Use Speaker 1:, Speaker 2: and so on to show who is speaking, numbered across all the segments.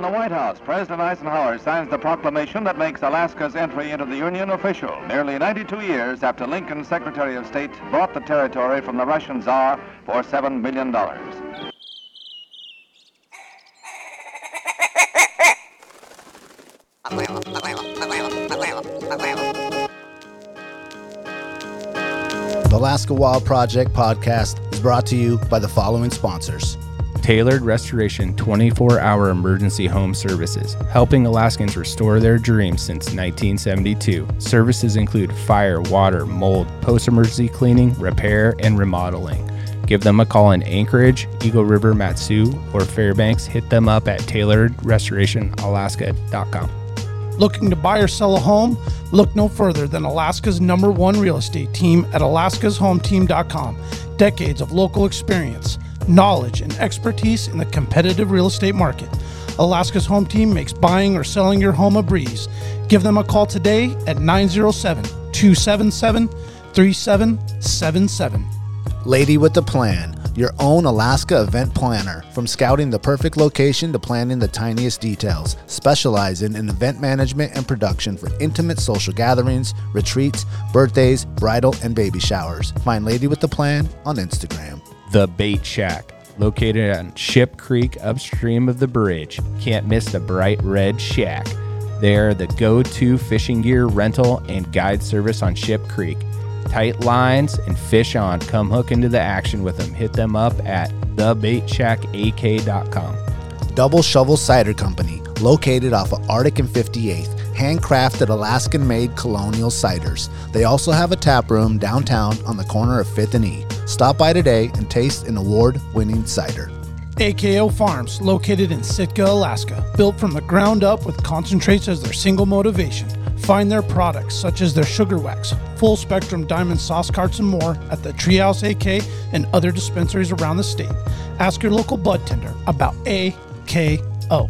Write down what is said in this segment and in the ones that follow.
Speaker 1: the White House, President Eisenhower signs the proclamation that makes Alaska's entry into the Union official, nearly 92 years after Lincoln's Secretary of State bought the territory from the Russian Tsar for $7 million.
Speaker 2: The Alaska Wild Project podcast is brought to you by the following sponsors
Speaker 3: Tailored Restoration 24 hour emergency home services, helping Alaskans restore their dreams since 1972. Services include fire, water, mold, post emergency cleaning, repair, and remodeling. Give them a call in Anchorage, Eagle River, Matsu, or Fairbanks. Hit them up at tailoredrestorationalaska.com.
Speaker 4: Looking to buy or sell a home? Look no further than Alaska's number one real estate team at alaskashometeam.com. Decades of local experience, knowledge, and expertise in the competitive real estate market. Alaska's Home Team makes buying or selling your home a breeze. Give them a call today at 907 277 3777.
Speaker 2: Lady with a Plan, your own Alaska event planner. From scouting the perfect location to planning the tiniest details, specializing in event management and production for intimate social gatherings, retreats, birthdays, bridal, and baby showers. Find Lady with a Plan on Instagram.
Speaker 3: The Bait Shack, located on Ship Creek upstream of the bridge. Can't miss the bright red shack. They're the go to fishing gear rental and guide service on Ship Creek. Tight lines and fish on. Come hook into the action with them. Hit them up at thebaitshackak.com.
Speaker 2: Double Shovel Cider Company, located off of Arctic and 58th, handcrafted Alaskan made colonial ciders. They also have a tap room downtown on the corner of 5th and E. Stop by today and taste an award winning cider.
Speaker 4: AKO Farms, located in Sitka, Alaska, built from the ground up with concentrates as their single motivation. Find their products, such as their sugar wax, full spectrum diamond sauce carts, and more at the Treehouse AK and other dispensaries around the state. Ask your local bud tender about AKO.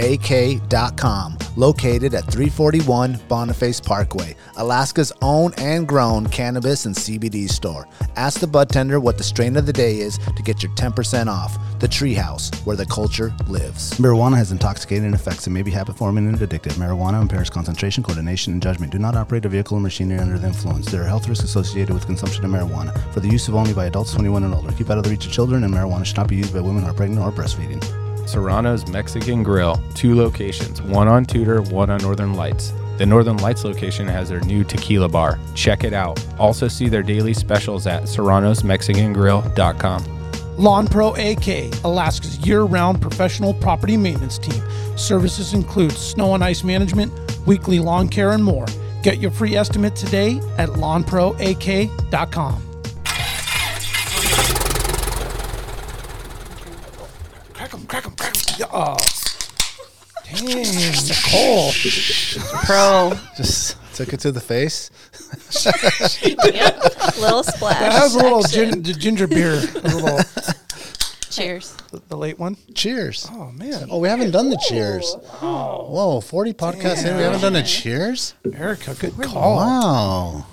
Speaker 2: TheTreehouseAK.com, located at 341 Boniface Parkway, Alaska's own and grown cannabis and CBD store. Ask the bud tender what the strain of the day is to get your 10% off. The Treehouse, where the culture lives. Marijuana has intoxicating effects and may be habit forming and addictive. Marijuana impairs concentration, coordination, and judgment. Do not operate a vehicle or machinery under the influence. There are health risks associated with consumption of marijuana for the use of only by adults 21 and older. Keep out of the reach of children, and marijuana should not be used by women who are pregnant or breastfeeding.
Speaker 3: Serrano's Mexican Grill, two locations, one on Tudor, one on Northern Lights. The Northern Lights location has their new tequila bar. Check it out. Also see their daily specials at serranosmexicangrill.com.
Speaker 4: Lawn Pro AK, Alaska's year round professional property maintenance team. Services include snow and ice management, weekly lawn care, and more. Get your free estimate today at lawnproak.com. Crack 'em, crack 'em, crack 'em. Yeah, Oh. Dang, Nicole.
Speaker 5: Pro.
Speaker 2: Just took it to the face.
Speaker 5: yep. Little splash.
Speaker 4: That was a little
Speaker 5: Action.
Speaker 4: gin, ginger beer. A little,
Speaker 5: Cheers.
Speaker 4: the late one.
Speaker 2: Cheers.
Speaker 4: Oh, man.
Speaker 2: Oh, we haven't done the cheers.
Speaker 4: Oh.
Speaker 2: Whoa, 40 podcasts in. We haven't done a cheers?
Speaker 4: Erica, good call.
Speaker 2: Wow.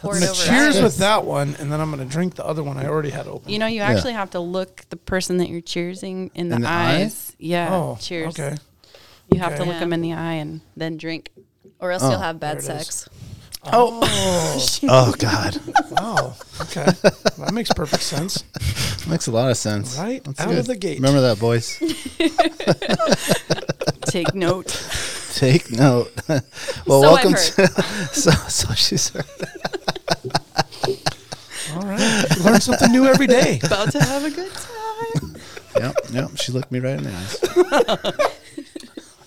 Speaker 5: Pour
Speaker 4: I'm
Speaker 5: it
Speaker 4: gonna
Speaker 5: over
Speaker 4: cheers
Speaker 5: that.
Speaker 4: with that one, and then I'm going to drink the other one I already had open.
Speaker 5: You know, you actually have to look the person that you're cheersing in the,
Speaker 2: In the eye?
Speaker 5: eyes. Yeah.
Speaker 4: oh,
Speaker 6: cheers.
Speaker 4: Okay.
Speaker 6: You have to
Speaker 4: Okay.
Speaker 6: look them in the eye and then drink.
Speaker 5: Or else you'll have bad sex.
Speaker 2: Oh, God.
Speaker 4: Wow. Oh, Okay. that makes perfect sense.
Speaker 2: Makes a lot of sense.
Speaker 4: Right? Out of the gate.
Speaker 2: Remember that, boys.
Speaker 6: Take note.
Speaker 2: Take note. well,
Speaker 6: So I've
Speaker 2: welcome
Speaker 6: heard.
Speaker 2: to. so, so she's.
Speaker 4: All right. You Learn something new every day.
Speaker 6: About to have a good time.
Speaker 2: Yep, yep. She looked me right in the eyes.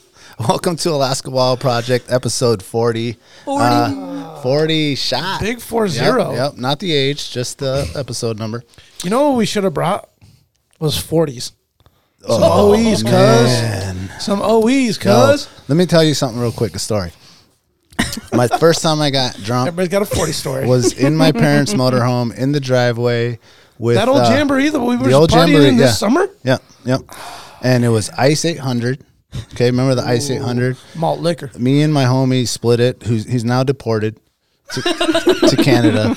Speaker 2: welcome to Alaska Wild Project, episode 40. 40. 40 shot.
Speaker 4: Big four
Speaker 2: Yep,
Speaker 4: zero.
Speaker 2: yep, not the age, just the episode number.
Speaker 4: You know what we should have brought was 40s. Some OEs,
Speaker 2: Oh, man.
Speaker 4: cuz. Some OEs,
Speaker 2: No,
Speaker 4: cuz.
Speaker 2: let me tell you something real quick. A story. My first time I got drunk
Speaker 4: Everybody's got a 40 story.
Speaker 2: was in my parents' motorhome in the driveway with
Speaker 4: that old
Speaker 2: uh,
Speaker 4: jamboree that we were
Speaker 2: the old
Speaker 4: partying
Speaker 2: jamboree,
Speaker 4: in
Speaker 2: yeah.
Speaker 4: this summer?
Speaker 2: Yep, yep. And it was Ice 800. Okay, remember the Ice 800?
Speaker 4: Malt liquor.
Speaker 2: Me and my homie split
Speaker 6: Oh.
Speaker 2: it. Who's he's now deported to, to Canada.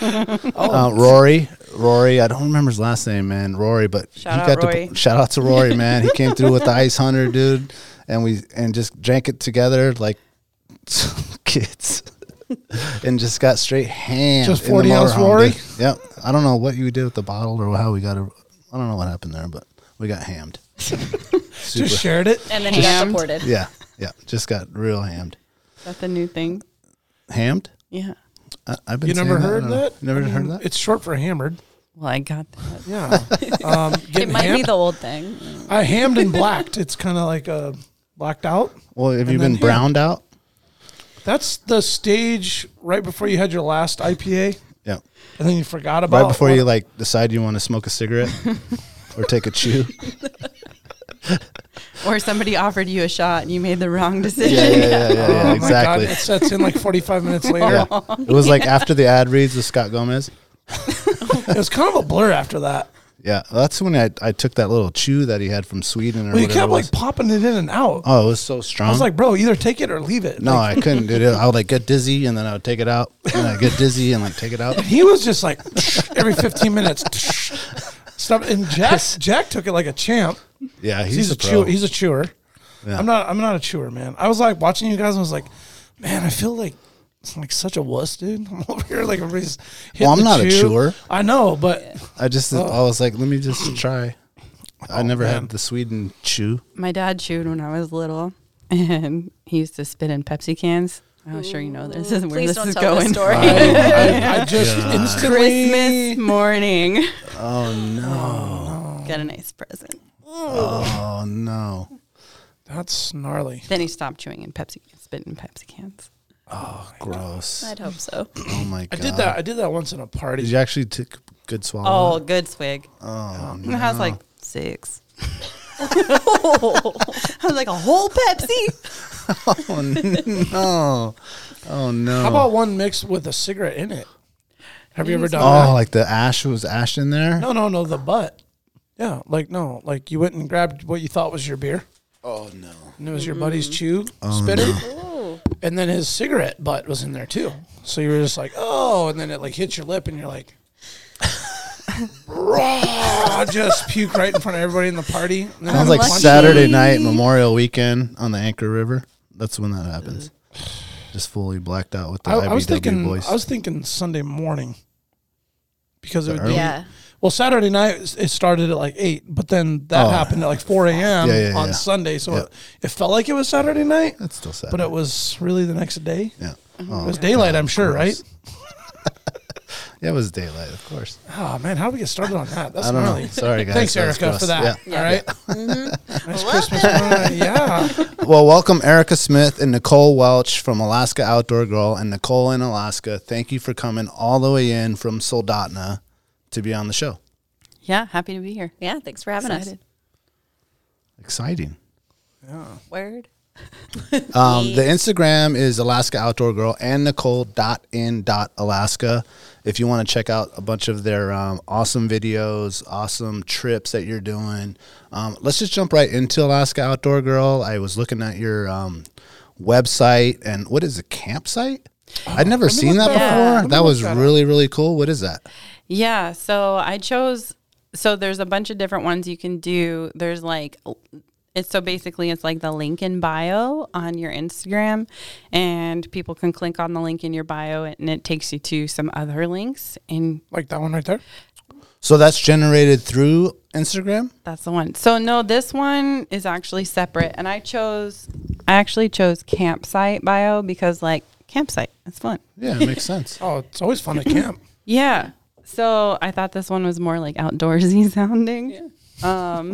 Speaker 2: Uh, Rory, Rory. I don't remember his last name, man. Rory, but
Speaker 6: Shout out Rory.
Speaker 2: to shout out to Rory, man. He came through with the ice hunter, dude, and we and just drank it together like kids, and just got straight ham.
Speaker 4: Just
Speaker 2: in the
Speaker 4: 40 ounce
Speaker 2: motorhome,
Speaker 4: Rory?
Speaker 2: dude. Yep. I don't know what you did with the bottle or how we got it. I don't know what happened there, but we got hammed. Super.
Speaker 4: Just shared it.
Speaker 7: And then he got
Speaker 5: Jammed.
Speaker 7: deported.
Speaker 2: yeah, yeah. Just got real hammed.
Speaker 5: Is that the new thing?
Speaker 2: Hammed?
Speaker 5: Yeah.
Speaker 2: I, I've been.
Speaker 4: You never
Speaker 2: saying I
Speaker 4: heard
Speaker 2: don't know.
Speaker 4: that?
Speaker 2: Never
Speaker 4: I mean,
Speaker 2: heard that. Mm.
Speaker 4: It's short for hammered.
Speaker 5: Well, I got that.
Speaker 4: Yeah. um,
Speaker 7: It
Speaker 4: getting
Speaker 7: might be
Speaker 4: ham-
Speaker 7: the old thing.
Speaker 4: I hammed and blacked. It's kind of like uh, blacked out.
Speaker 2: well, have you been
Speaker 4: then hammed.
Speaker 2: browned out?
Speaker 4: That's the stage right before you had your last IPA,
Speaker 2: Yeah.
Speaker 4: and then you forgot about
Speaker 2: right before
Speaker 4: one-
Speaker 2: you like decide you want to smoke a cigarette or take a chew.
Speaker 5: Or somebody offered you a shot and you made the wrong decision.
Speaker 2: yeah, yeah, yeah,
Speaker 4: Oh my
Speaker 2: exactly.
Speaker 4: God, it sets in like 45 minutes later.
Speaker 2: Yeah. It was like after the ad reads with Scott Gomez.
Speaker 4: It was kind of a blur after that.
Speaker 2: Yeah, that's when I, I took that little chew that he had from Sweden or
Speaker 4: Well, you
Speaker 2: whatever.
Speaker 4: kept
Speaker 2: it was.
Speaker 4: like popping it in and out.
Speaker 2: oh, it was so strong.
Speaker 4: I was like, bro, either take it or leave it.
Speaker 2: no,
Speaker 4: Like,
Speaker 2: I couldn't do it. I would like get dizzy and then I would take it out and I get dizzy and like take it out.
Speaker 4: he was just like every 15 minutes. Stop. And Jack, Jack took it like a champ.
Speaker 2: Yeah, he's,
Speaker 4: He's, a,
Speaker 2: a, pro.
Speaker 4: chewer. He's a chewer.
Speaker 2: Yeah.
Speaker 4: I'm not. I'm not a chewer, man. I was like watching you guys. and I was like, man, I feel like it's like such a wuss, dude. I'm over here like everybody's. hitting
Speaker 2: Well, I'm
Speaker 4: the
Speaker 2: not a
Speaker 4: chew.
Speaker 2: chewer.
Speaker 4: I know, but
Speaker 2: I just
Speaker 4: Oh.
Speaker 2: I was like, let me just try. I never had the Sweden chew.
Speaker 5: My dad chewed when I was little and he used to spit in Pepsi cans. I'm sure you know this is where
Speaker 7: Mm. Please
Speaker 5: this
Speaker 7: don't
Speaker 5: is
Speaker 7: tell
Speaker 5: going.
Speaker 7: this story.
Speaker 4: I, I just instantly.
Speaker 5: Christmas morning.
Speaker 2: Oh no!
Speaker 5: Got a nice present.
Speaker 2: Oh no!
Speaker 4: That's gnarly.
Speaker 5: Then he stopped chewing in Pepsi, spit in Pepsi cans.
Speaker 2: Gross!
Speaker 7: I'd hope so.
Speaker 2: Oh my
Speaker 4: I
Speaker 2: god!
Speaker 4: did that. I did that once in a party.
Speaker 2: Did you actually take a good swallow?
Speaker 5: Oh, good swig.
Speaker 2: Oh,
Speaker 5: And I was like six. I was like a whole Pepsi.
Speaker 2: Oh no! Oh no!
Speaker 4: How about one mixed with a cigarette in it? Have you ever done
Speaker 2: oh,
Speaker 4: that?
Speaker 2: like the ash was ash in there?
Speaker 4: No, no, no. The butt. Yeah, like no, like you went and grabbed what you thought was your beer,
Speaker 2: Oh no!
Speaker 4: and it was your buddy's chew spitter, and then his cigarette butt was in there too. So you were just like, oh, and then it like hits your lip, and you're like, raw, just puke right in front of everybody in the party. And then
Speaker 2: Sounds
Speaker 4: have
Speaker 2: like
Speaker 4: lunch.
Speaker 2: Saturday night, Memorial Weekend on the Anchor River. That's when that happens. Just fully blacked out with the
Speaker 4: I,
Speaker 2: IBW
Speaker 4: I was thinking.
Speaker 2: boys.
Speaker 4: I was thinking Sunday morning, because it would be
Speaker 7: Yeah.
Speaker 4: Well, Saturday night s- it started at like eight, but then that
Speaker 2: Oh.
Speaker 4: happened at like four a.m.
Speaker 2: Yeah, yeah,
Speaker 4: on
Speaker 2: yeah.
Speaker 4: Sunday, so
Speaker 2: Yeah.
Speaker 4: it, it felt like it was Saturday night,
Speaker 2: That's still sad.
Speaker 4: but it was really the next day.
Speaker 2: yeah.
Speaker 4: It
Speaker 2: Oh,
Speaker 4: was daylight, I'm sure,
Speaker 2: gross.
Speaker 4: right?
Speaker 2: yeah, it was daylight, of course.
Speaker 4: Oh man, how do we get started on that? That's
Speaker 2: I don't know.
Speaker 4: gnarly.
Speaker 2: Sorry, guys.
Speaker 4: Thanks,
Speaker 2: That was
Speaker 4: Erica, for
Speaker 2: gross.
Speaker 4: that.
Speaker 2: Yeah.
Speaker 4: All right. Nice Christmas. morning. yeah.
Speaker 2: Well, welcome Erica Smith and Nicole Welch from Alaska Outdoor Girl and Nicole in Alaska. Thank you for coming all the way in from Soldotna to be on the show.
Speaker 5: Yeah, happy to be here.
Speaker 7: Yeah, thanks for having us.
Speaker 2: Exciting.
Speaker 5: Excited.
Speaker 7: Word.
Speaker 2: Um, the Instagram is Alaska Outdoor Girl and Nicole.in.alaska. If you want to check out a bunch of their um, awesome videos, awesome trips that you're doing, um, let's just jump right into Alaska Outdoor Girl. I was looking at your um, website and what is a campsite? I'd never seen that
Speaker 4: look that up. Oh, Let
Speaker 2: before.
Speaker 4: me
Speaker 2: That
Speaker 4: look
Speaker 2: was
Speaker 4: that up.
Speaker 2: really, really cool. What is that?
Speaker 5: Yeah, so I chose so there's a bunch of different ones you can do. There's like it's so basically it's like the link in bio on your Instagram and people can click on the link in your bio and it takes you to some other links and
Speaker 4: Like that one right there.
Speaker 2: So that's generated through Instagram?
Speaker 5: That's the one. So no, this one is actually separate, and I chose, I actually chose campsite bio because like campsite, it's fun.
Speaker 2: Yeah, it makes sense.
Speaker 4: Oh, it's always fun at camp.
Speaker 5: Yeah. So I thought this one was more like outdoorsy sounding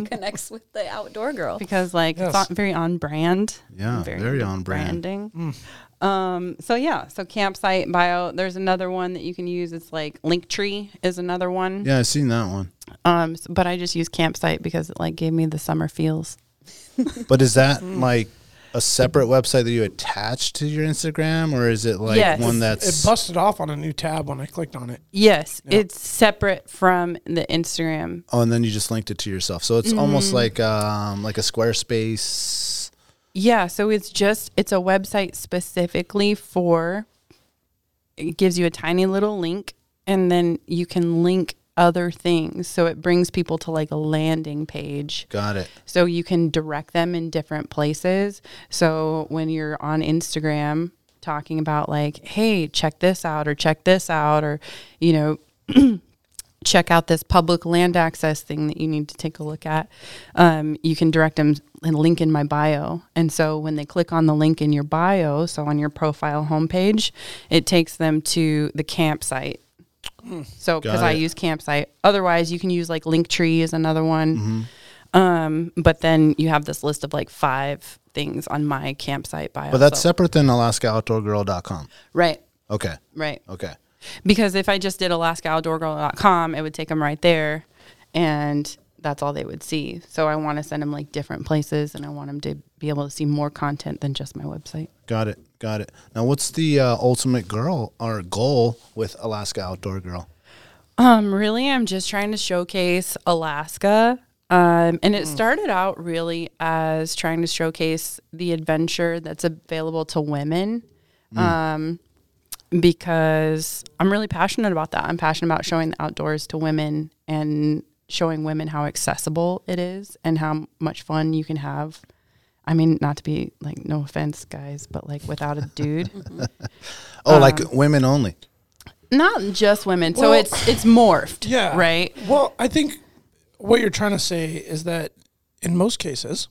Speaker 7: Connects with the outdoor girl.
Speaker 5: because like it's
Speaker 4: Yes.
Speaker 5: on, very on brand.
Speaker 2: Yeah,
Speaker 5: I'm
Speaker 2: very
Speaker 5: into
Speaker 2: on brand.
Speaker 5: branding. Um, so yeah, so campsite bio. There's another one that you can use. It's like Linktree is another one.
Speaker 2: Yeah, I've seen that one.
Speaker 5: Um, s- but I just use campsite because it like gave me the summer feels.
Speaker 2: But is that
Speaker 5: Mm.
Speaker 2: like a separate website that you attach to your Instagram, or is it like
Speaker 5: Yes.
Speaker 2: one
Speaker 4: It
Speaker 2: that's
Speaker 4: busted off on a new tab when I clicked on it.
Speaker 5: Yes, it's separate from the Instagram
Speaker 2: oh, and then you just linked it to yourself? So it's
Speaker 5: Mm-hmm.
Speaker 2: almost like um like a Squarespace.
Speaker 5: Yeah, so it's just it's a website specifically for it gives you a tiny little link and then you can link other things. So it brings people to like a landing page.
Speaker 2: Got it.
Speaker 5: So you can direct them in different places. So when you're on Instagram talking about like, hey, check this out or check this out or, you know, check out this public land access thing that you need to take a look at. Um, you can direct them and link in my bio. And so when they click on the link in your bio, so on your profile homepage, it takes them to the campsite. So because
Speaker 2: Hmm. Got
Speaker 5: I
Speaker 2: it.
Speaker 5: use campsite, otherwise you can use like Linktree is another one.
Speaker 2: Mm-hmm.
Speaker 5: Um, but then you have this list of like five things on my campsite bio.
Speaker 2: But that's
Speaker 5: so-
Speaker 2: separate than AlaskaOutdoorGirl.com.
Speaker 5: right,
Speaker 2: Okay.
Speaker 5: right.
Speaker 2: Okay.
Speaker 5: Because if I just did AlaskaOutdoorGirl.com, it would take them right there, and that's all they would see. So I want to send them like different places, and I want them to be able to see more content than just my website.
Speaker 2: Got it. Got it. Now, what's the uh, ultimate girl or goal with Alaska Outdoor Girl?
Speaker 5: Um, really, I'm just trying to showcase Alaska. Um, and
Speaker 4: Mm.
Speaker 5: it started out really as trying to showcase the adventure that's available to women.
Speaker 4: Mm.
Speaker 5: Um, because I'm really passionate about that. I'm passionate about showing the outdoors to women and showing women how accessible it is and how much fun you can have. I mean, not to be like, no offense, guys, but like without a dude.
Speaker 2: Oh, like
Speaker 5: Um,
Speaker 2: women only.
Speaker 5: not just women.
Speaker 4: Well-
Speaker 5: so it's it's morphed.
Speaker 4: Yeah.
Speaker 5: Right.
Speaker 4: Well, I think what you're trying to say is that in most cases,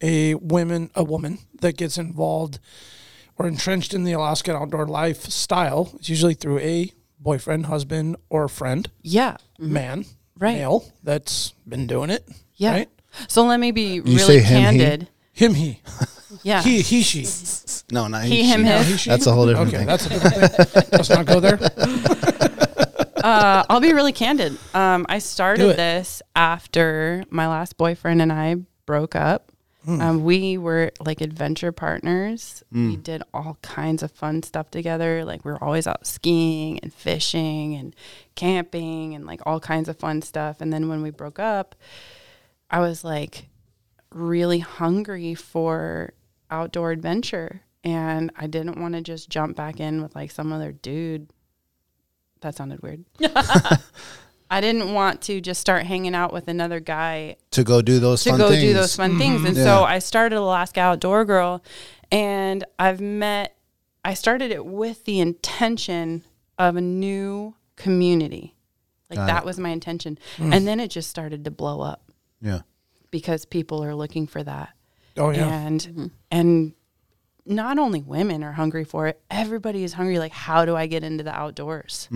Speaker 4: a woman a woman that gets involved or entrenched in the Alaskan outdoor lifestyle is usually through a boyfriend, husband, or friend,
Speaker 5: Yeah.
Speaker 4: man,
Speaker 5: Mm-hmm. Right.
Speaker 4: male that's been doing it.
Speaker 5: Yeah.
Speaker 4: Right?
Speaker 5: So let me be
Speaker 2: you
Speaker 5: really
Speaker 2: say him, he?
Speaker 5: candid.
Speaker 4: Him, he,
Speaker 5: Yeah.
Speaker 4: he, he, she.
Speaker 2: No, not
Speaker 5: He,
Speaker 2: she.
Speaker 5: him,
Speaker 4: No,
Speaker 5: his.
Speaker 4: he, she.
Speaker 2: That's a whole different
Speaker 4: okay,
Speaker 2: thing.
Speaker 4: that's a different thing. Let's not go there.
Speaker 5: Uh, I'll be really candid. Um, I
Speaker 4: Do it.
Speaker 5: started this after my last boyfriend and I broke up.
Speaker 4: Hmm.
Speaker 5: Um, we were like adventure partners. We did all kinds of fun stuff together. Like we were always out skiing and fishing and camping and like all kinds of fun stuff. And then when we broke up, I was like really hungry for outdoor adventure. And I didn't want to just jump back in with like some other dude. That sounded weird. I didn't want to just start hanging out with another guy
Speaker 2: to go do those
Speaker 5: to
Speaker 2: fun
Speaker 5: go
Speaker 2: things.
Speaker 5: do those
Speaker 4: Mm-hmm.
Speaker 5: fun things. And
Speaker 2: Yeah.
Speaker 5: so I started Alaska Outdoor Girl and I've met, I started it with the intention of a new community. Like
Speaker 2: Got
Speaker 5: that was my intention.
Speaker 4: Mm.
Speaker 5: And then it just started to blow up
Speaker 2: Yeah.
Speaker 5: because people are looking for that
Speaker 4: Oh yeah.
Speaker 5: and and not only women are hungry for it everybody is hungry like how do i get into the outdoors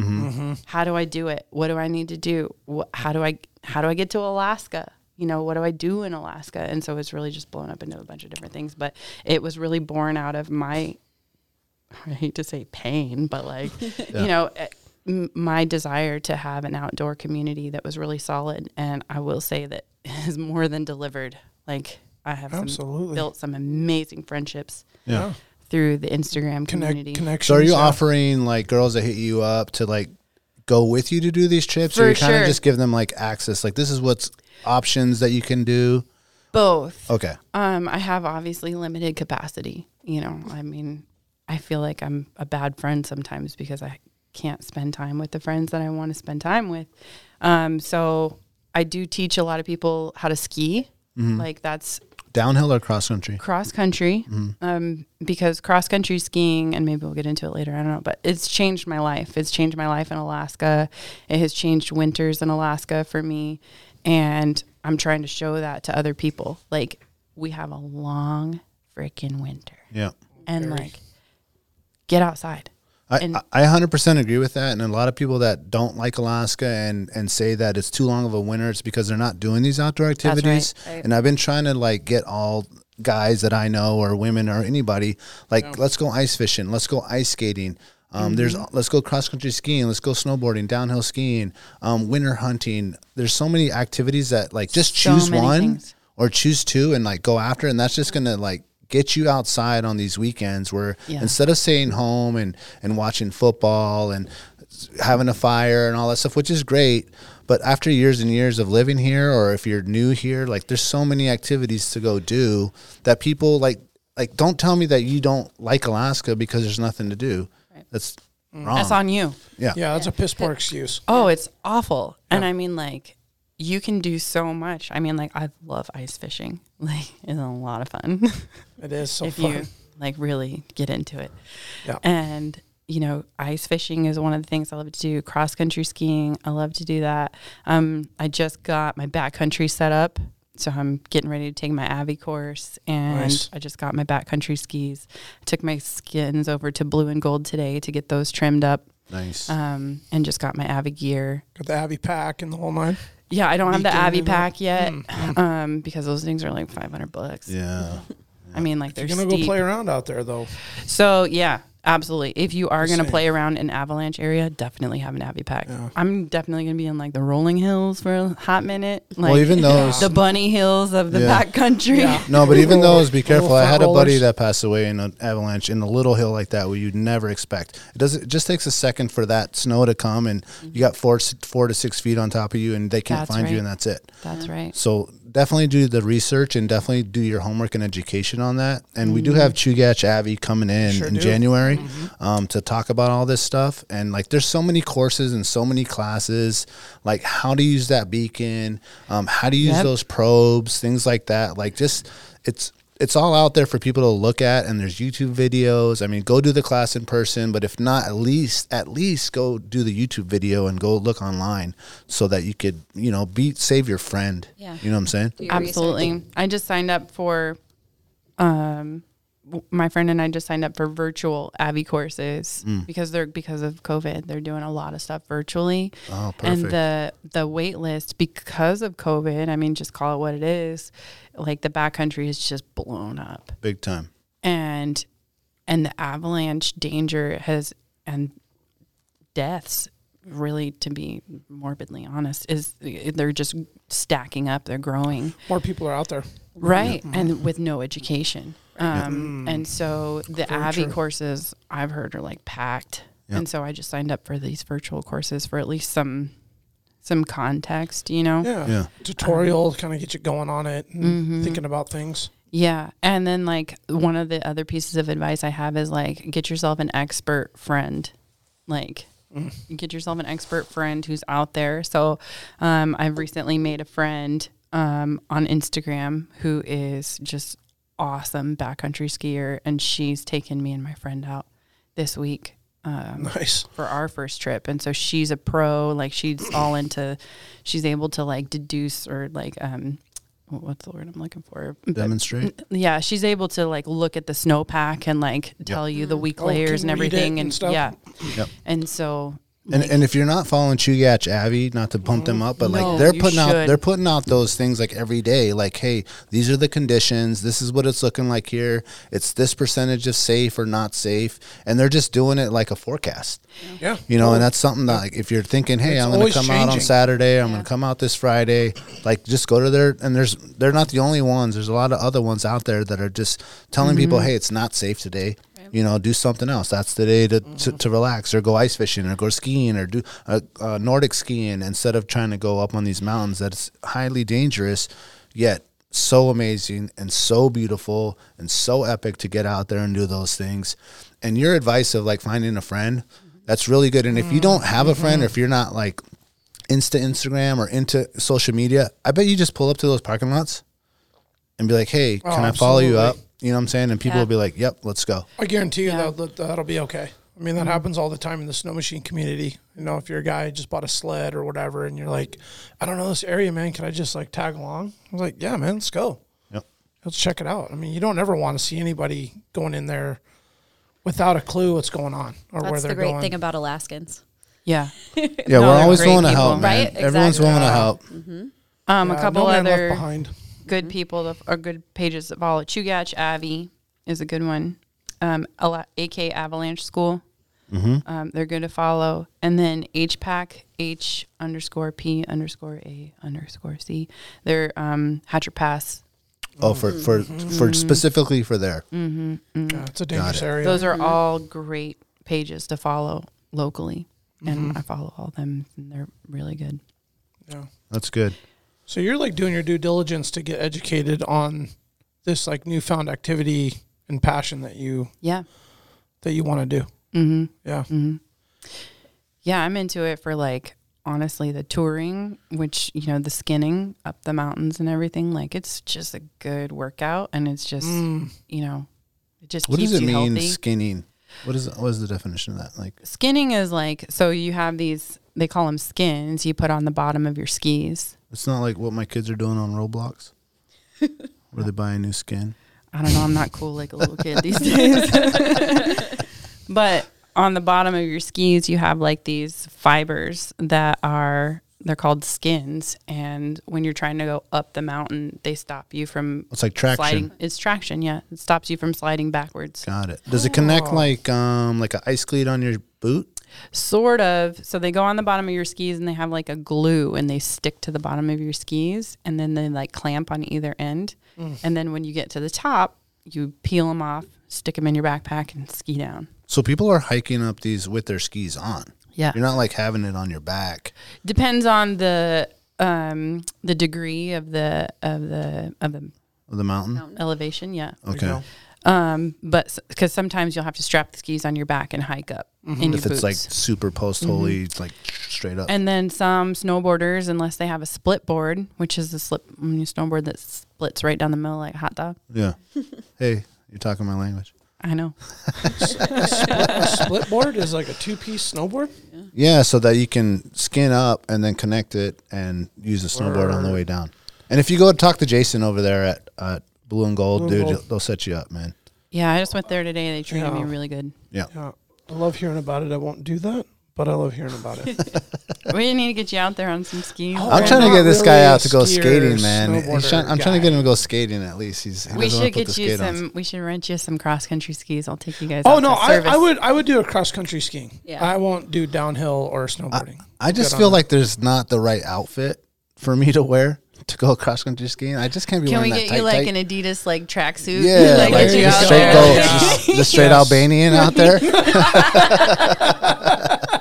Speaker 5: how do i do it what do i need to do Wh- how do i how do i get to alaska you know what do i do in alaska and so it's really just blown up into a bunch of different things but it was really born out of my i hate to say pain but like you know eh, m- my desire to have an outdoor community that was really solid and i will say that is more than delivered like i have some
Speaker 4: Absolutely.
Speaker 5: built some amazing friendships
Speaker 2: Yeah.
Speaker 5: through the Instagram community.
Speaker 4: Connect, connections.
Speaker 2: So are you
Speaker 4: yeah.
Speaker 2: offering like girls that hit you up to like go with you to do these trips, or
Speaker 5: For
Speaker 2: you kind of
Speaker 5: sure.
Speaker 2: just give them like access? Like this is what's options that you can do.
Speaker 5: Both.
Speaker 2: Okay.
Speaker 5: Um, I have obviously limited capacity. You know, I mean, I feel like I'm a bad friend sometimes because I can't spend time with the friends that I want to spend time with. Um, so I do teach a lot of people how to ski. Like that's
Speaker 2: Downhill or cross country?
Speaker 5: cross country um, because cross country skiing and maybe we'll get into it later i don't know but it's changed my life it's changed my life in alaska it has changed winters in alaska for me and i'm trying to show that to other people like we have a long freaking winter
Speaker 2: Yeah.
Speaker 5: and like get outside And-
Speaker 2: I, I I 100% agree with that. And a lot of people that don't like Alaska and, and say that it's too long of a winter, it's because they're not doing these outdoor
Speaker 5: right.
Speaker 2: activities. And I've been trying to like get all guys that I know or women or anybody, like, let's go ice fishing, let's go ice skating. Um,
Speaker 5: Mm-hmm.
Speaker 2: There's let's go cross country skiing, let's go snowboarding, downhill skiing, um, winter hunting. There's so many activities that like just
Speaker 5: So
Speaker 2: choose
Speaker 5: many
Speaker 2: one
Speaker 5: things.
Speaker 2: or choose two and like go after, it. and that's just gonna like get you outside on these weekends where
Speaker 5: Yeah.
Speaker 2: instead of staying home and and watching football and having a fire and all that stuff, which is great. But after years and years of living here, or if you're new here, like there's so many activities to go do that people like like don't tell me that you don't like Alaska because there's nothing to do. That's Wrong.
Speaker 5: Mm. That's on you.
Speaker 2: yeah.
Speaker 4: Yeah, that's a piss poor excuse.
Speaker 5: Oh, it's awful. And I mean, like, you can do so much. I mean, like, I love ice fishing. Like, it's a lot of fun
Speaker 4: It is so
Speaker 5: if
Speaker 4: fun.
Speaker 5: you like really get into it.
Speaker 4: Yeah.
Speaker 5: And you know, ice fishing is one of the things I love to do. Cross country skiing, I love to do that. Um, I just got my backcountry set up, so I'm getting ready to take my Avi course, and
Speaker 4: Nice.
Speaker 5: I just got my backcountry skis. took my skins over to Blue and Gold today to get those trimmed up,
Speaker 2: Nice.
Speaker 5: um, and just got my Avi gear.
Speaker 4: Got the Abbey pack and the whole nine.
Speaker 5: Yeah, I don't have the
Speaker 4: Beacon
Speaker 5: Avi
Speaker 4: and all-
Speaker 5: pack yet, um, because those things are like 500 bucks.
Speaker 2: yeah.
Speaker 5: I mean, like
Speaker 4: You're
Speaker 5: they're
Speaker 4: gonna
Speaker 5: steep.
Speaker 4: go play around out there though.
Speaker 5: So yeah, absolutely. If you are going to
Speaker 4: Same.
Speaker 5: play around in avalanche area, definitely have an Avi pack.
Speaker 4: Yeah.
Speaker 5: I'm definitely going to be in like the rolling hills for a hot minute. Like
Speaker 2: well, even those.
Speaker 5: the bunny hills of the
Speaker 2: Yeah.
Speaker 5: back country.
Speaker 2: No, but even those, be
Speaker 4: Little
Speaker 2: careful. I had a
Speaker 4: front
Speaker 2: buddy
Speaker 4: rollers.
Speaker 2: that passed away in an avalanche in a little hill like that where you'd never expect. It doesn't. It just takes a second for that snow to come, and you got four s- four to six feet on top of you, and they can't
Speaker 5: That's
Speaker 2: find you,
Speaker 5: right.
Speaker 2: and that's it.
Speaker 5: That's right.
Speaker 2: So definitely do the research and definitely do your homework and education on that. And we do have Chugach Avi coming in
Speaker 4: Mm-hmm. Sure
Speaker 2: in
Speaker 4: do.
Speaker 2: January
Speaker 7: Mm-hmm.
Speaker 2: um, to talk about all this stuff. And like, there's so many courses and so many classes, like how to use that beacon, um, how to use
Speaker 5: Yep.
Speaker 2: those probes, things like that. Like just it's. It's all out there for people to look at, and there's YouTube videos. I mean, go do the class in person, but if not, at least at least go do the YouTube video and go look online, so that you could, you know, be save your friend.
Speaker 7: Yeah.
Speaker 2: You know what I'm saying?
Speaker 7: Do your research.
Speaker 5: Absolutely. I just signed up for, um, w- my friend and I just signed up for virtual Avi courses
Speaker 2: Hmm.
Speaker 5: because they're because of COVID. They're doing a lot of stuff virtually.
Speaker 2: Oh, perfect.
Speaker 5: And the the wait list because of COVID. I mean, just call it what it is. Like the backcountry is just blown up,
Speaker 2: Big time.
Speaker 5: and and the avalanche danger has and deaths really to be morbidly honest is they're just stacking up they're growing
Speaker 4: More people are out there.
Speaker 5: right and with no education um, and so the avi courses i've heard are like packed and so i just signed up for these virtual courses for at least some some context you know
Speaker 4: Yeah.
Speaker 2: Yeah.
Speaker 4: Tutorial kind of get you going on it and thinking about things.
Speaker 5: Yeah. And then, like, one of the other pieces of advice I have is like, get yourself an expert friend. Like, get yourself an expert friend who's out there. So, um, I've recently made a friend um, on Instagram who is just awesome backcountry skier, and she's taken me and my friend out this week. Um,
Speaker 4: Nice.
Speaker 5: for our first trip and so she's a pro like she's all into she's able to like deduce or like um what's the word i'm looking for
Speaker 7: Mm-hmm.
Speaker 2: Demonstrate.
Speaker 5: yeah, she's able to like look at the snowpack and like tell you the weak
Speaker 4: Oh,
Speaker 5: layers
Speaker 4: can
Speaker 5: and
Speaker 4: read it
Speaker 5: everything,
Speaker 4: and
Speaker 5: and,
Speaker 4: stuff.
Speaker 5: yeah,
Speaker 2: Yep.
Speaker 5: and so
Speaker 2: And, and if you're not following Chugach Avi, not to pump them up, but like
Speaker 5: No,
Speaker 2: they're
Speaker 5: you
Speaker 2: putting out
Speaker 5: should.
Speaker 2: they're putting out those things like every day, like, hey, these are the conditions, this is what it's looking like here, it's this percentage of safe or not safe. And they're just doing it like a forecast.
Speaker 4: Yeah.
Speaker 2: You know, and that's something that like, if you're thinking, hey,
Speaker 4: It's
Speaker 2: I'm going to
Speaker 4: always
Speaker 2: come out on
Speaker 4: changing.
Speaker 2: Saturday, I'm going to come out this Friday, like just go to their and there's they're not the only ones. There's a lot of other ones out there that are just telling people, hey, it's not safe today. You know, do something else. That's the day to, to, to relax or go ice fishing or go skiing or do uh, uh, Nordic skiing instead of trying to go up on these mountains that's highly dangerous, yet so amazing and so beautiful and so epic to get out there and do those things. And your advice of like finding a friend, that's really good. And if you don't have a friend or if you're not like Insta Instagram or into social media, I bet you just pull up to those parking lots and be like, "Hey, can
Speaker 5: Oh,
Speaker 2: I follow you up?"
Speaker 4: absolutely.
Speaker 2: You know what I'm saying? And people will be like, "Yep, let's go."
Speaker 4: I guarantee you that that that'll be okay. I mean, that happens all the time in the snow machine community. You know, if you're a guy who just bought a sled or whatever, and you're like, I don't know this area, man. Can I just like tag along? I was like, Yeah, man, let's go.
Speaker 2: Yep.
Speaker 4: Let's check it out. I mean, you don't ever want to see anybody going in there without a clue what's going on or where
Speaker 7: That's
Speaker 4: they're
Speaker 7: the great
Speaker 4: going.
Speaker 7: thing about Alaskans.
Speaker 5: yeah.
Speaker 2: Yeah,
Speaker 5: No,
Speaker 2: we're
Speaker 5: they're
Speaker 2: always
Speaker 5: great
Speaker 2: willing to
Speaker 5: people.
Speaker 2: help, man.
Speaker 7: Right?
Speaker 2: Everyone's
Speaker 7: Exactly.
Speaker 2: willing to help.
Speaker 5: Um, a
Speaker 4: Yeah,
Speaker 5: couple
Speaker 4: no man left
Speaker 5: other
Speaker 4: behind. Mm-hmm.
Speaker 5: good people to, or good pages to follow. Chugach Avi is a good one. Um, Ala- AK Avalanche School, um, they're good to follow. And then HPAC H underscore P underscore A underscore C. They're um, Hatcher Pass.
Speaker 2: Oh, for for
Speaker 5: Mm-hmm.
Speaker 2: for specifically for there.
Speaker 4: Yeah, it's a dangerous area.
Speaker 5: Those are all great pages to follow locally. And I follow all them and they're really good.
Speaker 4: yeah.
Speaker 2: That's good.
Speaker 4: So you're like doing your due diligence to get educated on this like newfound activity and passion that you
Speaker 5: Yeah.
Speaker 4: that you want to do. Mm-hmm. Yeah.
Speaker 5: Yeah, I'm into it for like honestly the touring, which you know the skinning up the mountains and everything. Like it's just a good workout, and it's just
Speaker 4: Mm.
Speaker 5: you know it just
Speaker 2: What
Speaker 5: keeps
Speaker 2: does it
Speaker 5: you
Speaker 2: mean
Speaker 5: healthy.
Speaker 2: skinning? What is what is the definition of that? Like
Speaker 5: Skinning is like so you have these they call them skins you put on the bottom of your skis.
Speaker 2: it's not like what my kids are doing on Roblox, where they buy a new skin.
Speaker 5: I don't know. I'm not cool like a little kid these days. but on the bottom of your skis, you have like these fibers that are they're called skins, and when you're trying to go up the mountain, they stop you from
Speaker 2: It's like traction.
Speaker 5: sliding. It's traction, yeah. It stops you from sliding backwards.
Speaker 2: Got it. Does it connect
Speaker 5: Oh.
Speaker 2: like um like an ice cleat on your boot?
Speaker 5: Sort of. So they go on the bottom of your skis, and they have like a glue, and they stick to the bottom of your skis, and then they like clamp on either end,
Speaker 2: Mm.
Speaker 5: and then when you get to the top, you peel them off, stick them in your backpack, and ski down.
Speaker 2: So people are hiking up these with their skis on.
Speaker 5: Yeah.
Speaker 2: You're not like having it on your back.
Speaker 5: depends on the um the degree of the of the of the
Speaker 2: of the mountain.
Speaker 5: elevation yeah
Speaker 2: Okay.
Speaker 5: um but because sometimes you'll have to strap the skis on your back and hike up in your
Speaker 2: Mm-hmm. If it's
Speaker 5: boots
Speaker 2: like super post
Speaker 4: Mm-hmm.
Speaker 2: holy, like straight up.
Speaker 5: and then some snowboarders unless they have a split board which is a slip mm, snowboard that splits right down the middle like a hot dog
Speaker 2: yeah. hey, you're talking my language.
Speaker 5: i know
Speaker 4: A split board is like a two piece snowboard.
Speaker 2: Yeah, so that you can skin up and then connect it and use the snowboard on the way down. And if you go talk to Jason over there at, at Blue and Gold,
Speaker 4: Blue
Speaker 2: dude,
Speaker 4: and Gold.
Speaker 2: they'll- they'll set you up, man.
Speaker 5: yeah i just went there today they treated me
Speaker 2: Oh.
Speaker 4: Yeah.
Speaker 5: really good
Speaker 2: Yeah.
Speaker 4: Yeah, I love hearing about it. I won't do that, but I love hearing about it.
Speaker 5: we need to get you out there on some skis
Speaker 4: Oh,
Speaker 2: I'm
Speaker 4: We're
Speaker 2: trying to
Speaker 4: not
Speaker 2: get this
Speaker 4: really
Speaker 2: guy
Speaker 4: a
Speaker 2: out to go
Speaker 4: skier,
Speaker 2: skating, man. He's
Speaker 4: snowboarder
Speaker 2: trying, I'm trying to
Speaker 4: guy.
Speaker 2: get him to go skating at least. He's he
Speaker 5: we
Speaker 2: doesn't want
Speaker 5: should
Speaker 2: to put the
Speaker 5: get you
Speaker 2: skate on.
Speaker 5: some we should rent you some cross-country skis i'll take you guys
Speaker 4: oh
Speaker 5: out
Speaker 4: no,
Speaker 5: to
Speaker 4: I, I
Speaker 5: service.
Speaker 4: would I would do a cross country skiing.
Speaker 7: Yeah.
Speaker 4: I won't do downhill or snowboarding.
Speaker 2: I just
Speaker 4: Good on
Speaker 2: feel
Speaker 4: that.
Speaker 2: like there's not the right outfit for me to wear to go cross country skiing. I just can't be
Speaker 5: Can we
Speaker 2: wearing
Speaker 5: get
Speaker 2: that
Speaker 5: you
Speaker 2: tight,
Speaker 5: like
Speaker 2: tight.
Speaker 5: an Adidas like tracksuit?
Speaker 2: yeah,
Speaker 5: like,
Speaker 2: like
Speaker 5: get you
Speaker 2: the
Speaker 5: out
Speaker 2: straight,
Speaker 5: there.
Speaker 2: Gold,
Speaker 4: Yeah.
Speaker 2: just the straight
Speaker 4: Yes.
Speaker 2: Albanian out there.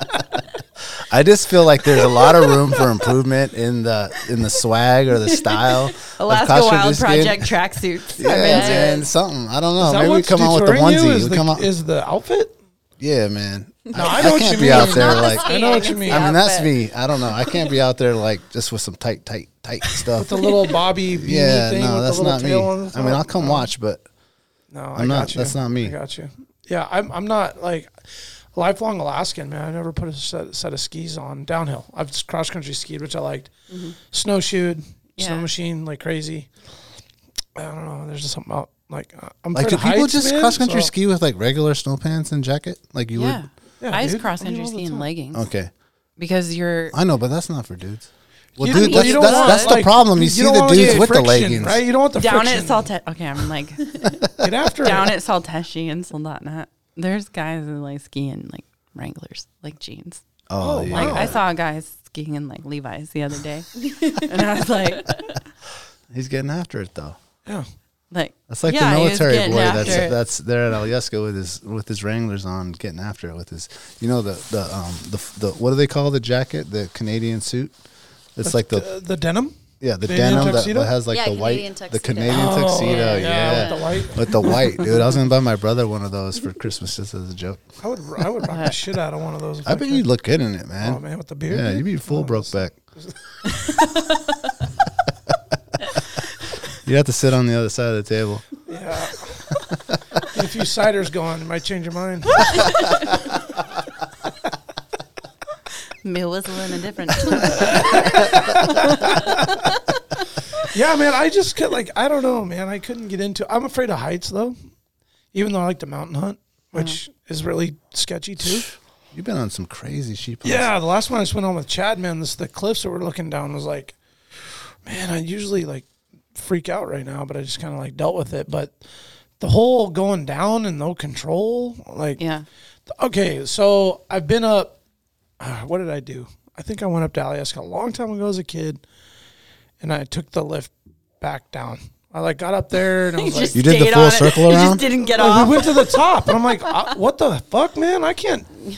Speaker 2: I just feel like there's a lot of room for improvement in the in the swag or the style. of
Speaker 5: Alaska
Speaker 2: cross-country
Speaker 5: Wild
Speaker 2: skiing.
Speaker 5: Project tracksuits.
Speaker 2: Yeah, man, something. I don't know.
Speaker 4: Is that
Speaker 2: oh, Maybe we
Speaker 4: what's
Speaker 2: come out with the
Speaker 4: deterring you? Is
Speaker 2: onesie. We
Speaker 4: the,
Speaker 2: come out,
Speaker 4: is the outfit?
Speaker 2: yeah, man.
Speaker 4: No, I know what
Speaker 2: can't
Speaker 4: you
Speaker 2: be
Speaker 4: mean.
Speaker 2: out
Speaker 4: It's
Speaker 2: there
Speaker 4: not the
Speaker 2: like.
Speaker 4: I know what you mean.
Speaker 2: I mean,
Speaker 7: outfit.
Speaker 2: that's me. I don't know. I can't be out there like just with some tight, tight, tight stuff.
Speaker 4: With the little Bobby beanie
Speaker 2: yeah,
Speaker 4: thing
Speaker 2: no,
Speaker 4: with
Speaker 2: that's
Speaker 4: the little
Speaker 2: not me.
Speaker 4: tail Oh. on the
Speaker 2: I mean,
Speaker 4: top?
Speaker 2: I'll come watch, but
Speaker 4: No, I
Speaker 2: I'm
Speaker 4: got
Speaker 2: not-
Speaker 4: you.
Speaker 2: that's not me.
Speaker 4: I got you. Yeah, I'm. I'm not like lifelong Alaskan man. I never put a set, set of skis on downhill. I've just cross country skied, which I liked. Snowshoed, snow
Speaker 5: Mm-hmm. Yeah.
Speaker 4: machine like crazy. I don't know. There's just something about like uh, I'm
Speaker 2: like,
Speaker 4: afraid
Speaker 2: do
Speaker 4: of
Speaker 2: people
Speaker 4: heights,
Speaker 2: just
Speaker 4: man,
Speaker 2: cross country
Speaker 4: so-
Speaker 2: ski with like regular snow pants and jacket? Like you
Speaker 5: Yeah.
Speaker 4: Yeah,
Speaker 5: I
Speaker 4: dude.
Speaker 5: just cross country
Speaker 4: I do all the
Speaker 5: ski in
Speaker 4: time.
Speaker 5: leggings
Speaker 2: would? Okay,
Speaker 5: because you're
Speaker 2: I know, but that's not for dudes. Well,
Speaker 4: You don't-
Speaker 2: dude,
Speaker 4: you
Speaker 2: that's
Speaker 4: don't
Speaker 2: that's,
Speaker 4: want,
Speaker 2: that's the
Speaker 4: like,
Speaker 2: problem. You, see
Speaker 4: don't
Speaker 2: the
Speaker 4: want
Speaker 2: dudes
Speaker 4: get
Speaker 2: with the
Speaker 4: friction,
Speaker 2: leggings.
Speaker 4: right? You don't want the
Speaker 5: down
Speaker 4: friction.
Speaker 5: at Saltet. Okay, I'm like
Speaker 4: Get after
Speaker 5: down
Speaker 4: it.
Speaker 5: at Salteshi and Saldatna. There's guys in like skiing like Wranglers, like jeans.
Speaker 2: Oh, yeah.
Speaker 5: Like I saw a guy skiing in like Levi's the other day, and I was like,
Speaker 2: he's getting after it though.
Speaker 4: Yeah.
Speaker 5: like
Speaker 2: That's like
Speaker 5: yeah,
Speaker 2: the
Speaker 5: he was
Speaker 2: military
Speaker 5: getting
Speaker 2: boy
Speaker 5: after
Speaker 2: that's
Speaker 5: it.
Speaker 2: that's there at Alyeska with his with his Wranglers on, getting after it with his, you know the the um the the what do they call the jacket? The Canadian suit. It's like the
Speaker 4: Uh, the denim.
Speaker 2: Yeah, the
Speaker 4: Canadian
Speaker 2: denim that,
Speaker 4: tuxedo? Oh,
Speaker 2: that has like
Speaker 7: Yeah,
Speaker 2: the white,
Speaker 7: Canadian
Speaker 2: the
Speaker 7: tuxedo.
Speaker 2: Canadian tuxedo. Yeah,
Speaker 4: yeah, with the white.
Speaker 2: With the white, dude. I was gonna buy my brother one of those for Christmas just as a joke.
Speaker 4: I would. I would rock the shit out of one of those. if
Speaker 2: I bet
Speaker 4: could.
Speaker 2: you'd look good in it, man.
Speaker 4: Oh man, with the beard.
Speaker 2: yeah,
Speaker 4: dude.
Speaker 2: you'd be full
Speaker 4: Oh,
Speaker 2: broke back. you'd have to sit on the other side of the table.
Speaker 4: Yeah. Get a few ciders going. You might change your mind.
Speaker 5: me whistling a different.
Speaker 4: yeah, man. I just could like I don't know, man. I couldn't get into. I'm afraid of heights though, even though I like to mountain hunt, which is really sketchy too.
Speaker 2: You've been on some crazy sheep. hunts.
Speaker 4: Yeah, the last one I just went on with Chad, man. This the cliffs that we're looking down was like, man. I usually like freak out right now, but I just kind of like dealt with it. But the whole going down and no control, like
Speaker 5: yeah,
Speaker 4: Okay, so I've been up. Uh, what did I do? I think I went up to Alaska a long time ago as a kid, and I took the lift back down. I like got up there and I was like,
Speaker 2: You did the
Speaker 5: stayed
Speaker 2: full
Speaker 5: on it.
Speaker 2: circle
Speaker 5: You
Speaker 2: around? Oh,
Speaker 5: just didn't get
Speaker 4: like,
Speaker 5: off.
Speaker 4: we went to the top, and I'm like, uh, what the fuck, man? I can't. You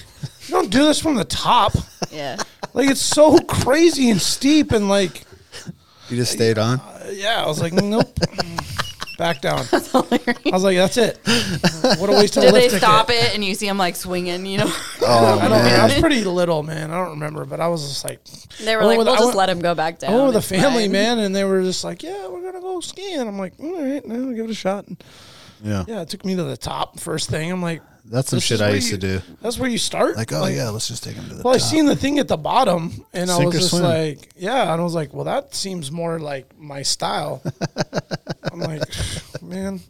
Speaker 4: don't do this from the top.
Speaker 7: Yeah.
Speaker 4: Like it's so crazy and steep, and like,
Speaker 2: You just stayed on.
Speaker 4: yeah, I was like, nope. back down. I was like, that's it. What a waste of a lift
Speaker 7: Did they
Speaker 4: ticket.
Speaker 7: stop it and you see him like swinging? You know,
Speaker 2: Oh,
Speaker 4: I don't
Speaker 2: man.
Speaker 4: know. I was pretty little, man. I don't remember, but I was just like,
Speaker 7: they were
Speaker 4: I went
Speaker 7: like,
Speaker 4: with-
Speaker 7: "We'll
Speaker 4: I
Speaker 7: just
Speaker 4: went-
Speaker 7: let him go back down."
Speaker 4: I went with a
Speaker 7: It's
Speaker 4: Oh, family,
Speaker 7: fine."
Speaker 4: man, and they were just like, "Yeah, we're gonna go skiing." And I'm like, "All right, now give it a shot." And
Speaker 2: Yeah.
Speaker 4: yeah, it took me to the top first thing. I'm like,
Speaker 2: That's some
Speaker 4: "This
Speaker 2: shit
Speaker 4: is
Speaker 2: I
Speaker 4: where
Speaker 2: used
Speaker 4: you-
Speaker 2: to do.
Speaker 4: That's where you start."
Speaker 2: Like, oh, yeah, let's just take him to the
Speaker 4: Well, I
Speaker 2: top.
Speaker 4: seen the thing at the bottom, and I
Speaker 2: Sink
Speaker 4: was
Speaker 2: or
Speaker 4: just
Speaker 2: swim.
Speaker 4: like, "Yeah," and I was like, "Well, that seems more like my style." I'm like, "Man."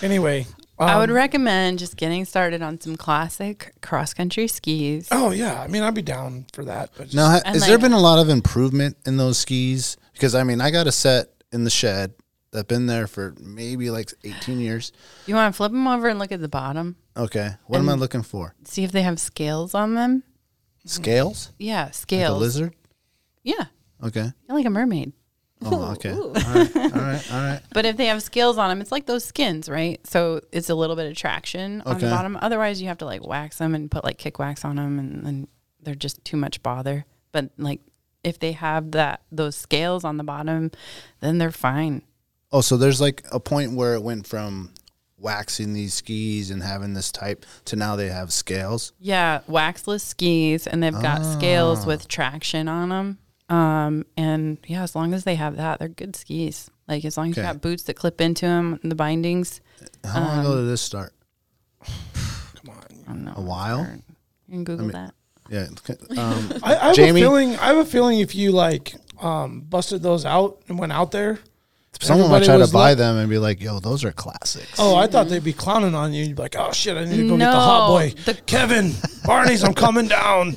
Speaker 4: Anyway, um,
Speaker 5: I would recommend just getting started on some classic cross country skis.
Speaker 4: oh yeah, I mean, I'd be down for that. But just,
Speaker 2: Now, ha-
Speaker 5: And
Speaker 2: has there
Speaker 5: like-
Speaker 2: been a lot of improvement in those skis? Because I mean, I got a set in the shed that's been there for maybe like 18 years.
Speaker 5: You want to flip them over and look at the bottom,
Speaker 2: Okay, what am I looking for?
Speaker 5: see if they have scales on them.
Speaker 2: Scales?
Speaker 5: Yeah,
Speaker 2: Like a
Speaker 5: scales.
Speaker 2: lizard?
Speaker 5: yeah,
Speaker 2: Okay.
Speaker 5: you're like a mermaid.
Speaker 2: Oh, okay. All right. All right. All right.
Speaker 5: But if they have scales on them, it's like those skins, right? So it's a little bit of traction on the
Speaker 2: Okay.
Speaker 5: bottom. Otherwise, you have to like wax them and put like kick wax on them, and then they're just too much bother. But like if they have that those scales on the bottom, then they're fine.
Speaker 2: Oh, so there's like a point where it went from waxing these skis and having this type to now they have scales.
Speaker 5: Yeah, waxless skis, and they've got
Speaker 2: Ah.
Speaker 5: scales with traction on them. Um, and yeah, as long as they have that, they're good skis. Like as long as you
Speaker 2: Okay.
Speaker 5: got boots that clip into them, the bindings.
Speaker 2: How long ago
Speaker 4: Um,
Speaker 2: did this start?
Speaker 5: I don't know.
Speaker 2: A while?
Speaker 5: You can Google that.
Speaker 2: Yeah. it's- Um,
Speaker 4: I, I have
Speaker 2: Jamie?
Speaker 4: a feeling. I have a feeling if you like um, busted those out and went out there.
Speaker 2: someone might
Speaker 4: Everybody
Speaker 2: try to
Speaker 4: was
Speaker 2: buy
Speaker 4: look-
Speaker 2: them and be like, "Yo, those are classics."
Speaker 4: Oh, I thought they'd be clowning on you. You'd be like, "Oh shit, I need to go get the hot
Speaker 5: No,
Speaker 4: boy,
Speaker 5: the-
Speaker 4: Kevin, Barney's. I'm coming down."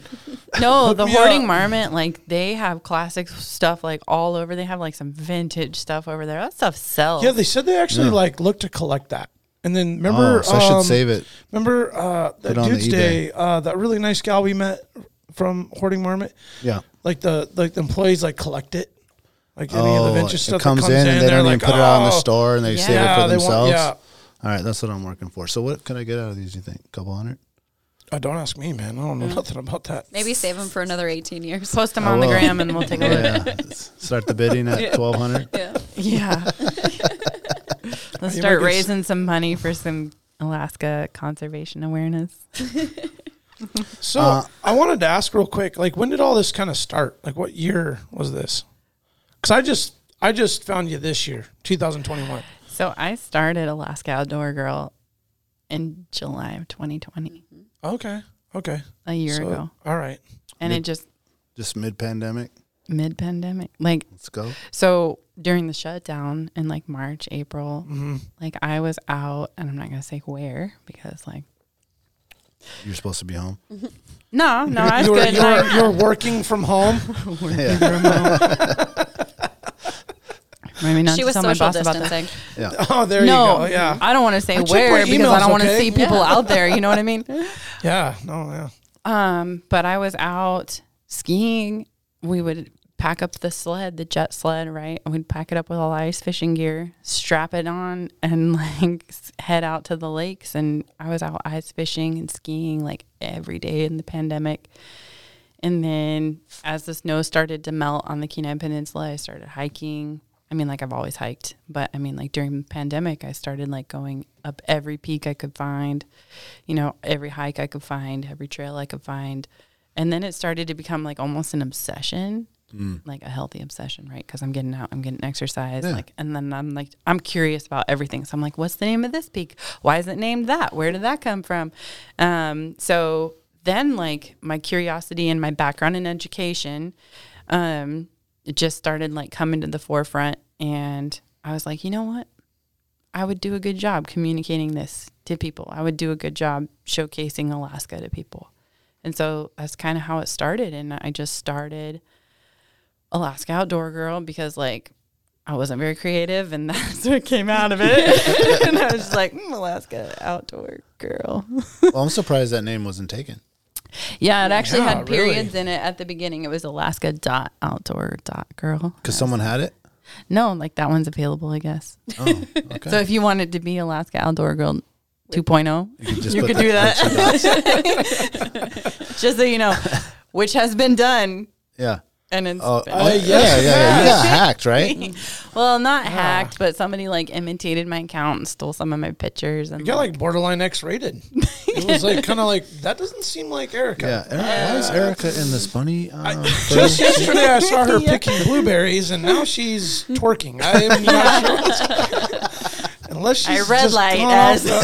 Speaker 5: No, the
Speaker 4: me up.
Speaker 5: hoarding marmot, like they have classic stuff like all over. They have like some vintage stuff over there. That stuff sells.
Speaker 4: Yeah, they said they actually like looked to collect that. And then remember,
Speaker 2: Oh, so I should
Speaker 4: um,
Speaker 2: save it.
Speaker 4: Remember uh, that
Speaker 2: it on the
Speaker 4: dude's
Speaker 2: eBay.
Speaker 4: day, uh, that really nice gal we met from Hoarding Marmot.
Speaker 2: Yeah.
Speaker 4: Like the like the employees like collect it, like any of the
Speaker 2: Oh,
Speaker 4: vintage
Speaker 2: it
Speaker 4: stuff
Speaker 2: comes
Speaker 4: that
Speaker 2: in
Speaker 4: comes
Speaker 2: and they
Speaker 4: they're
Speaker 2: don't
Speaker 4: like,
Speaker 2: even put it out in the
Speaker 4: "Oh."
Speaker 2: store and they save it
Speaker 4: Yeah,
Speaker 2: for
Speaker 4: they want-
Speaker 2: themselves.
Speaker 4: yeah.
Speaker 2: All right, that's what I'm working for. So what can I get out of these? You think a couple hundred?
Speaker 4: Oh, don't ask me, man. I don't know nothing about that.
Speaker 7: Maybe save him for another eighteen years.
Speaker 5: Post them
Speaker 2: I
Speaker 5: on the
Speaker 2: will.
Speaker 5: gram and we'll take a look.
Speaker 2: Yeah, start the bidding at twelve hundred.
Speaker 5: Yeah. Let's
Speaker 4: You
Speaker 5: start
Speaker 4: might get s-
Speaker 5: raising some money for some Alaska conservation awareness.
Speaker 4: So I wanted to ask real quick, like when did all this kind of start? Like what year was this? Because I just I just found you this year, 2021.
Speaker 5: So I started Alaska Outdoor Girl in July of 2020,
Speaker 4: Okay, okay.
Speaker 5: a year
Speaker 4: So-
Speaker 5: ago.
Speaker 4: All right.
Speaker 5: And it just
Speaker 2: Just mid pandemic.
Speaker 5: mid pandemic. Like
Speaker 2: Let's go.
Speaker 5: So during the shutdown in like March, April,
Speaker 4: Mm-hmm.
Speaker 5: like I was out and I'm not going to say where because like,
Speaker 2: You're supposed to be home.
Speaker 5: no, no, I was
Speaker 4: You were,
Speaker 5: good.
Speaker 4: you,
Speaker 5: Like,
Speaker 4: were, you were working from home.
Speaker 2: Yeah.
Speaker 5: maybe not
Speaker 7: She
Speaker 5: to
Speaker 7: was
Speaker 5: tell my
Speaker 7: social
Speaker 5: boss about that.
Speaker 7: distancing.
Speaker 2: Yeah.
Speaker 4: Oh, there
Speaker 5: no,
Speaker 4: you go. Yeah.
Speaker 5: I don't want to say
Speaker 4: check
Speaker 5: where
Speaker 4: my
Speaker 5: because I
Speaker 4: emails,
Speaker 5: don't want to
Speaker 4: okay?
Speaker 5: see people out there. You know what I mean?
Speaker 4: Yeah. No. Yeah.
Speaker 5: Um, but I was out skiing. We would pack up the sled, the jet sled, right? And we'd pack it up with all ice fishing gear, strap it on, and like s- head out to the lakes. And I was out ice fishing and skiing like every day in the pandemic. And then as the snow started to melt on the Kenai Peninsula, I started hiking. I mean, like I've always hiked, but I mean, like during the pandemic, I started like going up every peak I could find, you know, every hike I could find, every trail I could find. And then it started to become like almost an obsession, like a healthy obsession, right? Because I'm getting out, I'm getting exercise. Like, and then I'm like, I'm curious about everything. So I'm like, what's the name of this peak? Why is it named that? Where did that come from? Um, so then like my curiosity and my background in education um it just started like coming to the forefront and i was like you know what i would do a good job communicating this to people i would do a good job showcasing alaska to people and so that's kind of how it started and i just started alaska outdoor girl because like i wasn't very creative and that's what came out of it and i was just like mm, alaska outdoor girl
Speaker 2: Well, I'm surprised that name wasn't taken.
Speaker 5: yeah, it actually
Speaker 4: Yeah,
Speaker 5: had periods in it at the beginning. It was Alaska dot outdoor dot girl.
Speaker 2: Because someone had it.
Speaker 5: No, like that one's available, I guess.
Speaker 2: Oh, okay.
Speaker 5: So if you wanted to be Alaska outdoor girl 2.0,
Speaker 2: you could, just
Speaker 5: you
Speaker 2: put
Speaker 5: could
Speaker 2: that
Speaker 5: do
Speaker 2: picture down.
Speaker 5: that. Just so you know, which has been done.
Speaker 2: Yeah.
Speaker 5: and it's
Speaker 2: Oh,
Speaker 5: been-
Speaker 2: oh, yeah, yeah, yeah. You got hacked, right?
Speaker 5: well, not hacked, but somebody like imitated my account and stole some of my pictures and
Speaker 4: You got like borderline X rated. it was like kind of like that doesn't seem like Erica.
Speaker 2: Yeah. Erica, why is Erica in this bunny? Uh, photo?
Speaker 4: Just yesterday, I saw her picking blueberries, and now she's twerking. I am not sure. what's- Unless
Speaker 5: I
Speaker 4: she's
Speaker 5: red
Speaker 4: just
Speaker 5: light
Speaker 4: gone
Speaker 5: as
Speaker 4: off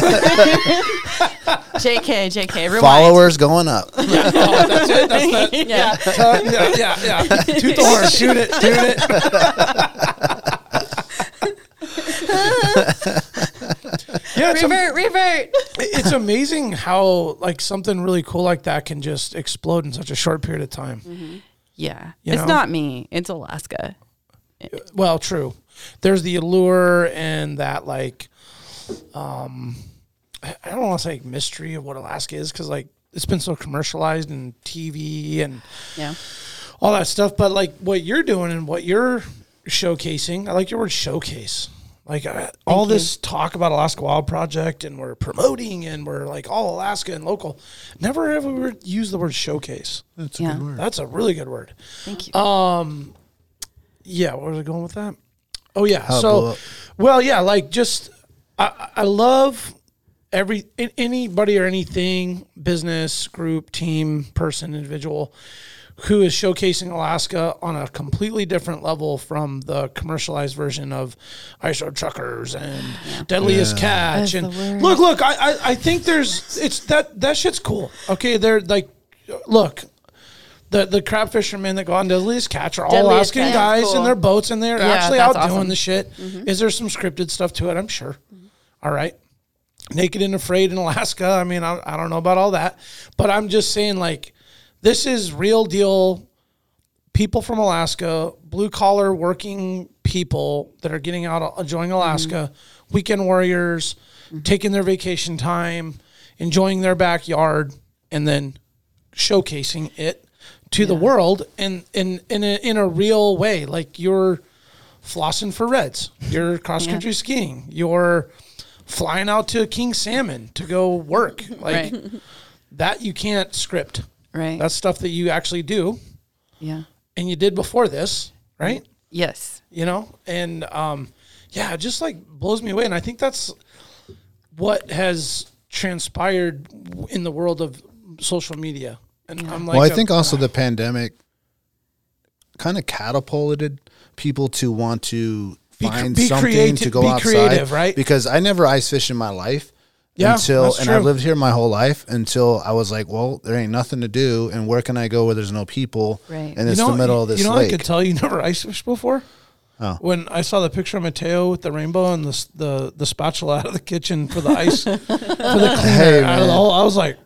Speaker 5: JK JK rewind.
Speaker 2: Followers going up.
Speaker 4: the- that's it. That's that.
Speaker 5: Yeah.
Speaker 4: Uh, yeah, yeah, yeah. Toot the horn. Shoot it. Shoot it. yeah, it's, am-
Speaker 5: Revert, revert.
Speaker 4: it's amazing how like something really cool like that can just explode in such a short period of time.
Speaker 5: Yeah.
Speaker 4: You
Speaker 5: it's
Speaker 4: know?
Speaker 5: not me. It's Alaska.
Speaker 4: Well, true. There's the allure and that like, um, I I don't want to say mystery of what Alaska is because like it's been so commercialized and TV and
Speaker 5: Yeah.
Speaker 4: all that stuff. But like what you're doing and what you're showcasing, I like your word showcase. Like uh, all this talk about Alaska Wild Project and we're promoting and we're like all Alaska and local. Never have we ever used the word showcase.
Speaker 2: That's
Speaker 5: a good Yeah. word.
Speaker 4: That's a really good word. Um,
Speaker 5: Thank you.
Speaker 4: Yeah, where was I going with that? Oh yeah,
Speaker 2: it blew
Speaker 4: so
Speaker 2: up.
Speaker 4: well yeah, like just I, I love every an- anybody or anything business group team person individual who is showcasing Alaska on a completely different level from the commercialized version of ISO truckers and deadliest catch and look look I, I I think there's it's that that shit's cool okay they're like look the the crab fishermen that go on deadliest catch are all
Speaker 5: Deadliest
Speaker 4: Alaskan
Speaker 5: Catch,
Speaker 4: guys
Speaker 5: cool.
Speaker 4: in their boats and they're
Speaker 5: Yeah,
Speaker 4: actually out
Speaker 5: that's
Speaker 4: doing
Speaker 5: awesome. Mm-hmm.
Speaker 4: the shit. Is there some scripted stuff to it? I'm sure. All right. Naked and Afraid in Alaska. I mean, I, I don't know about all that, but I'm just saying, like, this is real deal people from Alaska, blue collar working people that are getting out, enjoying
Speaker 5: Mm-hmm.
Speaker 4: Alaska, weekend warriors, taking their vacation time, enjoying their backyard, and then showcasing it to the world and in in a, in a real way. Like you're flossing for reds, you're cross country skiing, you're flying out to King Salmon to go work. Like that, you can't script.
Speaker 5: Right.
Speaker 4: That's stuff that you actually do
Speaker 5: yeah.
Speaker 4: and you did before this, right?
Speaker 5: Yes.
Speaker 4: You know, and um, yeah, it just like blows me away. And I think that's what has transpired w- in the world of social media. And I'm like,
Speaker 2: well, I
Speaker 4: a-
Speaker 2: think also the pandemic kind of catapulted people to want to
Speaker 4: Be cr-
Speaker 2: find
Speaker 4: be
Speaker 2: something to
Speaker 4: creative-
Speaker 2: go
Speaker 4: be
Speaker 2: outside,
Speaker 4: creative, right?
Speaker 2: Because I never ice fished in my life.
Speaker 4: Yeah,
Speaker 2: until
Speaker 4: that's
Speaker 2: and I've
Speaker 4: true.
Speaker 2: lived here my whole life until I was like, well, there ain't nothing to do, and where can I go where there's no people?
Speaker 5: Right.
Speaker 2: And it's the middle of this
Speaker 4: You know,
Speaker 2: lake.
Speaker 4: I could tell you never ice fished before.
Speaker 2: Oh.
Speaker 4: When I saw the picture of Mateo with the rainbow and the s- the, the spatula out of the kitchen for the ice, for the cleaner
Speaker 2: Hey,
Speaker 4: out of
Speaker 2: man.
Speaker 4: the hole, I was like,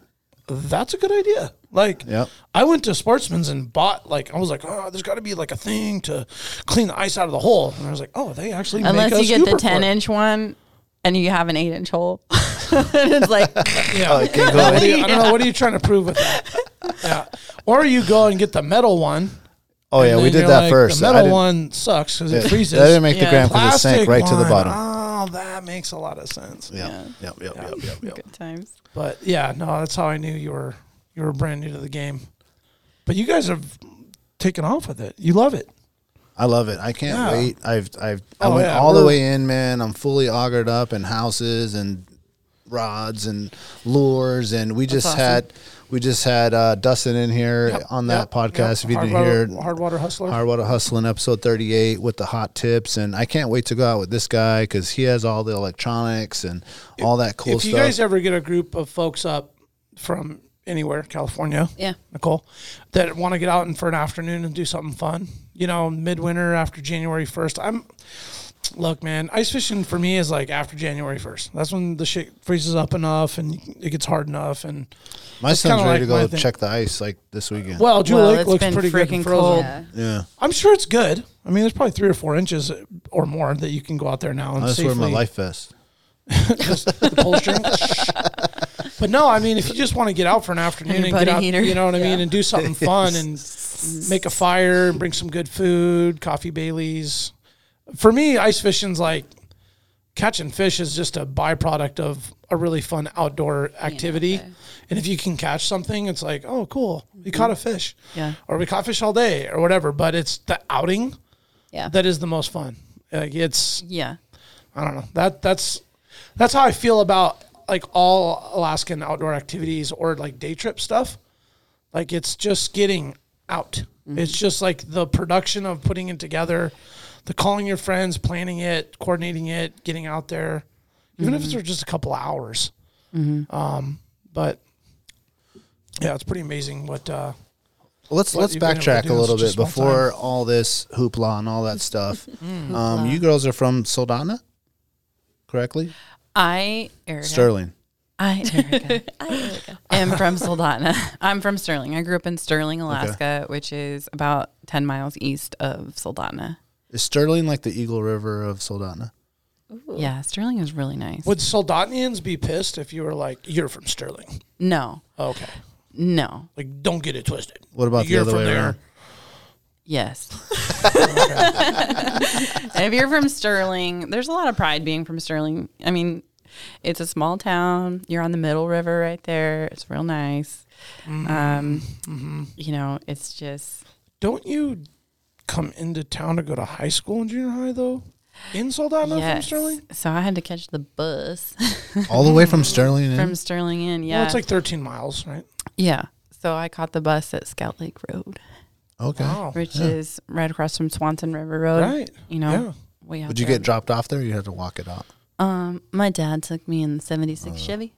Speaker 4: that's a good idea. Like,
Speaker 2: Yep.
Speaker 4: I went to Sportsman's and bought like I was like, oh, there's got to be like a thing to clean the ice out of the hole, and I was like, oh, they actually make
Speaker 5: Unless
Speaker 4: a
Speaker 5: you get the
Speaker 4: scooper for
Speaker 5: ten
Speaker 4: it.
Speaker 5: inch one and you have an eight inch hole. and it's like
Speaker 4: Yeah.
Speaker 2: Oh, it can go
Speaker 4: What
Speaker 2: in.
Speaker 4: do you- I don't know. What are you trying to prove with that? Yeah. Or you go and get the metal one.
Speaker 2: oh yeah,
Speaker 4: and
Speaker 2: we
Speaker 4: then
Speaker 2: did
Speaker 4: you're
Speaker 2: that
Speaker 4: like,
Speaker 2: first.
Speaker 4: The
Speaker 2: I
Speaker 4: metal
Speaker 2: didn't-
Speaker 4: one sucks because
Speaker 2: yeah,
Speaker 4: it freezes.
Speaker 2: That didn't make the
Speaker 5: Yeah.
Speaker 2: gram because it
Speaker 4: Plastic
Speaker 2: sank right to the
Speaker 4: one.
Speaker 2: bottom.
Speaker 4: Oh, that makes a lot of sense.
Speaker 2: yeah. Yep, yep, yep, yep, yep.
Speaker 5: good times.
Speaker 4: But yeah, no, that's how I knew you were you were brand new to the game. But you guys have taken off with it. You love it.
Speaker 2: I love it. I can't
Speaker 4: Yeah.
Speaker 2: wait. I've I've I
Speaker 4: Oh,
Speaker 2: went
Speaker 4: yeah,
Speaker 2: all the
Speaker 4: we're-
Speaker 2: way in, man. I'm fully augered up in houses and rods and lures, and we just had we just had uh, Dustin in here on that
Speaker 4: Yep,
Speaker 2: podcast.
Speaker 4: yep.
Speaker 2: If you didn't
Speaker 4: Hardwater-
Speaker 2: hear
Speaker 4: Hardwater Hustler.
Speaker 2: Hardwater Hustling episode 38 with the hot tips, and I can't wait to go out with this guy because he has all the electronics and all that cool
Speaker 4: if you
Speaker 2: stuff.
Speaker 4: guys ever get a group of folks up from anywhere, California,
Speaker 7: Yeah.
Speaker 4: Nicole, that want to get out and for an afternoon and do something fun, you know, midwinter after January first. I'm look, man, ice fishing for me is like after January first. That's when the shit freezes up enough and it gets hard enough. And
Speaker 2: my
Speaker 4: it's
Speaker 2: son's
Speaker 4: kinda
Speaker 2: ready
Speaker 4: like my
Speaker 2: to go
Speaker 4: thing.
Speaker 2: check the ice like this weekend.
Speaker 4: well, Jewel
Speaker 5: Well,
Speaker 4: Lake
Speaker 5: it's
Speaker 4: looks
Speaker 5: been
Speaker 4: pretty good
Speaker 5: freaking
Speaker 4: and frozen.
Speaker 5: cold.
Speaker 7: Yeah.
Speaker 2: yeah,
Speaker 4: I'm sure it's good. I mean, there's probably three or four inches or more that you can go out there now and
Speaker 2: I just
Speaker 4: safely.
Speaker 2: wear my life vest.
Speaker 4: just the pull string. but no, I mean, if you just want to get out for an afternoon and,
Speaker 7: your
Speaker 4: get
Speaker 7: buddy
Speaker 4: out,
Speaker 7: heater.
Speaker 4: you know what I mean, and do something fun and make a fire and bring some good food, coffee Baileys. For me, ice fishing's like, catching fish is just a byproduct of a really fun outdoor activity. And if you can catch something, it's like, oh, cool, we caught a fish.
Speaker 5: Yeah.
Speaker 4: Or we caught fish all day or whatever. But it's the outing
Speaker 7: Yeah.
Speaker 4: that is the most fun. Like it's
Speaker 5: Yeah.
Speaker 4: I don't know. That that's that's how I feel about like all Alaskan outdoor activities or like day trip stuff. Like it's just getting out.
Speaker 2: Mm-hmm.
Speaker 4: It's just like the production of putting it together, the calling your friends, planning it, coordinating it, getting out there, even if it's
Speaker 2: Mm-hmm.
Speaker 4: for just a couple hours. Um, but yeah, it's pretty amazing what uh,
Speaker 2: let's
Speaker 4: what
Speaker 2: let's
Speaker 4: you've been able to
Speaker 2: backtrack
Speaker 4: do
Speaker 2: a
Speaker 4: is
Speaker 2: little bit
Speaker 4: just one
Speaker 2: before all this hoopla and all that stuff. um, you girls are from Soldana, correctly?
Speaker 5: I, Erica.
Speaker 2: Sterling.
Speaker 5: I, Erica. am from Soldana. I'm from Sterling. I grew up in Sterling, Alaska, which is about 10 miles east of Soldana.
Speaker 2: Is Sterling like the Eagle River of Soldana?
Speaker 5: Yeah, Sterling is really nice.
Speaker 4: would Soldotnians be pissed if you were like you're from Sterling?
Speaker 5: No,
Speaker 4: Okay,
Speaker 5: no,
Speaker 4: like don't get it twisted.
Speaker 2: What about the
Speaker 4: You're
Speaker 2: other
Speaker 4: from
Speaker 2: way
Speaker 4: there.
Speaker 2: around?
Speaker 5: yes. And if you're from Sterling, there's a lot of pride being from Sterling. I mean, it's a small town. You're on the Middle River right there. It's real nice.
Speaker 4: Mm-hmm.
Speaker 5: Um, You know, it's just
Speaker 4: Don't you come into town to go to high school and junior high though? In Soldano from
Speaker 5: yes.
Speaker 4: Sterling?
Speaker 5: So I had to catch the bus
Speaker 2: All the way from Sterling.
Speaker 5: from
Speaker 2: In?
Speaker 5: Sterling in.
Speaker 4: Mm-hmm.
Speaker 5: Yeah,
Speaker 4: Well, it's like 13 miles, right?
Speaker 5: yeah. So I caught the bus at Scout Lake Road,
Speaker 2: okay.
Speaker 4: Wow.
Speaker 5: which is right across from Swanson River Road.
Speaker 4: Right.
Speaker 5: You know.
Speaker 4: Yeah.
Speaker 5: Way out
Speaker 2: Would you
Speaker 5: there.
Speaker 2: get dropped off there? Or you had to walk it out.
Speaker 5: Um, my dad took me in the '76
Speaker 2: Uh.
Speaker 5: Chevy.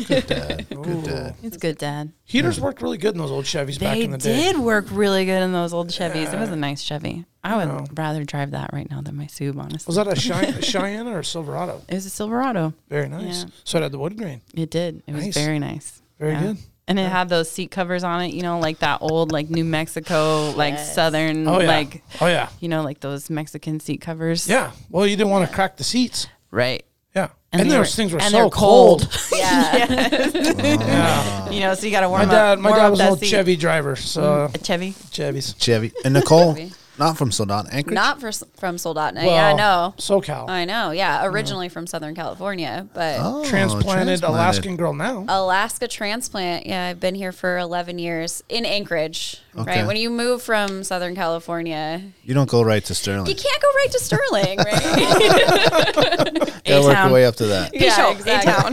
Speaker 2: Dad, good dad.
Speaker 5: It's good, Dad.
Speaker 4: Heaters worked really good in those old Chevys back
Speaker 5: They
Speaker 4: in the day.
Speaker 5: did work really good in those old Chevys. It was a nice Chevy. I would rather drive that right now than my Sub, honestly.
Speaker 4: Was that a Cheyenne, Cheyenne or a Silverado?
Speaker 5: it was a Silverado.
Speaker 4: Very nice.
Speaker 5: Yeah.
Speaker 4: So it had the wood grain.
Speaker 5: It did. It was
Speaker 4: Nice.
Speaker 5: very nice.
Speaker 4: Very
Speaker 5: Yeah.
Speaker 4: good.
Speaker 5: And it had those seat covers on it, you know, like that old, like New Mexico, like Southern,
Speaker 4: Oh yeah.
Speaker 5: like,
Speaker 4: oh yeah.
Speaker 5: you know, like those Mexican seat covers.
Speaker 4: Yeah. Well, you didn't want to crack the seats.
Speaker 5: Right.
Speaker 4: Yeah. And,
Speaker 5: And they
Speaker 4: those
Speaker 5: were-
Speaker 4: things were
Speaker 5: and
Speaker 4: so
Speaker 5: they're
Speaker 4: cold.
Speaker 5: cold.
Speaker 4: Yeah.
Speaker 5: You know, so you got to warm
Speaker 4: my
Speaker 5: up.
Speaker 4: dad, my
Speaker 5: warm
Speaker 4: dad
Speaker 5: up
Speaker 4: was an
Speaker 5: that
Speaker 4: old
Speaker 5: seat. Mm.
Speaker 4: Chevy driver, so
Speaker 5: A Chevy.
Speaker 4: Chevys.
Speaker 2: Chevy and Nicole, not from Soldana. Anchorage.
Speaker 7: Not for, from Soldotna. yeah, I know.
Speaker 4: SoCal.
Speaker 7: I know. Yeah, originally from Southern California, but
Speaker 2: Oh,
Speaker 4: transplanted Alaskan girl now.
Speaker 7: Alaska transplant. Yeah, I've been here for 11 years in Anchorage,
Speaker 2: Okay.
Speaker 7: right? When you move from Southern California,
Speaker 2: You don't go right to Sterling.
Speaker 7: you can't go right to Sterling, right?
Speaker 2: gotta work your
Speaker 5: A-town.
Speaker 2: way up to that.
Speaker 7: yeah, exactly.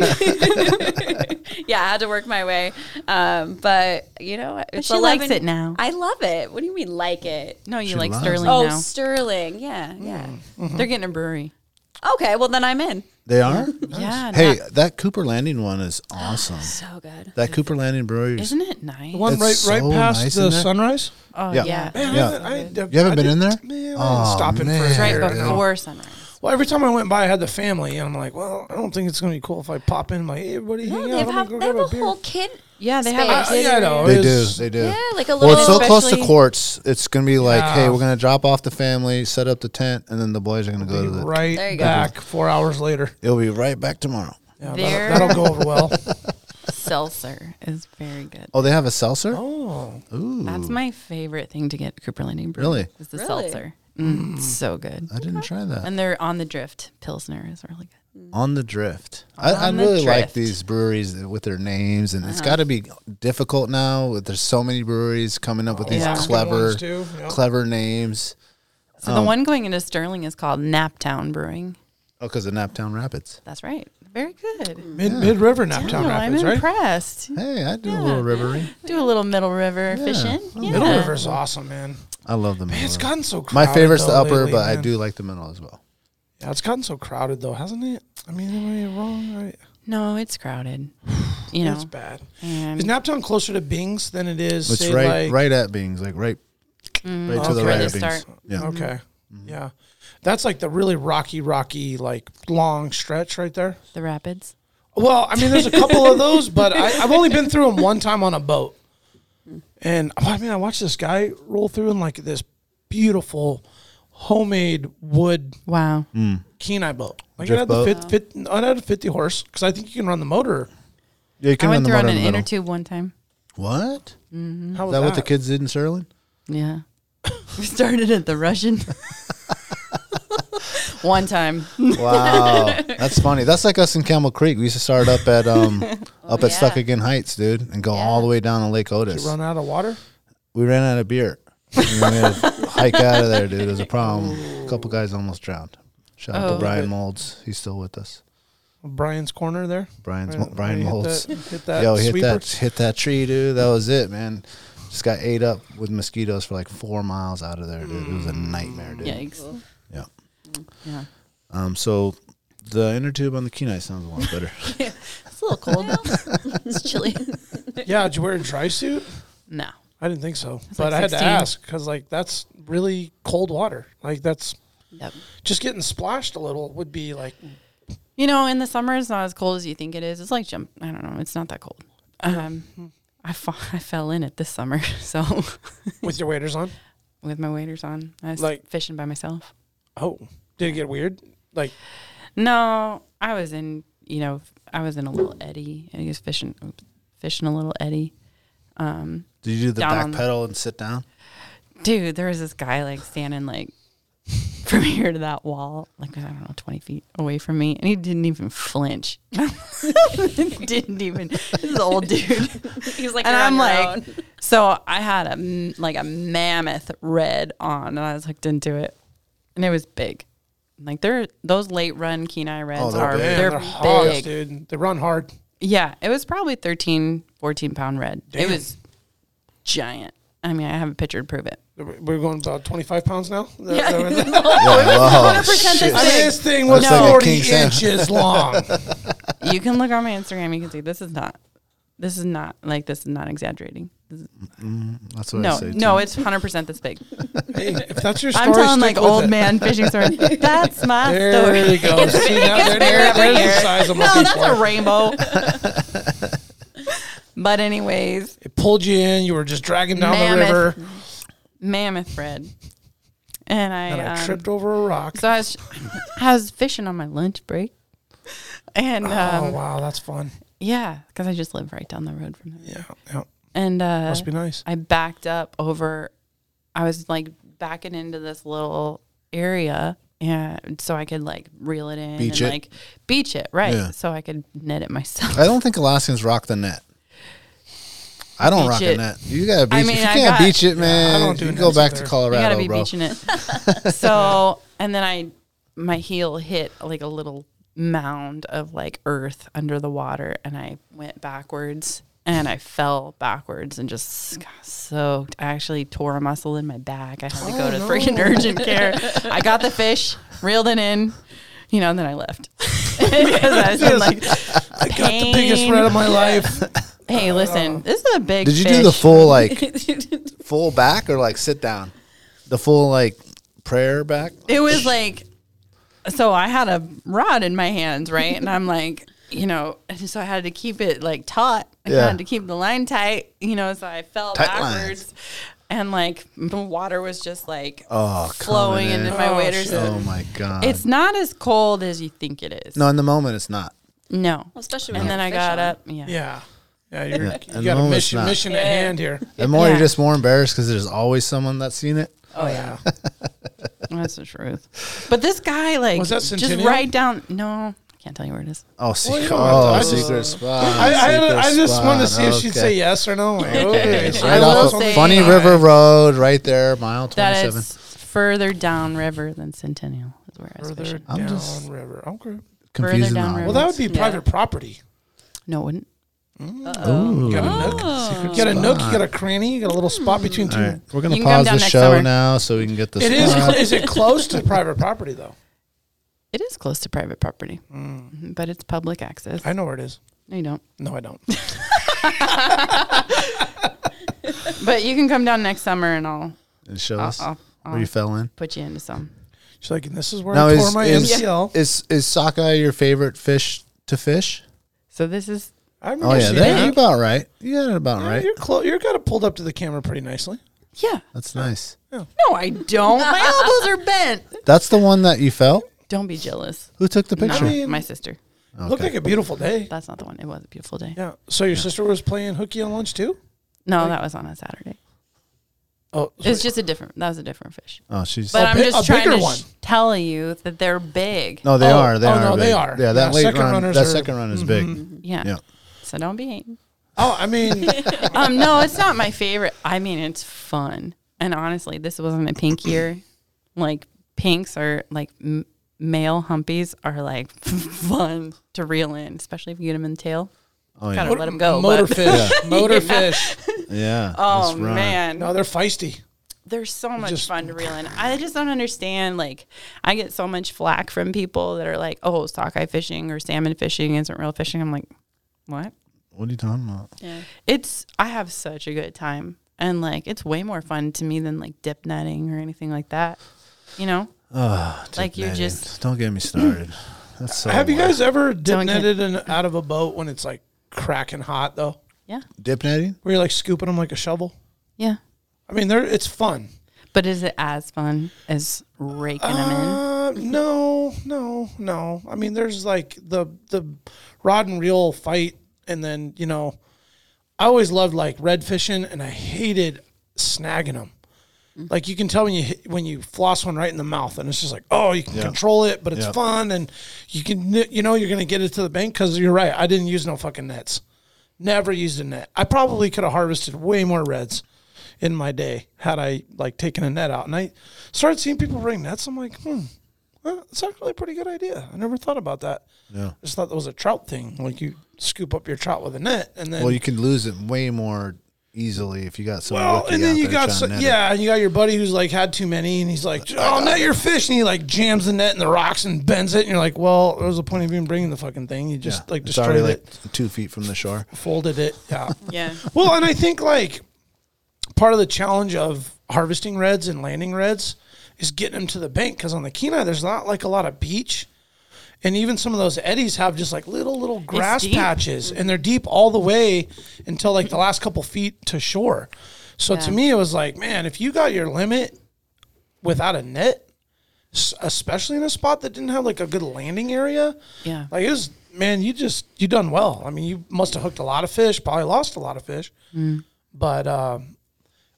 Speaker 7: yeah, I had to work my way. Um, but, you know, it's
Speaker 5: she likes it now.
Speaker 7: I love it. What do you mean, like it?
Speaker 5: No, you
Speaker 2: She
Speaker 5: like
Speaker 2: loves
Speaker 5: Sterling
Speaker 7: Oh,
Speaker 5: now.
Speaker 7: Sterling. Yeah,
Speaker 4: Hmm.
Speaker 7: yeah.
Speaker 5: They're getting a brewery.
Speaker 4: Mm-hmm.
Speaker 7: Okay, well, then I'm in.
Speaker 2: They are.
Speaker 5: Yeah.
Speaker 2: Hey,
Speaker 5: that-
Speaker 2: that Cooper Landing one is awesome.
Speaker 4: Oh,
Speaker 7: So good.
Speaker 2: That Cooper Landing Brewery. is-
Speaker 5: isn't it nice?
Speaker 4: One
Speaker 2: It's
Speaker 4: right, right
Speaker 2: so
Speaker 4: past
Speaker 2: nice,
Speaker 4: the
Speaker 2: isn't it?
Speaker 4: sunrise.
Speaker 5: Oh,
Speaker 2: Yeah.
Speaker 5: yeah.
Speaker 4: Man,
Speaker 2: Yeah.
Speaker 4: I haven't- I-
Speaker 2: You haven't
Speaker 4: I
Speaker 2: been
Speaker 4: did-
Speaker 2: in there?
Speaker 4: Man,
Speaker 2: Oh,
Speaker 4: oh, stopping for a
Speaker 2: man.
Speaker 5: Right
Speaker 4: beer.
Speaker 5: before sunrise.
Speaker 4: Well, every time I went by, I had the family, and I'm like, well, I don't think it's gonna be cool if I pop in. like, hey, everybody,
Speaker 7: No,
Speaker 4: hang
Speaker 7: they
Speaker 4: out. I'm
Speaker 7: have,
Speaker 4: gonna
Speaker 7: they
Speaker 4: go
Speaker 7: have
Speaker 4: grab a
Speaker 7: a
Speaker 4: beer.
Speaker 7: whole kid.
Speaker 5: Yeah, they
Speaker 7: Space.
Speaker 5: have
Speaker 4: I-
Speaker 5: a
Speaker 4: yeah, I know.
Speaker 2: They
Speaker 4: It
Speaker 2: do.
Speaker 4: was-
Speaker 2: They do.
Speaker 7: Yeah, like a little.
Speaker 2: Well, it's so close to
Speaker 7: especially-
Speaker 2: courts. It's gonna be like,
Speaker 4: Yeah.
Speaker 2: hey, we're gonna drop off the family, set up the tent, and then the boys are gonna go to the.
Speaker 4: Right
Speaker 7: There you go.
Speaker 4: back four hours later.
Speaker 2: It'll be right back tomorrow.
Speaker 4: Yeah,
Speaker 5: There.
Speaker 4: that'll, that'll go over well.
Speaker 5: seltzer is very good.
Speaker 2: Oh, they have a seltzer.
Speaker 4: Oh,
Speaker 2: Ooh,
Speaker 5: That's my favorite thing to get at Cooper Landing Brew.
Speaker 2: Really?
Speaker 5: Is the
Speaker 7: Really?
Speaker 5: seltzer. Mm, it's so good.
Speaker 2: I didn't try that.
Speaker 5: And they're on the drift. Pilsner is really good.
Speaker 2: On the drift. I, I
Speaker 5: On the
Speaker 2: really like
Speaker 5: drift.
Speaker 2: these breweries with their names, and it's got to be difficult now. With there's so many breweries coming up with these
Speaker 5: Yeah.
Speaker 2: clever,
Speaker 4: ones too, yeah.
Speaker 2: clever names.
Speaker 5: So the one going into Sterling is called Naptown Brewing.
Speaker 2: Oh, because of Naptown Rapids.
Speaker 5: That's right. Very good.
Speaker 4: mid mid river Mm. Naptown
Speaker 5: Oh,
Speaker 4: Rapids,
Speaker 5: I'm
Speaker 4: right?
Speaker 5: impressed.
Speaker 2: Hey, I do a little rivery.
Speaker 5: Do a little Middle River fishing. Yeah.
Speaker 4: Middle River's awesome, man.
Speaker 2: I love the middle.
Speaker 4: It's
Speaker 2: river.
Speaker 4: gotten so crowded.
Speaker 2: My favorite's the
Speaker 4: though,
Speaker 2: upper,
Speaker 4: lately,
Speaker 2: but I
Speaker 4: man.
Speaker 2: do like the middle as well.
Speaker 4: Yeah, it's gotten so crowded though, hasn't it? I mean, am I wrong? Right?
Speaker 5: No, it's crowded. You know.
Speaker 4: It's bad.
Speaker 5: and-
Speaker 4: Is Naptown closer to Bing's than it is?
Speaker 2: It's
Speaker 4: say,
Speaker 2: right,
Speaker 4: like- Mm.
Speaker 2: right at Bing's, like right, right to the
Speaker 4: okay.
Speaker 2: right
Speaker 4: Right
Speaker 2: of
Speaker 5: to
Speaker 2: Bing's.
Speaker 5: start.
Speaker 2: Yeah.
Speaker 4: Okay. Mm-hmm. Yeah. That's like the really rocky, rocky, like long stretch right there.
Speaker 5: the rapids.
Speaker 4: Well, I mean, there's a couple of those, but I, I've only been through them one time on a boat. And oh, I mean, I watched this guy roll through in like this beautiful homemade wood
Speaker 5: Wow.
Speaker 4: Kenai boat. Mm-hmm. Like
Speaker 2: Drift
Speaker 4: it had the
Speaker 2: boat?
Speaker 4: fif- fif- it had a 50 horse because I think you can run the motor.
Speaker 2: Yeah, you
Speaker 5: I
Speaker 2: can run
Speaker 5: went
Speaker 2: the
Speaker 5: through
Speaker 2: motor
Speaker 5: on
Speaker 2: in
Speaker 5: an
Speaker 2: the
Speaker 5: inner
Speaker 2: middle.
Speaker 5: tube one time.
Speaker 2: What?
Speaker 4: How
Speaker 2: Is that
Speaker 4: was that?
Speaker 2: what the kids did in Sterling?
Speaker 5: Yeah. we started at the Russian. One time.
Speaker 2: Wow, that's funny. That's like us in Camel Creek. We used to start up at um up at
Speaker 7: yeah.
Speaker 2: Stuckagon Heights, dude, and go all the way down to Lake Otis.
Speaker 4: Run out of water?
Speaker 2: we ran out of beer. And then we had to hike out of there, dude. It was a problem. A couple guys almost drowned. Shout
Speaker 5: Oh.
Speaker 2: out to Brian Molds. He's still with us.
Speaker 4: Brian's corner there.
Speaker 2: Brian's
Speaker 4: Right,
Speaker 2: Brian
Speaker 4: hit
Speaker 2: Molds.
Speaker 4: that- hit
Speaker 5: Uh,
Speaker 4: that
Speaker 2: Yo, hit
Speaker 4: sweeper.
Speaker 2: that hit that tree, dude. That was it, man. Just got ate up with mosquitoes for like four miles out of there, dude. It was a nightmare, dude.
Speaker 5: Mm. Yikes.
Speaker 2: Yeah.
Speaker 5: Yeah.
Speaker 2: Um. So the inner tube on the Kenai sounds a lot better.
Speaker 5: It's a little cold. it's chilly.
Speaker 4: Yeah, did you wear a dry suit?
Speaker 5: No.
Speaker 4: I didn't think so,
Speaker 5: It's
Speaker 4: but
Speaker 5: like
Speaker 4: I had to
Speaker 5: 16.
Speaker 4: ask because like that's really cold water. Like that's
Speaker 5: Yep.
Speaker 4: just getting splashed a little would be like
Speaker 5: You know, in the summer, it's not as cold as you think it is. It's like jump. I don't know. It's not that cold. Um, I fa- I fell in it this summer, so
Speaker 4: with your waders on.
Speaker 5: with my waders on, I was
Speaker 4: Like-
Speaker 5: fishing by myself.
Speaker 4: Oh, did it get weird? Like
Speaker 5: No, I was in. You know, I was in a little eddy, and he was fishing, oops, fishing a little eddy. Um,
Speaker 2: Did you do the
Speaker 5: Down
Speaker 2: back
Speaker 5: on the-
Speaker 2: pedal and sit down?
Speaker 5: dude, there was this guy like standing like from here to that wall, like I don't know, twenty feet away from me, and he didn't even flinch. didn't even. This is an old dude.
Speaker 7: He's like,
Speaker 5: and
Speaker 7: "You're on
Speaker 5: I'm
Speaker 7: your
Speaker 5: like,
Speaker 7: own."
Speaker 5: so I had a m- like a mammoth red on, and I was hooked into it, and it was big. Like they're those late run Kenai reds
Speaker 2: Oh, they're
Speaker 5: are
Speaker 2: big.
Speaker 5: they're,
Speaker 4: hogs,
Speaker 5: big.
Speaker 4: dude. They run hard.
Speaker 5: Yeah, it was probably 13, 14 pound red. It
Speaker 4: Damn.
Speaker 5: was giant. I mean, I have a picture to prove it.
Speaker 4: We're going about twenty five pounds now.
Speaker 2: Oh, shit.
Speaker 4: I mean, this thing was
Speaker 2: Looks like a
Speaker 4: forty
Speaker 2: King Sam.
Speaker 4: inches long.
Speaker 5: You can look on my Instagram. You can see this is not. This is not like this is not exaggerating. This is-
Speaker 2: That's what I
Speaker 5: no,
Speaker 2: say. too.
Speaker 5: no, it's hundred percent this big.
Speaker 4: hey, if that's your story,
Speaker 5: I'm telling
Speaker 4: stick
Speaker 5: like
Speaker 4: with
Speaker 5: old
Speaker 4: it.
Speaker 5: man fishing story. That's my
Speaker 4: There
Speaker 5: story.
Speaker 4: you go. See, now there- there- there's the size I'm
Speaker 5: no,
Speaker 4: looking
Speaker 5: that's a
Speaker 4: for.
Speaker 5: rainbow. but anyways,
Speaker 4: It pulled you in. You were just dragging down
Speaker 5: Mammoth.
Speaker 4: the river,
Speaker 5: mammoth red, and I,
Speaker 4: and I
Speaker 5: um,
Speaker 4: tripped over a rock.
Speaker 5: So I was, I was fishing on my lunch break, and um,
Speaker 4: oh wow, that's fun.
Speaker 5: yeah, because I just live right down the road from there.
Speaker 4: Yeah, yeah,
Speaker 5: And uh,
Speaker 4: must be nice.
Speaker 5: I backed up over. I was like backing into this little area, and so I could like reel it in
Speaker 2: Beach
Speaker 5: and
Speaker 2: it.
Speaker 5: like beach it right,
Speaker 2: Yeah.
Speaker 5: so I could net it myself.
Speaker 2: I don't think Alaskans rock the net. I don't
Speaker 5: Beach
Speaker 2: rock the
Speaker 5: it.
Speaker 2: net. You gotta beach.
Speaker 5: I
Speaker 2: if
Speaker 5: mean,
Speaker 2: you
Speaker 5: I
Speaker 2: can't
Speaker 5: got-
Speaker 2: beach it, man,
Speaker 4: don't do
Speaker 2: you
Speaker 4: nets
Speaker 2: go back to
Speaker 4: either.
Speaker 5: You
Speaker 2: Colorado,
Speaker 5: gotta be
Speaker 2: bro.
Speaker 5: beaching it. so, and then I, my heel hit like a little mound of like earth under the water, and I went backwards and I fell backwards and just got soaked. I actually tore a muscle in my back. I had to go to freaking urgent care. I got the fish, reeled it in, you know, and then I left. 'Cause I was in, like,
Speaker 4: I got the biggest
Speaker 5: pain.
Speaker 4: red of my life.
Speaker 5: hey, listen, this is a big.
Speaker 2: Did you do
Speaker 5: fish.
Speaker 2: the full like full back or like sit down? The full like prayer back.
Speaker 5: it was like so i had a rod in my hands right and i'm like you know and so i had to keep it like taut i
Speaker 2: Yeah.
Speaker 5: had to keep the line tight you know so i fell
Speaker 2: Tight lines.
Speaker 5: backwards and like the water was just like
Speaker 2: Oh,
Speaker 5: flowing
Speaker 2: coming
Speaker 5: into
Speaker 2: in.
Speaker 5: my
Speaker 4: Oh,
Speaker 5: waders
Speaker 4: shit.
Speaker 2: Oh my god!
Speaker 5: it's not as cold as you think it is
Speaker 2: no, in the moment it's not.
Speaker 5: no
Speaker 7: Well, especially when
Speaker 5: and
Speaker 7: you
Speaker 5: then i
Speaker 7: have
Speaker 5: got
Speaker 7: fish on.
Speaker 5: up yeah,
Speaker 4: Yeah, yeah, you're,
Speaker 2: Yeah,
Speaker 4: you
Speaker 2: and
Speaker 4: got a
Speaker 2: no, it's
Speaker 4: mission
Speaker 2: not.
Speaker 4: mission at hand here.
Speaker 2: The more you're
Speaker 5: Yeah.
Speaker 2: just more embarrassed because there's always someone that's seen it.
Speaker 4: Oh yeah,
Speaker 5: that's the truth but this guy like
Speaker 4: Was that
Speaker 5: just
Speaker 4: Centennial?
Speaker 5: right down no can't tell you where it is
Speaker 2: Oh, secret,
Speaker 4: don't have to- I
Speaker 2: oh,
Speaker 4: just-
Speaker 2: secret spot.
Speaker 4: I,
Speaker 2: secret
Speaker 4: I, I just
Speaker 2: spot.
Speaker 4: wanted to see if she'd
Speaker 2: Okay.
Speaker 4: say yes or no. Like, okay,
Speaker 2: It's
Speaker 4: so
Speaker 2: right
Speaker 5: I
Speaker 2: off
Speaker 5: will
Speaker 2: of
Speaker 5: say-
Speaker 2: Funny River Road, right there, mile
Speaker 5: that
Speaker 2: twenty-seven.
Speaker 5: is further downriver than centennial is where i was
Speaker 4: further
Speaker 5: fishing
Speaker 4: down
Speaker 2: I'm just-
Speaker 4: river. Okay.
Speaker 2: Confusing
Speaker 5: further
Speaker 2: the
Speaker 5: down
Speaker 2: odds.
Speaker 5: river.
Speaker 4: Well, that would be
Speaker 7: Yeah.
Speaker 4: private property.
Speaker 5: no it wouldn't
Speaker 4: You got a nook. You got a nook. You got a Oh. cranny. You got a little spot between two.
Speaker 2: All right, we're gonna
Speaker 5: You can come
Speaker 2: pause
Speaker 5: down
Speaker 2: the
Speaker 5: next
Speaker 2: show
Speaker 5: summer.
Speaker 2: now so we can get the
Speaker 4: It is.
Speaker 2: spot.
Speaker 4: Is it close to private property though?
Speaker 5: It is close to private property, Mhm, but it's public access.
Speaker 4: I know where it is.
Speaker 5: No, you don't.
Speaker 4: No, I don't.
Speaker 5: But you can come down next summer and I'll
Speaker 2: and show
Speaker 5: I'll-
Speaker 2: us
Speaker 5: I'll-
Speaker 2: where you
Speaker 5: I'll-
Speaker 2: fell in.
Speaker 5: put you into some.
Speaker 4: She's like, and this is where
Speaker 2: Now
Speaker 4: I tore
Speaker 2: is
Speaker 4: my
Speaker 2: is,
Speaker 4: MCL.
Speaker 2: is is sockeye your favorite fish to fish?
Speaker 5: So this is
Speaker 4: I remember
Speaker 2: Oh yeah,
Speaker 4: seeing
Speaker 2: there you
Speaker 4: that.
Speaker 2: about right. You got it about
Speaker 4: Yeah,
Speaker 2: right.
Speaker 4: You're close. You're kind of pulled up to the camera pretty nicely.
Speaker 5: yeah.
Speaker 2: That's nice.
Speaker 5: No, I don't. My elbows are bent.
Speaker 2: That's the one that you fell.
Speaker 5: Don't be jealous.
Speaker 2: Who took the
Speaker 5: Not
Speaker 2: picture?
Speaker 4: mean-
Speaker 5: my sister.
Speaker 4: Looked like a beautiful day.
Speaker 5: That's not the one. It was a beautiful day.
Speaker 4: Yeah. So your sister was playing hooky on lunch too.
Speaker 5: No, that was on a Saturday.
Speaker 4: Oh,
Speaker 5: It's just a different. That was a different fish.
Speaker 2: oh, she's
Speaker 5: But
Speaker 4: A
Speaker 5: I'm
Speaker 4: bi- a
Speaker 5: just trying
Speaker 4: bigger
Speaker 5: to
Speaker 4: one.
Speaker 5: sh- tell you that they're big.
Speaker 2: No, they
Speaker 4: Oh,
Speaker 2: are. They
Speaker 4: oh,
Speaker 2: are.
Speaker 4: no, they
Speaker 2: big.
Speaker 4: are.
Speaker 2: Yeah, that
Speaker 4: Yeah,
Speaker 2: late
Speaker 4: second
Speaker 2: run.
Speaker 4: runners
Speaker 2: That
Speaker 4: are-
Speaker 2: second run is big.
Speaker 5: Yeah.
Speaker 2: Yeah.
Speaker 5: So don't be hating.
Speaker 4: Oh, I mean,
Speaker 5: Um, no, it's not my favorite. I mean, it's fun. And honestly, this wasn't a pink year. Like pinks are like m- male humpies are like fun to reel in, especially if you get them in the tail.
Speaker 2: Oh yeah.
Speaker 5: Gotta let them go. but-
Speaker 4: motorfish, motorfish.
Speaker 2: Yeah.
Speaker 5: oh
Speaker 2: that's right.
Speaker 5: man,
Speaker 4: No, they're feisty.
Speaker 5: they're so much
Speaker 4: Just-
Speaker 5: fun to reel in. I just don't understand. Like, I get so much flack from people that are like, "Oh, sockeye fishing or salmon fishing isn't real fishing." I'm like, what?
Speaker 2: What are you talking about?
Speaker 5: It's I have such a good time, and like, it's way more fun to me than like dip netting or anything like that. You know,
Speaker 2: Oh,
Speaker 5: Like, you just-
Speaker 2: don't get me started. That's so.
Speaker 4: Have you
Speaker 2: wild.
Speaker 4: guys ever dip
Speaker 5: Someone can-
Speaker 4: netted in, out of a boat when it's like cracking hot though?
Speaker 5: yeah,
Speaker 2: dip netting?
Speaker 4: Where you're like scooping them like a shovel?
Speaker 5: yeah.
Speaker 4: I mean, they're it's fun.
Speaker 5: But is it as fun as raking them in?
Speaker 4: Uh, no, no, no. I mean, there's like the the rod and reel fight, and then you know, I always loved like red fishing, and I hated snagging them. Like you can tell when you hit, when you floss one right in the mouth, and it's just like, oh, you can control it, but it's
Speaker 2: Yeah.
Speaker 4: fun, and you can you know you're gonna get it to the bank because you're right. I didn't use no fucking nets. Never used a net. I probably could have harvested way more reds in my day had I like taken a net out. And I started seeing people bring nets. I'm like, hmm, well, that's actually a pretty good idea. I never thought about that. Yeah. I just thought that was a trout thing. Like you scoop up your trout with a net and then
Speaker 2: Well, you can lose it way more easily if you got some.
Speaker 4: well,
Speaker 2: rookie
Speaker 4: Oh, and then
Speaker 2: out
Speaker 4: you
Speaker 2: there
Speaker 4: got
Speaker 2: trying
Speaker 4: so,
Speaker 2: to net it.
Speaker 4: yeah, and you got your buddy who's like had too many, and he's like, "I'll net your fish," and he like jams the net in the rocks and bends it, and you're like, "Well, there was a point of even bringing the fucking thing. You just like
Speaker 2: it's already
Speaker 4: destroyed
Speaker 2: like
Speaker 4: it,
Speaker 2: two feet from the shore.
Speaker 4: folded it." Yeah.
Speaker 5: Yeah.
Speaker 4: well, and I think like part of the challenge of harvesting reds and landing reds is getting them to the bank because on the Kenai there's not like a lot of beach. And even some of those eddies have just like little little grass
Speaker 5: deep.
Speaker 4: patches, and they're deep all the way until like the last couple feet to shore. So to me, it was like, man, if you got your limit without a net, s- especially in a spot that didn't have like a good landing area,
Speaker 5: Yeah.
Speaker 4: like it was, man, you just you done well. I mean, you must have hooked a lot of fish, probably lost a lot of fish. But um,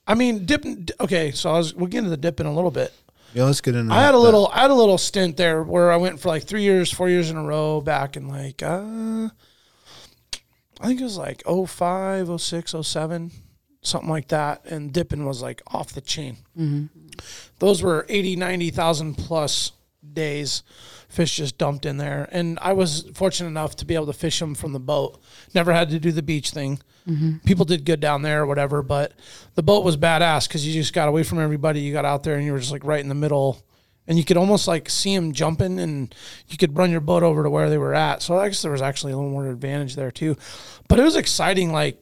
Speaker 4: I mean, dip. Okay, so I was, we'll get into the dip in a little bit.
Speaker 2: Yeah, let's get into.
Speaker 4: I had
Speaker 2: that-
Speaker 4: a little, I had a little stint there where I went for like three years, four years in a row back in like, uh, I think it was like 05, 06, 07, something like that. And dipping was like off the chain. Those were 80, 90,000 plus days. Fish just dumped in there. And I was fortunate enough to be able to fish them from the boat. Never had to do the beach thing. People did good down there or whatever, but the boat was badass because you just got away from everybody. You got out there and you were just like right in the middle. And you could almost like see them jumping and you could run your boat over to where they were at. So I guess there was actually a little more advantage there too. But it was exciting. Like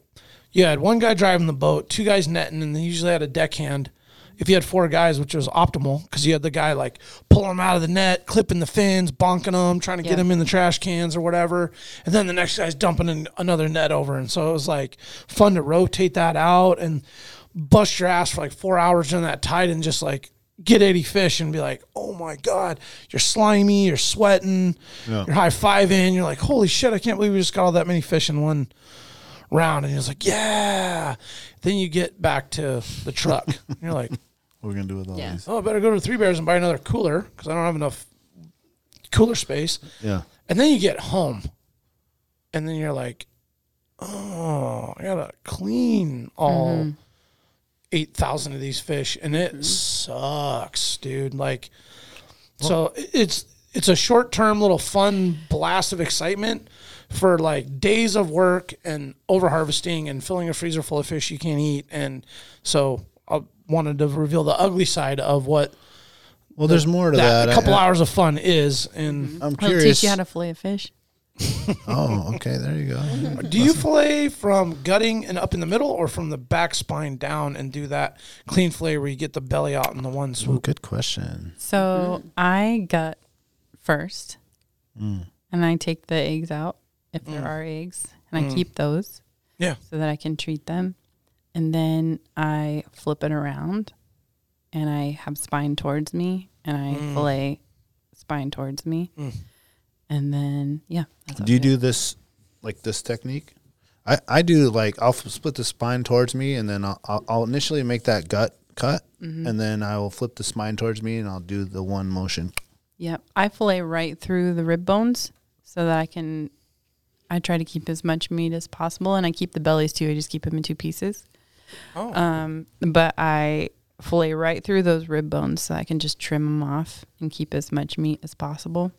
Speaker 4: you had one guy driving the boat, two guys netting, and they usually had a deckhand. If you had four guys, which was optimal, because you had the guy like pulling them out of the net, clipping the fins, bonking them, trying to get
Speaker 5: Yeah.
Speaker 4: them in the trash cans or whatever, and then the next guy's dumping an, another net over, and so it was like fun to rotate that out and bust your ass for like four hours during that tide and just like get 80 fish and be like, oh my god, you're slimy, you're sweating, you're high fiving, you're like, holy shit, I can't believe we just got all that many fish in one round and he's like, Yeah. Then you get back to the truck. and you're like,
Speaker 2: What we're gonna do with all these?
Speaker 4: Oh, I better go to Three Bears and buy another cooler because I don't have enough cooler space.
Speaker 2: Yeah.
Speaker 4: And then you get home, and then you're like, oh, I gotta clean all eight thousand of these fish, and it sucks, dude. Like, so i- it's it's a short term little fun blast of excitement for like days of work and over harvesting and filling a freezer full of fish you can't eat, and so I wanted to reveal the ugly side of what
Speaker 2: Well, there's more to that.
Speaker 4: that, uh,
Speaker 2: I-
Speaker 4: a couple
Speaker 2: I,
Speaker 4: hours of fun is and.
Speaker 2: I'm
Speaker 5: He'll
Speaker 2: curious.
Speaker 5: teach you how to fillet a fish.
Speaker 2: oh, okay. There you go.
Speaker 4: Do you fillet from gutting and up in the middle, or from the back spine down and do that clean fillet where you get the belly out in the one
Speaker 2: Ooh,
Speaker 4: swoop?
Speaker 2: Oh, good question.
Speaker 5: So I gut first,
Speaker 2: Mm.
Speaker 5: and I take the eggs out if there are eggs, and I keep those
Speaker 4: Yeah,
Speaker 5: so that I can treat them. And then I flip it around, and I have spine towards me, and I fillet spine towards me, and then yeah. that's what
Speaker 2: Do you
Speaker 5: I
Speaker 2: do this like this technique? I, I do like I'll f- split the spine towards me and then I'll, I'll, I'll
Speaker 4: Mm-hmm.
Speaker 2: initially make that gut cut and then I will flip the spine towards me and I'll do the one motion
Speaker 5: Yep. I fillet right through the rib bones so that I can. I try to keep as much meat as possible, and I keep the bellies too. I just keep them in two pieces.
Speaker 3: Oh.
Speaker 5: Um, but I fillet right through those rib bones so I can just trim them off and keep as much meat as possible.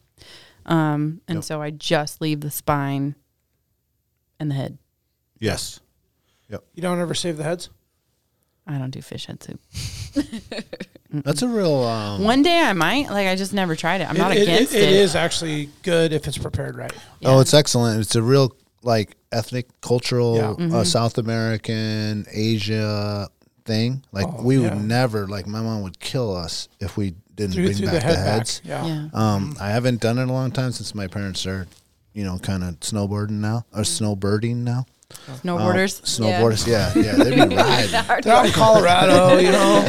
Speaker 5: Um, and so I just leave the spine and the head.
Speaker 8: Yes.
Speaker 4: You don't ever save the heads?
Speaker 5: I don't do fish head soup.
Speaker 2: Mm-hmm.
Speaker 8: That's a real. Um,
Speaker 5: One day I might. Like I just never tried it. I'm not
Speaker 4: It- it-
Speaker 5: against it.
Speaker 4: It is actually good if it's prepared right.
Speaker 2: Oh, it's excellent. It's a real like ethnic, cultural,
Speaker 4: Yeah. Mm-hmm.
Speaker 2: uh, South American, Asia thing. Like
Speaker 4: Oh,
Speaker 2: we
Speaker 4: yeah.
Speaker 2: would never like my mom would kill us if we didn't
Speaker 4: Through,
Speaker 2: bring
Speaker 4: through
Speaker 2: back
Speaker 4: the head
Speaker 2: heads.
Speaker 4: back. Yeah.
Speaker 5: Yeah.
Speaker 2: Um, I haven't done it in a long time since my parents are, you know, kind of snowboarding now or snowbirding now. Um,
Speaker 5: Snowboarders.
Speaker 2: snowboarders. Yeah, yeah, they'd be riding.
Speaker 7: Hard
Speaker 4: They're out in Colorado, you know.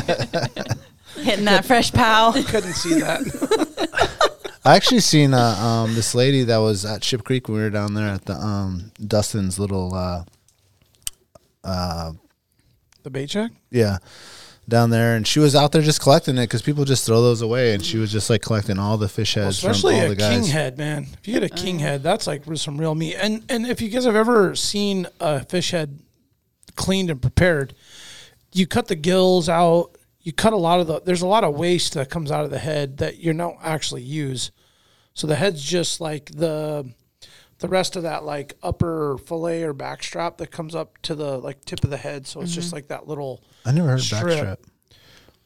Speaker 5: hitting that fresh pal.
Speaker 4: Couldn't see that.
Speaker 2: I actually seen uh, um, this lady that was at Ship Creek. when We were down there at the um, Dustin's little uh,
Speaker 4: The bait check?
Speaker 2: yeah down there and she was out there just collecting it because people just throw those away and she was just like collecting all the fish heads
Speaker 4: Especially
Speaker 2: from all the
Speaker 4: a king
Speaker 2: guys
Speaker 4: head, man. If you get a king head, that's like with some real meat. And and if you guys have ever seen a fish head cleaned and prepared, you cut the gills out. You cut a lot of the. There's a lot of waste that comes out of the head that you don't actually use. So the head's just like the the rest of that like upper fillet or backstrap that comes up to the like tip of the head. So it's just like that little.
Speaker 2: i never heard
Speaker 4: Strip.
Speaker 2: of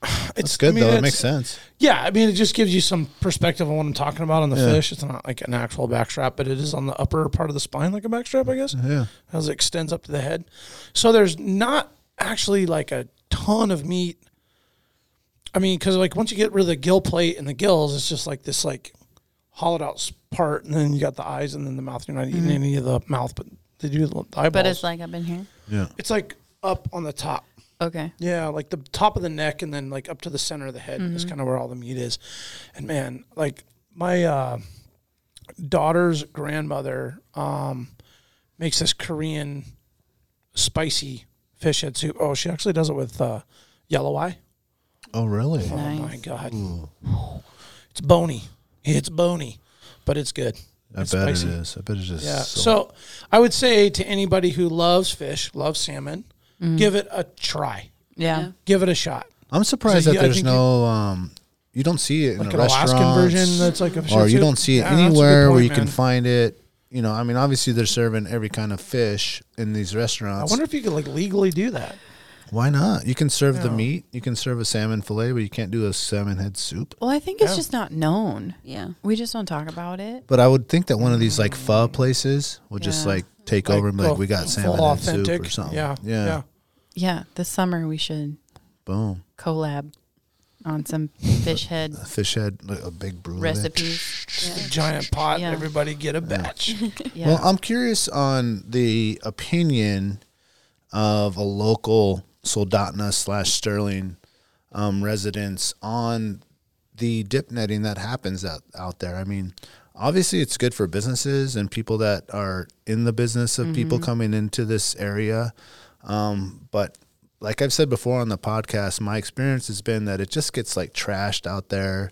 Speaker 2: backstrap
Speaker 4: It's
Speaker 2: it's good though it
Speaker 4: it's-
Speaker 2: makes sense
Speaker 4: yeah, I mean, it just gives you some perspective on what I'm talking about on the fish. It's not like an actual backstrap, but it is on the upper part of the spine, like a backstrap, I guess. Yeah, as it extends up to the head. So there's not actually like a ton of meat. I mean, because like once you get rid of the gill plate and the gills, it's just like this like hollowed out s- part, and then you got the eyes and then the mouth. You're not eating any of the mouth, but they do the eyeballs.
Speaker 5: But it's like up in here.
Speaker 4: it's like up on the top.
Speaker 5: Okay.
Speaker 4: Yeah, like the top of the neck and then like up to the center of the head is kind of where all the meat is. And man, like my uh, daughter's grandmother um, makes this Korean spicy fish head soup. Oh, she actually does it with uh, yellow eye.
Speaker 2: oh really
Speaker 4: Oh my god, it's bony. It's bony, but it's good.
Speaker 2: i bet
Speaker 4: it's spicy.
Speaker 2: it is i bet it's just
Speaker 4: Yeah.
Speaker 2: so-
Speaker 4: So I would say to anybody who loves fish, loves salmon, give it a try.
Speaker 5: Yeah.
Speaker 4: Give it a shot.
Speaker 2: i'm surprised
Speaker 4: So you-
Speaker 2: that
Speaker 4: I
Speaker 2: there's
Speaker 4: think you-
Speaker 2: no um you don't see it in
Speaker 4: like
Speaker 2: a
Speaker 4: an Alaskan
Speaker 2: restaurant
Speaker 4: version that's like a
Speaker 2: or
Speaker 4: shih
Speaker 2: you
Speaker 4: tzu?
Speaker 2: don't see it
Speaker 4: Yeah, that's a good
Speaker 2: anywhere where
Speaker 4: point,
Speaker 2: you can
Speaker 4: man.
Speaker 2: find it you know i mean obviously they're serving every kind of fish in these
Speaker 4: I
Speaker 2: restaurants
Speaker 4: wonder if you could like legally do that.
Speaker 2: why not you can serve the meat you can serve a salmon fillet but you can't do a salmon head soup
Speaker 5: Well, I think it's just not known.
Speaker 7: Yeah.
Speaker 5: We just don't taltalk about it.
Speaker 2: But I would think that one of these like pho places would just
Speaker 5: Yeah.
Speaker 2: like take
Speaker 4: Like,
Speaker 2: over and be like,
Speaker 4: go
Speaker 2: we got
Speaker 4: full
Speaker 2: salmon and soup or something.
Speaker 4: Yeah,
Speaker 2: yeah,
Speaker 5: Yeah. This summer we should
Speaker 2: Boom,
Speaker 5: collab on some fish head
Speaker 2: a fish head, like, a big brulee.
Speaker 5: recipes.
Speaker 4: Just a giant pot.
Speaker 5: Yeah.
Speaker 4: Everybody get a batch.
Speaker 5: Yeah.
Speaker 2: Well, I'm curious on the opinion of a local Soldotna slash Sterling um, residents on the dip netting that happens out, out there. I mean, obviously, it's good for businesses and people that are in the business of people coming into this area. Um, but like I've said before on the podcast, my experience has been that it just gets like trashed out there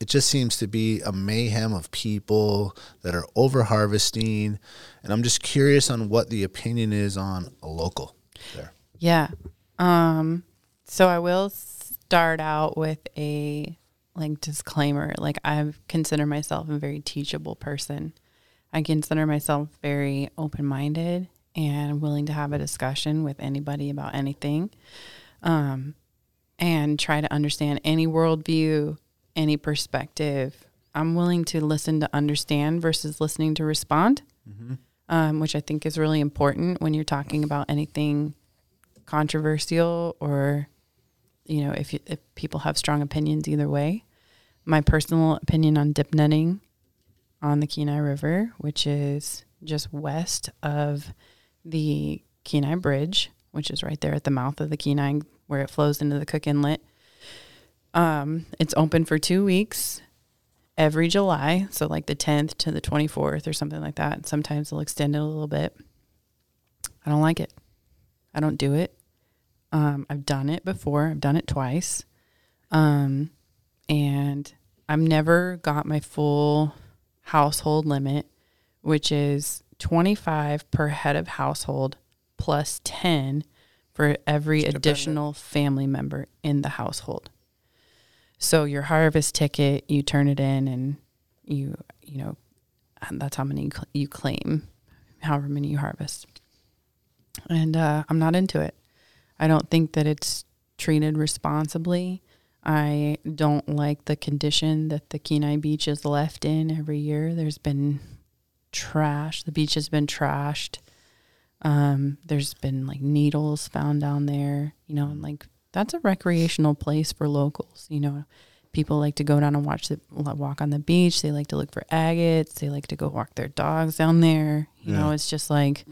Speaker 2: it just seems to be a mayhem of people that are over harvesting and i'm just curious on what the opinion is on a local there
Speaker 5: Yeah. Um so I will start out with a like disclaimer. Like I consider myself a very teachable person. I consider myself very open-minded and willing to have a discussion with anybody about anything. Um and try to understand any worldview, any perspective. I'm willing to listen to understand versus listening to respond. Um, which I think is really important when you're talking about anything controversial or you know if you, if people have strong opinions either way my personal opinion on dip netting on the Kenai River which is just west of the Kenai Bridge which is right there at the mouth of the Kenai where it flows into the Cook Inlet um it's open for 2 weeks every July so like the 10th to the 24th or something like that sometimes they'll extend it a little bit I don't like it I don't do it. Um, I've done it before. I've done it twice. Um, and I've never got my full household limit, which is 25 per head of household plus 10 for every additional family member in the household. So your harvest ticket, you turn it in and you, you know, and that's how many you cl- you claim, however many you harvest. And uh, I'm not into it. I don't think that it's treated responsibly. I don't like the condition that the Kenai Beach is left in every year. There's been trash. The beach has been trashed. Um, there's been like needles found down there, you know, and like that's a recreational place for locals. You know, people like to go down and watch the walk on the beach. They like to look for agates. They like to go walk their dogs down there. You know, it's just like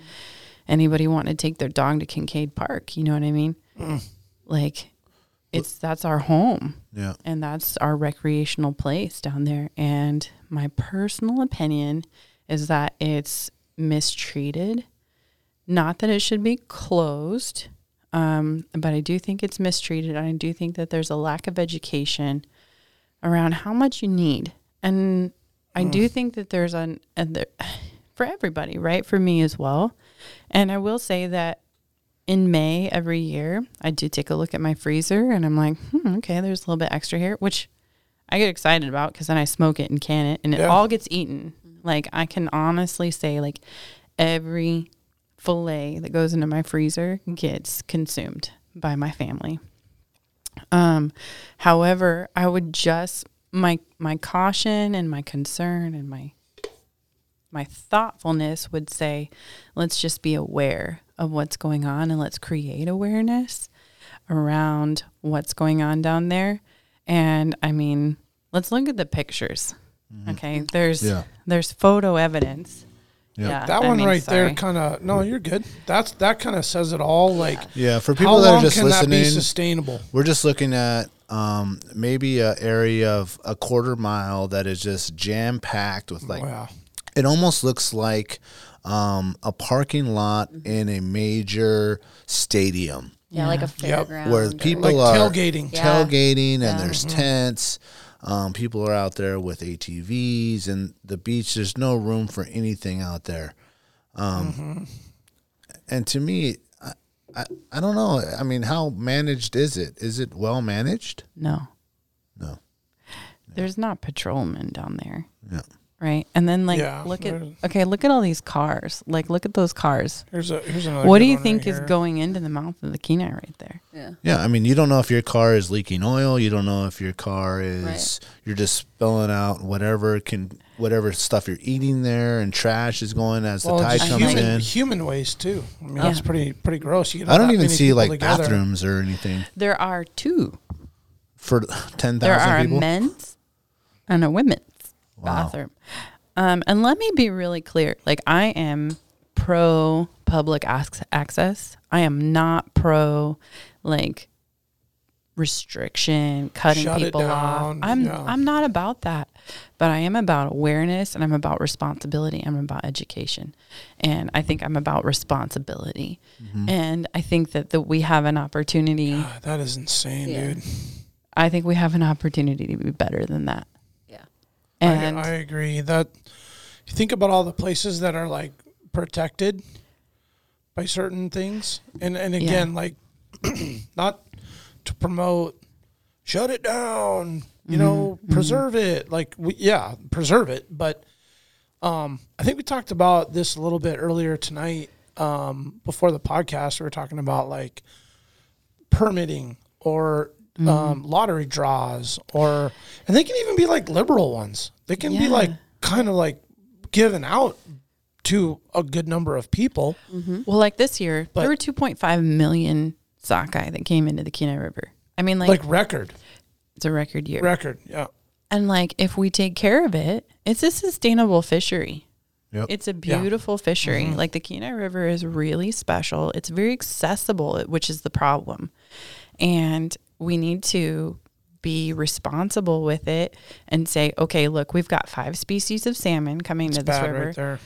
Speaker 5: anybody wanting to take their dog to Kincaid Park. You know what I mean? Like, it's that's our home
Speaker 8: Yeah.
Speaker 5: and that's our recreational place down there. And my personal opinion is that it's mistreated. Not that it should be closed, um, but I do think it's mistreated. And I do think that there's a lack of education around how much you need. And I do think that there's an, and there, for everybody, right? For me as well. And I will say that in May every year, I do take a look at my freezer and I'm like, hmm, okay, there's a little bit extra here, which I get excited about because then I smoke it and can it and it
Speaker 4: Yeah.
Speaker 5: all gets eaten. Like, I can honestly say, like, every filet that goes into my freezer gets consumed by my family. Um, however, I would just my my caution and my concern and my my thoughtfulness would say, let's just be aware of what's going on and let's create awareness around what's going on down there. And I mean, let's look at the pictures. Okay, there's
Speaker 8: Yeah.
Speaker 5: there's photo evidence.
Speaker 8: Yeah.
Speaker 4: That
Speaker 5: I
Speaker 4: one
Speaker 5: mean,
Speaker 4: right there
Speaker 5: sorry.
Speaker 4: kind of no, you're good. That's that kind of says it all. Like
Speaker 2: Yeah, for
Speaker 4: how
Speaker 2: people that
Speaker 4: long
Speaker 2: are just
Speaker 4: can that be
Speaker 2: listening,
Speaker 4: sustainable?
Speaker 2: we're just looking at um, maybe an area of a quarter mile that is just jam packed with like
Speaker 4: Wow.
Speaker 2: it almost looks like um, a parking lot
Speaker 4: Mm-hmm.
Speaker 2: in a major stadium
Speaker 7: Yeah, like a
Speaker 4: Yep.
Speaker 7: fairground.
Speaker 2: where
Speaker 7: or-
Speaker 2: people
Speaker 4: Like
Speaker 2: are
Speaker 4: tailgating.
Speaker 7: Yeah.
Speaker 2: tailgating and there's
Speaker 4: Mm-hmm.
Speaker 2: tents. Um, people are out there with ATVs and the beach. There's no room for anything out there.
Speaker 4: Mm-hmm.
Speaker 2: Um, And to me, I, I, I don't know. I mean, how managed is it? Is it well managed?
Speaker 5: No.
Speaker 2: No.
Speaker 5: There's not patrolmen down there.
Speaker 2: Yeah.
Speaker 5: Right. And then like
Speaker 4: Yeah,
Speaker 5: look at
Speaker 4: there's-
Speaker 5: okay, look at all these cars. Like look at those cars.
Speaker 4: Here's a here's another.
Speaker 5: What
Speaker 4: good
Speaker 5: do you
Speaker 4: one
Speaker 5: think
Speaker 4: right
Speaker 5: is
Speaker 4: here.
Speaker 5: going into the mouth of the Kenai right there?
Speaker 2: Yeah. I mean, you don't know if your car is leaking oil. You don't know if your car is, you're just spilling out whatever can, whatever stuff you're eating there and trash is going as
Speaker 4: Well,
Speaker 2: the tide
Speaker 4: just
Speaker 2: comes
Speaker 4: human,
Speaker 2: in.
Speaker 4: human waste too. I mean, that's pretty pretty gross. You get
Speaker 2: I don't
Speaker 4: that
Speaker 2: even
Speaker 4: many
Speaker 2: see
Speaker 4: people
Speaker 2: like
Speaker 4: together.
Speaker 2: bathrooms or anything.
Speaker 5: There are two.
Speaker 2: for ten
Speaker 5: There are
Speaker 2: thousand people.
Speaker 5: a men's and a women's
Speaker 2: Wow.
Speaker 5: bathroom. Um, and let me be really clear. Like I am pro public ac- access. I am not pro like restriction, cutting
Speaker 4: Shut it
Speaker 5: people off.
Speaker 4: down,
Speaker 5: I'm
Speaker 4: yeah.
Speaker 5: I'm not about that, but I am about awareness and I'm about responsibility. I'm about education, and I think I'm about responsibility.
Speaker 4: Mm-hmm.
Speaker 5: And I think that that we have an opportunity.
Speaker 4: That is insane, dude.
Speaker 5: I think we have an opportunity to be better than that.
Speaker 7: Yeah.
Speaker 5: And
Speaker 4: I, I agree that you think about all the places that are like protected by certain things, and and again, like not to promote, shut it down, you know, preserve it. Like, we, yeah, preserve it. But um, I think we talked about this a little bit earlier tonight um, before the podcast. We were talking about like permitting or um, lottery draws or and they can even be like liberal ones they can be
Speaker 5: Yeah.
Speaker 4: like kind of like given out to a good number of people
Speaker 5: well, like this year,
Speaker 4: But-
Speaker 5: there were 2.5 million sockeye that came into the Kenai River. I mean, like,
Speaker 4: like record
Speaker 5: it's a record year.
Speaker 4: record yeah
Speaker 5: and like, if we take care of it, it's a sustainable fishery.
Speaker 2: Yep.
Speaker 5: It's a beautiful fishery.
Speaker 4: Mm-hmm.
Speaker 5: Like the Kenai River is really special. It's very accessible, which is the problem. And we need to be responsible with it and say, okay, look, we've got five species of salmon coming to this
Speaker 4: bad
Speaker 5: river.
Speaker 4: right there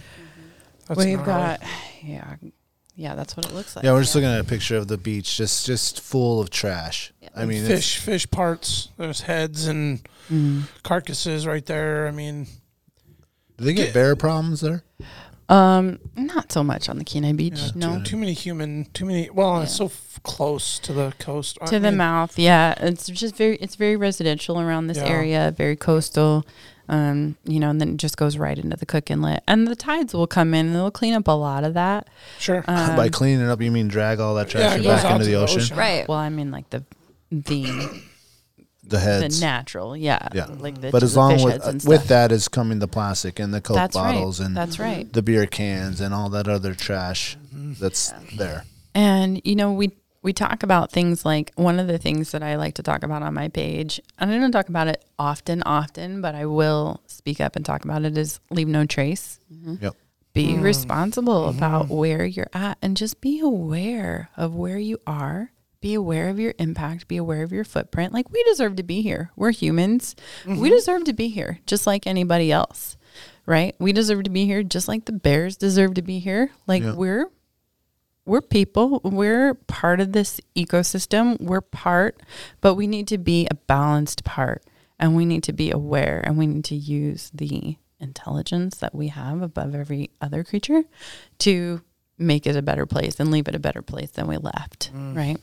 Speaker 4: That's
Speaker 5: Mm-hmm. We've
Speaker 4: gnarly.
Speaker 5: got, yeah, yeah, that's what it looks like.
Speaker 2: Yeah, we're just looking at a picture of the beach, just just full of trash. I mean, it's-
Speaker 4: fish, fish parts. There's heads and
Speaker 5: Mm.
Speaker 4: carcasses right there. I mean,
Speaker 2: do they get bear problems there?
Speaker 5: Um, not so much on the Kenai Beach. no,
Speaker 4: too many human, too many. Well, it's so f- close to the coast. I
Speaker 5: to the
Speaker 4: mean,
Speaker 5: mouth. Yeah, it's just very it's very residential around this
Speaker 4: Yeah.
Speaker 5: area, very coastal. Um, you know, and then it just goes right into the Cook Inlet, and the tides will come in and they'll clean up a lot of that.
Speaker 4: Sure.
Speaker 5: uh, Um,
Speaker 2: By cleaning it up, you mean drag all that
Speaker 4: Yeah,
Speaker 2: trash
Speaker 4: it goes
Speaker 2: back
Speaker 4: out
Speaker 2: into
Speaker 4: to
Speaker 2: the
Speaker 4: the
Speaker 2: ocean?
Speaker 4: ocean.
Speaker 7: Right.
Speaker 5: Well, I mean, like the the
Speaker 2: The
Speaker 5: the
Speaker 2: heads.
Speaker 5: natural, yeah,
Speaker 2: yeah.
Speaker 5: like the
Speaker 2: but as
Speaker 5: the
Speaker 2: long
Speaker 5: fish
Speaker 2: with
Speaker 5: heads and
Speaker 2: uh, with
Speaker 5: stuff.
Speaker 2: that is coming the plastic and the coke
Speaker 5: That's right.
Speaker 2: bottles and
Speaker 5: That's right.
Speaker 2: the beer cans and all that other trash
Speaker 4: Mm-hmm.
Speaker 2: that's there.
Speaker 5: And you know, we we talk about things like one of the things that I like to talk about on my page, and I don't talk about it often, often, but I will speak up and talk about it is leave no trace.
Speaker 2: Yep.
Speaker 5: Be responsible about where you're at and just be aware of where you are. Be aware of your impact. Be aware of your footprint. Like, we deserve to be here. We're humans. We deserve to be here just like anybody else, right? We deserve to be here just like the bears deserve to be here. Like, we're we're people we're part of this ecosystem we're part but we need to be a balanced part and we need to be aware and we need to use the intelligence that we have above every other creature to make it a better place and leave it a better place than we left right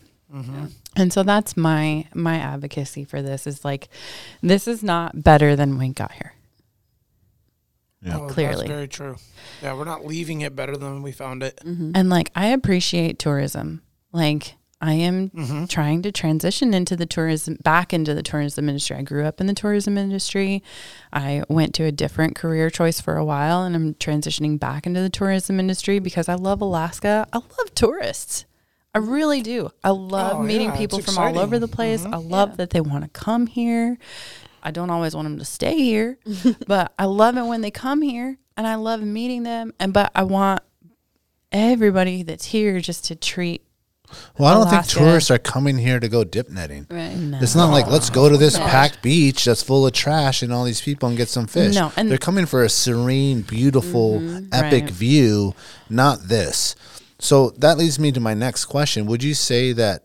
Speaker 5: and so that's my my advocacy for this is like this is not better than we got here
Speaker 4: Oh,
Speaker 5: clearly.
Speaker 4: That's very true. Yeah, we're not leaving it better than we found it.
Speaker 5: And like, I appreciate tourism. Like, I am
Speaker 4: Mm-hmm.
Speaker 5: trying to transition into the tourism, back into the tourism industry. I grew up in the tourism industry. I went to a different career choice for a while, and I'm transitioning back into the tourism industry because I love Alaska. I love tourists. I really do. I love
Speaker 4: Oh,
Speaker 5: meeting
Speaker 4: yeah,
Speaker 5: people
Speaker 4: it's
Speaker 5: from all
Speaker 4: exciting.
Speaker 5: over
Speaker 4: Mm-hmm.
Speaker 5: the place. I love that they want to come here. I don't always want them to stay here, but I love it when they come here and I love meeting them. And but I want everybody that's here just to treat.
Speaker 2: Well, I don't
Speaker 5: Alaska.
Speaker 2: think tourists are coming here to go dip netting.
Speaker 7: Right.
Speaker 5: hmm.
Speaker 2: It's not like let's go to this packed beach that's full of trash and all these people and get some fish.
Speaker 5: No, and- Mm-hmm.
Speaker 2: they're coming for a serene, beautiful, epic
Speaker 5: right.
Speaker 2: view, not this. So that leads me to my next question. Would you say that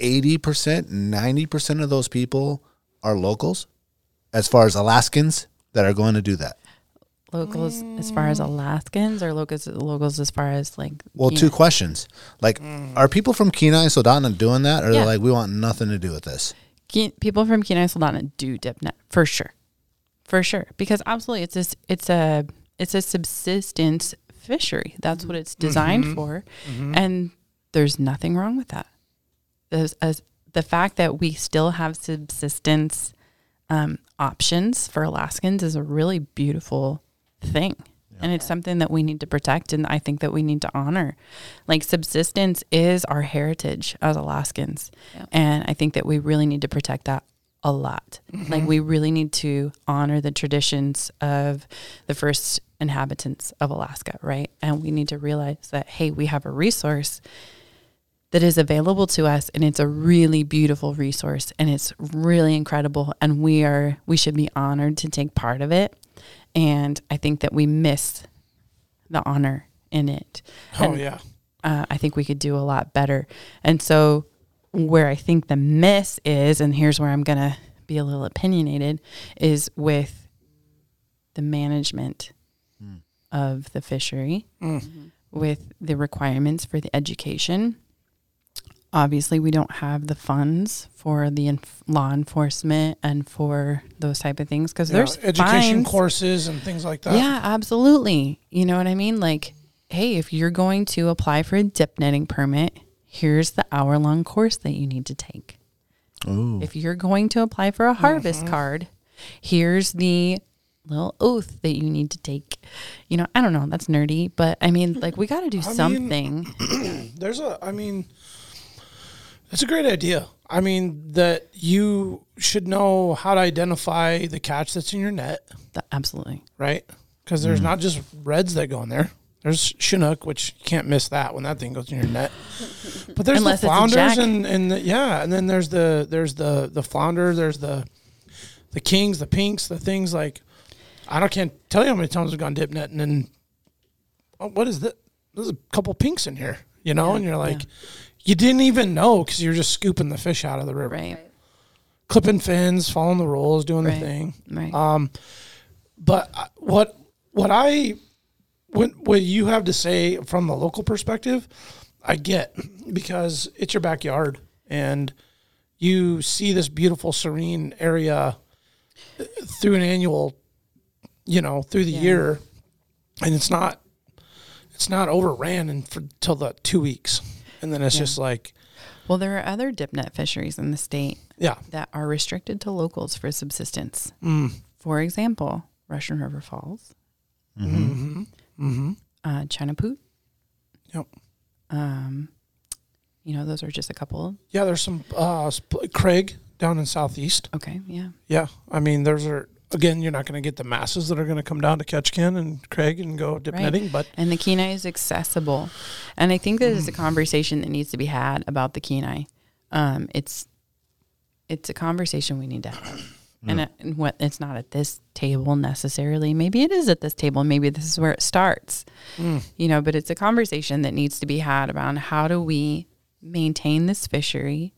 Speaker 2: 80%, 90% of those people are locals as far as Alaskans that are going to do that?
Speaker 5: uh, Locals, as far as Alaskans, or locals, locals as far as like
Speaker 2: Well,
Speaker 5: you
Speaker 2: two
Speaker 5: know,
Speaker 2: questions. Like,
Speaker 8: Mm.
Speaker 2: are people from Kenai and Sodana doing that? Or
Speaker 5: Yeah.
Speaker 2: they're like, we want nothing to do with this?
Speaker 5: Ke- people from Kenai Soldana do dip net for sure, for sure, because absolutely it's this it's a it's a subsistence fishery. That's what it's designed for, and there's nothing wrong with that. There's a, the fact that we still have subsistence um, options for Alaskans is a really beautiful thing. And it's something that we need to protect and I think that we need to honor. Like subsistence is our heritage as Alaskans. And I think that we really need to protect that a lot. Like we really need to honor the traditions of the first inhabitants of Alaska, right? And we need to realize that hey, we have a resource that is available to us and it's a really beautiful resource and it's really incredible and we are we should be honored to take part of it and i think that we miss the honor in it
Speaker 4: Oh
Speaker 5: And,
Speaker 4: yeah.
Speaker 5: uh, i think we could do a lot better and so where i think the miss is and here's where i'm going to be a little opinionated is with the management of the fishery
Speaker 4: Mm.
Speaker 5: with the requirements for the education obviously we don't have the funds for the enf- law enforcement and for those type of things because
Speaker 4: Yeah,
Speaker 5: there's
Speaker 4: education
Speaker 5: fines.
Speaker 4: courses and things like that.
Speaker 5: yeah absolutely you know what i mean like hey if you're going to apply for a dip netting permit here's the hour long course that you need to take if you're going to apply for a harvest card here's the little oath that you need to take you know i don't know that's nerdy but i mean like we got to do something
Speaker 4: There's a, I mean, it's a great idea. I mean, that you should know how to identify the catch that's in your net,
Speaker 5: Th- absolutely
Speaker 4: right? Because there's not just reds that go in there. There's Chinook, which you can't miss that when that thing goes in your net. But there's
Speaker 5: Unless it's
Speaker 4: the
Speaker 5: a
Speaker 4: flounders
Speaker 5: jack.
Speaker 4: and and the, yeah, and then there's the there's the the flounder, there's the the kings, the pinks, the things like I don't can't tell you how many times I've gone dip netting and oh, what is that? there's a couple pinks in here, you know, and you're like, you didn't even know because you're just scooping the fish out of the river,
Speaker 5: Right.
Speaker 4: clipping fins, following the rules, doing
Speaker 5: Right.
Speaker 4: the thing.
Speaker 5: Right. Uh,
Speaker 4: But I- what what I what what you have to say from the local perspective, I get because it's your backyard and you see this beautiful serene area uh, through an annual, you know, through the year, and it's not it's not overran and for till the two weeks, and then it's just like
Speaker 5: well, there are other dip net fisheries in the state
Speaker 4: yeah,
Speaker 5: that are restricted to locals for subsistence. For example, Russian River Falls, mm-hmm. Mm-hmm. Uh, Chenapoot.
Speaker 4: Yep.
Speaker 5: You know, those are just a couple.
Speaker 4: yeah. There's some uh, sp- Craig down in southeast.
Speaker 5: Okay, yeah,
Speaker 4: Yeah, I mean, there's are again, you're not going to get the masses that are going to come down to Ketchikan and Craig and go dip
Speaker 5: Right.
Speaker 4: netting, but
Speaker 5: and the Kenai is accessible, and I think that is a conversation that needs to be had about the Kenai. Um, it's it's a conversation we need to have, and, uh and what it's not at this table necessarily. Maybe it is at this table. Maybe this is where it starts, you know. But it's a conversation that needs to be had about how do we maintain this fishery,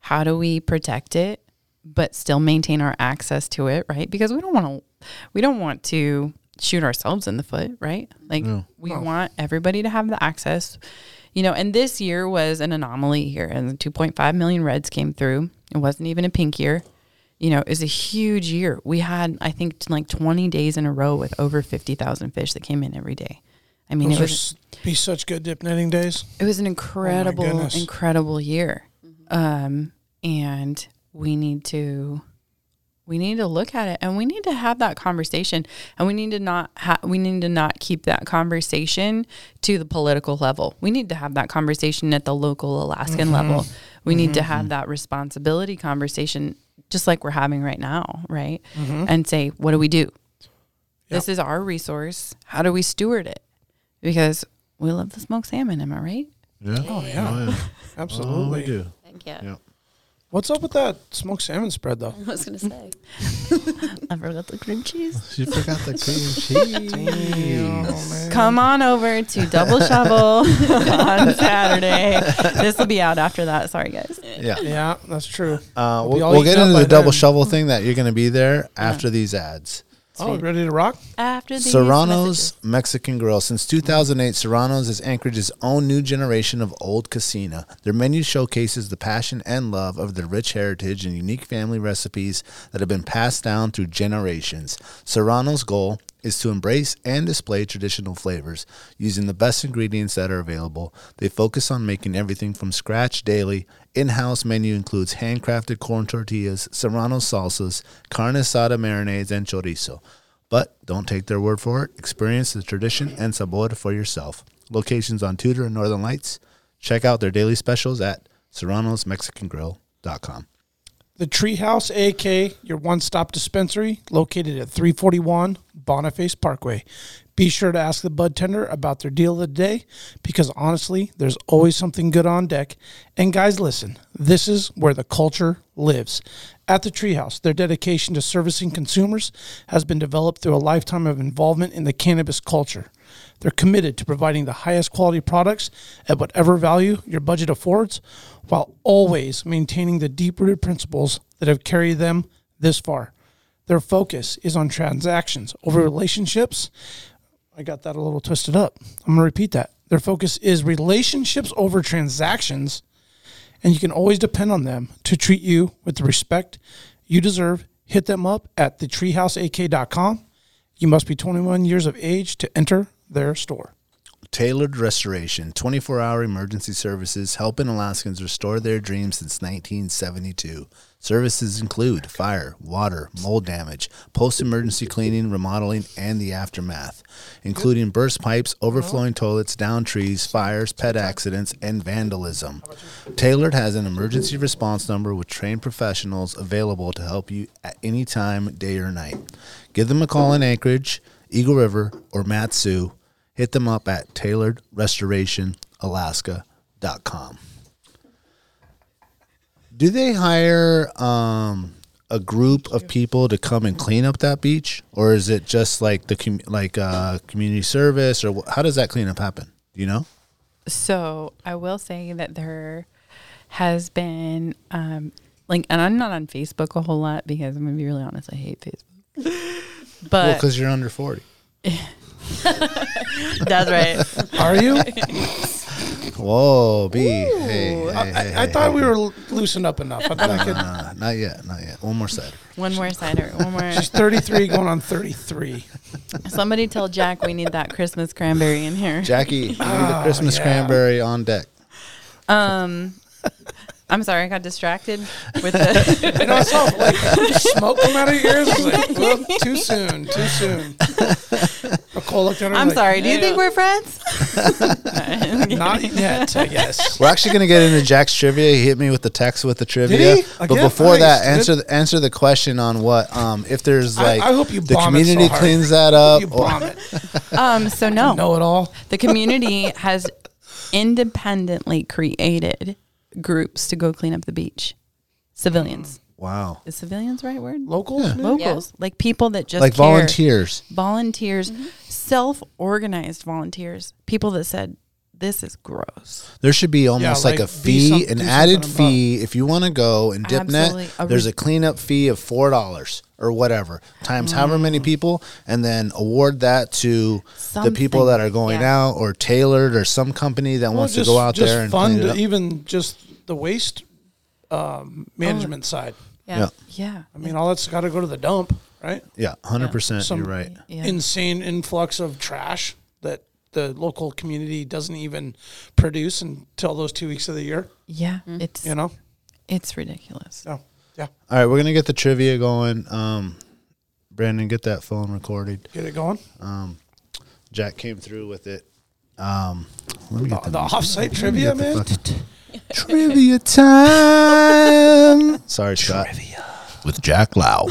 Speaker 5: how do we protect it, but still maintain our access to it, right? Because we don't want to, we don't want to shoot ourselves in the foot, right? Like we want everybody to have the access, you know. And this year was an anomaly here, and 2.5 million reds came through. It wasn't even a pink year, you know. It was a huge year. We had, I think, t- like 20 days in a row with over 50,000 fish that came in every day. I mean,
Speaker 4: those
Speaker 5: it
Speaker 4: are
Speaker 5: was
Speaker 4: s- be such good dip netting days.
Speaker 5: it was an incredible,
Speaker 4: goodness.
Speaker 5: incredible year. Um, and we need to, we need to look at it and we need to have that conversation and we need to not, ha- we need to not keep that conversation to the political level. We need to have that conversation at the local Alaskan level. We need to have that responsibility conversation just like we're having right now. Right. And say, what do we do? This is our resource. How do we steward it? Because we love the smoked salmon, am I right?
Speaker 8: Yeah. Oh
Speaker 4: yeah.
Speaker 8: Oh, we
Speaker 4: Absolutely.
Speaker 8: do.
Speaker 7: Heck yeah.
Speaker 8: Yeah.
Speaker 4: What's up with that smoked salmon spread though?
Speaker 7: I was gonna say.
Speaker 5: I forgot the cream cheese.
Speaker 8: She forgot the cream cheese.
Speaker 5: Come on over to Double Shovel on Saturday. This will be out after that. Sorry, guys.
Speaker 2: Yeah.
Speaker 4: Yeah, that's true.
Speaker 2: Uh,
Speaker 4: be
Speaker 2: we'll
Speaker 4: all
Speaker 2: we'll
Speaker 4: eaten
Speaker 2: get
Speaker 4: up
Speaker 2: into
Speaker 4: by
Speaker 2: the double
Speaker 4: then.
Speaker 2: shovel thing that you're going to be there after these ads.
Speaker 4: Oh, ready to rock?
Speaker 5: After these
Speaker 2: Serrano's
Speaker 5: messages.
Speaker 2: Mexican Grill. Since 2008, Serrano's is Anchorage's own new generation of old casino. Their menu showcases the passion and love of their rich heritage and unique family recipes that have been passed down through generations. Serrano's goal is to embrace and display traditional flavors using the best ingredients that are available. They focus on making everything from scratch daily. In-house menu includes handcrafted corn tortillas, Serrano salsas, carne asada marinades, and chorizo. But don't take their word for it. Experience the tradition and sabor for yourself. Locations on Tudor and Northern Lights. Check out their daily specials at serranosmexicangrill.com.
Speaker 4: The Treehouse AK, your one stop dispensary, located at 341 Boniface Parkway. Be sure to ask the bud tender about their deal of the day because honestly, there's always something good on deck. And guys, listen, this is where the culture lives. At the Treehouse, their dedication to servicing consumers has been developed through a lifetime of involvement in the cannabis culture. They're committed to providing the highest quality products at whatever value your budget affords, while always maintaining the deep rooted principles that have carried them this far. Their focus is on transactions over relationships. I got that a little twisted up. I'm going to repeat that. Their focus is relationships over transactions, and you can always depend on them to treat you with the respect you deserve. Hit them up at thetreehouseak.com. You must be 21 years of age to enter their store.
Speaker 2: Tailored Restoration, 24 hour emergency services helping Alaskans restore their dreams since 1972. Services include fire, water, mold damage, post emergency cleaning, remodeling, and the aftermath, including burst pipes, overflowing toilets, down trees, fires, pet accidents, and vandalism. Tailored has an emergency response number with trained professionals available to help you at any time, day or night. Give them a call in Anchorage, Eagle River, or Matsu hit them up at tailoredrestorationalaska.com. Do they hire um, a group of people to come and clean up that beach, or is it just like the com- like uh, community service, or wh- how does that cleanup happen? Do you know?
Speaker 5: So I will say that there has been um like and I'm not on Facebook a whole lot because I'm gonna be really honest, I hate Facebook.
Speaker 2: Well,
Speaker 5: But
Speaker 2: because you're under 40.
Speaker 5: that's right.
Speaker 4: Are you?
Speaker 2: Whoa, B. Hey, hey,
Speaker 4: I,
Speaker 2: hey,
Speaker 4: I, I
Speaker 2: hey,
Speaker 4: thought
Speaker 2: hey.
Speaker 4: we were l- loosened up enough. I thought Uh, I could.
Speaker 2: Nah, not yet, not yet. One more set.
Speaker 5: One more cider, one more
Speaker 4: She's 33 going on 33.
Speaker 5: somebody tell Jack we need that Christmas cranberry in here.
Speaker 2: Jackie, you need the Christmas cranberry on deck.
Speaker 5: Um I'm sorry, I got distracted with the
Speaker 4: You know, I saw like smoke come out of your ears. I was like, well, too soon, too soon. Nicole looked at her.
Speaker 5: I'm
Speaker 4: like,
Speaker 5: sorry, do you think we're friends?
Speaker 4: Not yet, I guess.
Speaker 2: We're actually going to get into Jack's trivia. He hit me with the text with the trivia.
Speaker 4: he?
Speaker 2: But
Speaker 4: Again?
Speaker 2: before
Speaker 4: Nice,
Speaker 2: that,
Speaker 4: dude.
Speaker 2: answer the, answer the question on what um, if there's
Speaker 4: I-
Speaker 2: like
Speaker 4: I hope you
Speaker 2: the
Speaker 4: bomb it so
Speaker 2: community
Speaker 4: hard.
Speaker 2: cleans that up.
Speaker 4: You
Speaker 2: or-
Speaker 4: bomb it.
Speaker 5: Um so no.
Speaker 4: Know it all.
Speaker 5: The community has independently created groups to go clean up the beach. Civilians.
Speaker 2: wow.
Speaker 5: Is civilians the right word?
Speaker 4: Locals?
Speaker 5: Locals. Like people that just
Speaker 2: Like
Speaker 5: care.
Speaker 2: volunteers.
Speaker 5: Volunteers, self organized volunteers. People that said, This is gross.
Speaker 2: There should be almost like,
Speaker 4: like,
Speaker 2: a fee,
Speaker 4: be some-
Speaker 2: an
Speaker 4: do
Speaker 2: added
Speaker 4: something about it.
Speaker 2: fee if you want to go and dip
Speaker 5: Absolutely.
Speaker 2: net.
Speaker 5: A
Speaker 2: There's
Speaker 5: re-
Speaker 2: a cleanup fee of four dollars or whatever times however
Speaker 5: Mm.
Speaker 2: many people, and then award that to the people
Speaker 5: Something.
Speaker 2: that are going out or tailored or some company that wants to go out
Speaker 4: just
Speaker 2: there and
Speaker 4: fund
Speaker 2: clean it up.
Speaker 4: even just the waste um, management side.
Speaker 2: Yeah.
Speaker 5: Yeah.
Speaker 4: I mean, all that's got to go to the dump, right?
Speaker 2: Yeah, hundred percent.
Speaker 4: Some-
Speaker 2: You're right.
Speaker 5: Yeah.
Speaker 4: Insane influx of trash that the local community doesn't even produce until those two weeks of the year.
Speaker 5: Yeah. It's
Speaker 4: You know?
Speaker 5: it's ridiculous.
Speaker 4: So, yeah,
Speaker 2: All right, we're gonna get the trivia going. Um, Brandon, get that phone recorded. Um,
Speaker 4: get it going.
Speaker 2: Jack came through with it. Um, let me get
Speaker 4: The
Speaker 2: the,
Speaker 4: offsite trivia, man.
Speaker 2: trivia time. Sorry, Scott. Trivia with Jack Lau.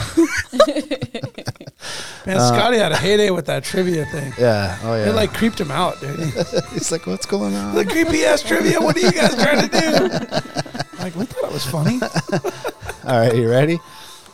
Speaker 4: Man, Scotty had a heyday with that trivia thing.
Speaker 2: yeah. Oh yeah.
Speaker 4: It like creeped him out, dude.
Speaker 2: it's like what's going on?
Speaker 4: the creepy ass trivia. What are you guys trying to do? Like, we thought it was funny.
Speaker 2: All right, you ready?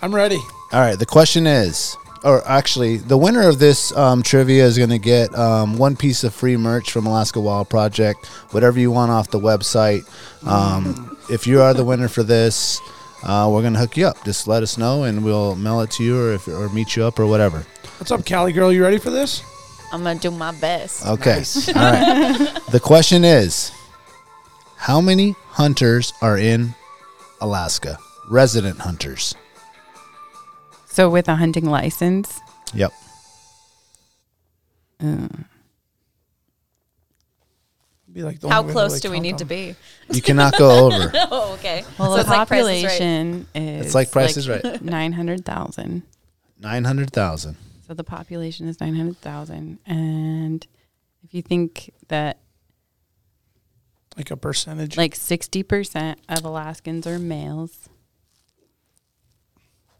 Speaker 4: I'm ready.
Speaker 2: All right. The question is, or actually, the winner of this um, trivia is going to get um, one piece of free merch from Alaska Wild Project, whatever you want off the website. Um, if you are the winner for this, uh, we're going to hook you up. Just let us know, and we'll mail it to you, or if, or meet you up, or whatever.
Speaker 4: What's up, Cali girl? You ready for this?
Speaker 7: I'm gonna do my best.
Speaker 2: Okay. All right. The question is, how many hunters are in Alaska? Resident hunters.
Speaker 5: So with a hunting license,
Speaker 2: Yep.
Speaker 4: Be like the
Speaker 7: How
Speaker 4: only way to,
Speaker 7: close
Speaker 4: like,
Speaker 7: do we
Speaker 4: count
Speaker 7: need
Speaker 4: them.
Speaker 7: to be?
Speaker 2: You cannot go over.
Speaker 7: Oh, okay.
Speaker 5: well,
Speaker 7: so
Speaker 5: the
Speaker 7: it's like Price is Right.
Speaker 5: population is
Speaker 2: It's like Price is Right.
Speaker 5: nine hundred thousand.
Speaker 2: Nine hundred thousand.
Speaker 5: So the population is 900,000. And if you think that
Speaker 4: Like a percentage.
Speaker 5: like 60% of Alaskans are males,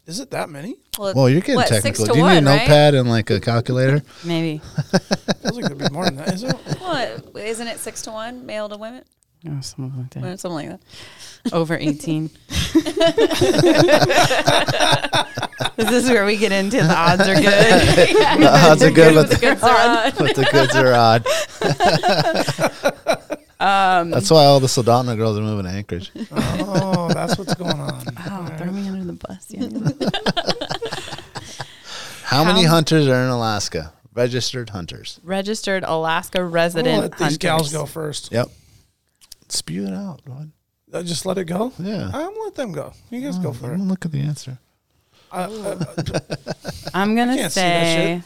Speaker 4: Is it that many?
Speaker 2: Well, you're getting
Speaker 7: what, six
Speaker 2: technical.
Speaker 7: to
Speaker 2: Do you need a
Speaker 7: one, right?
Speaker 2: notepad and like a calculator?
Speaker 5: maybe.
Speaker 4: Feels like there'd be more than that. Is it?
Speaker 7: What isn't it six to one male to women?
Speaker 5: Oh, something like that.
Speaker 7: Or Something like that.
Speaker 5: Over 18. this is where we get into the odds are good.
Speaker 2: the odds are good, but
Speaker 7: The
Speaker 2: the,
Speaker 7: goods are on.
Speaker 2: but the goods are odd. That's why all the Soldotna girls are moving to Anchorage.
Speaker 4: Oh, that's what's going on.
Speaker 5: Oh, throw me under the bus. Yeah.
Speaker 2: How, many
Speaker 5: How-
Speaker 2: hunters are in Alaska? Registered hunters.
Speaker 5: Registered Alaska
Speaker 4: I'm gonna
Speaker 5: resident
Speaker 4: let these gals
Speaker 5: hunters.
Speaker 4: go first.
Speaker 2: Yep. Spew it out. bud.
Speaker 4: Uh, Just let it go.
Speaker 2: Yeah. Oh,
Speaker 4: I'm gonna let them go. You guys go for it.
Speaker 2: Don't look at the answer.
Speaker 4: I, I,
Speaker 5: I'm going to
Speaker 4: can't see that
Speaker 5: say
Speaker 4: shit.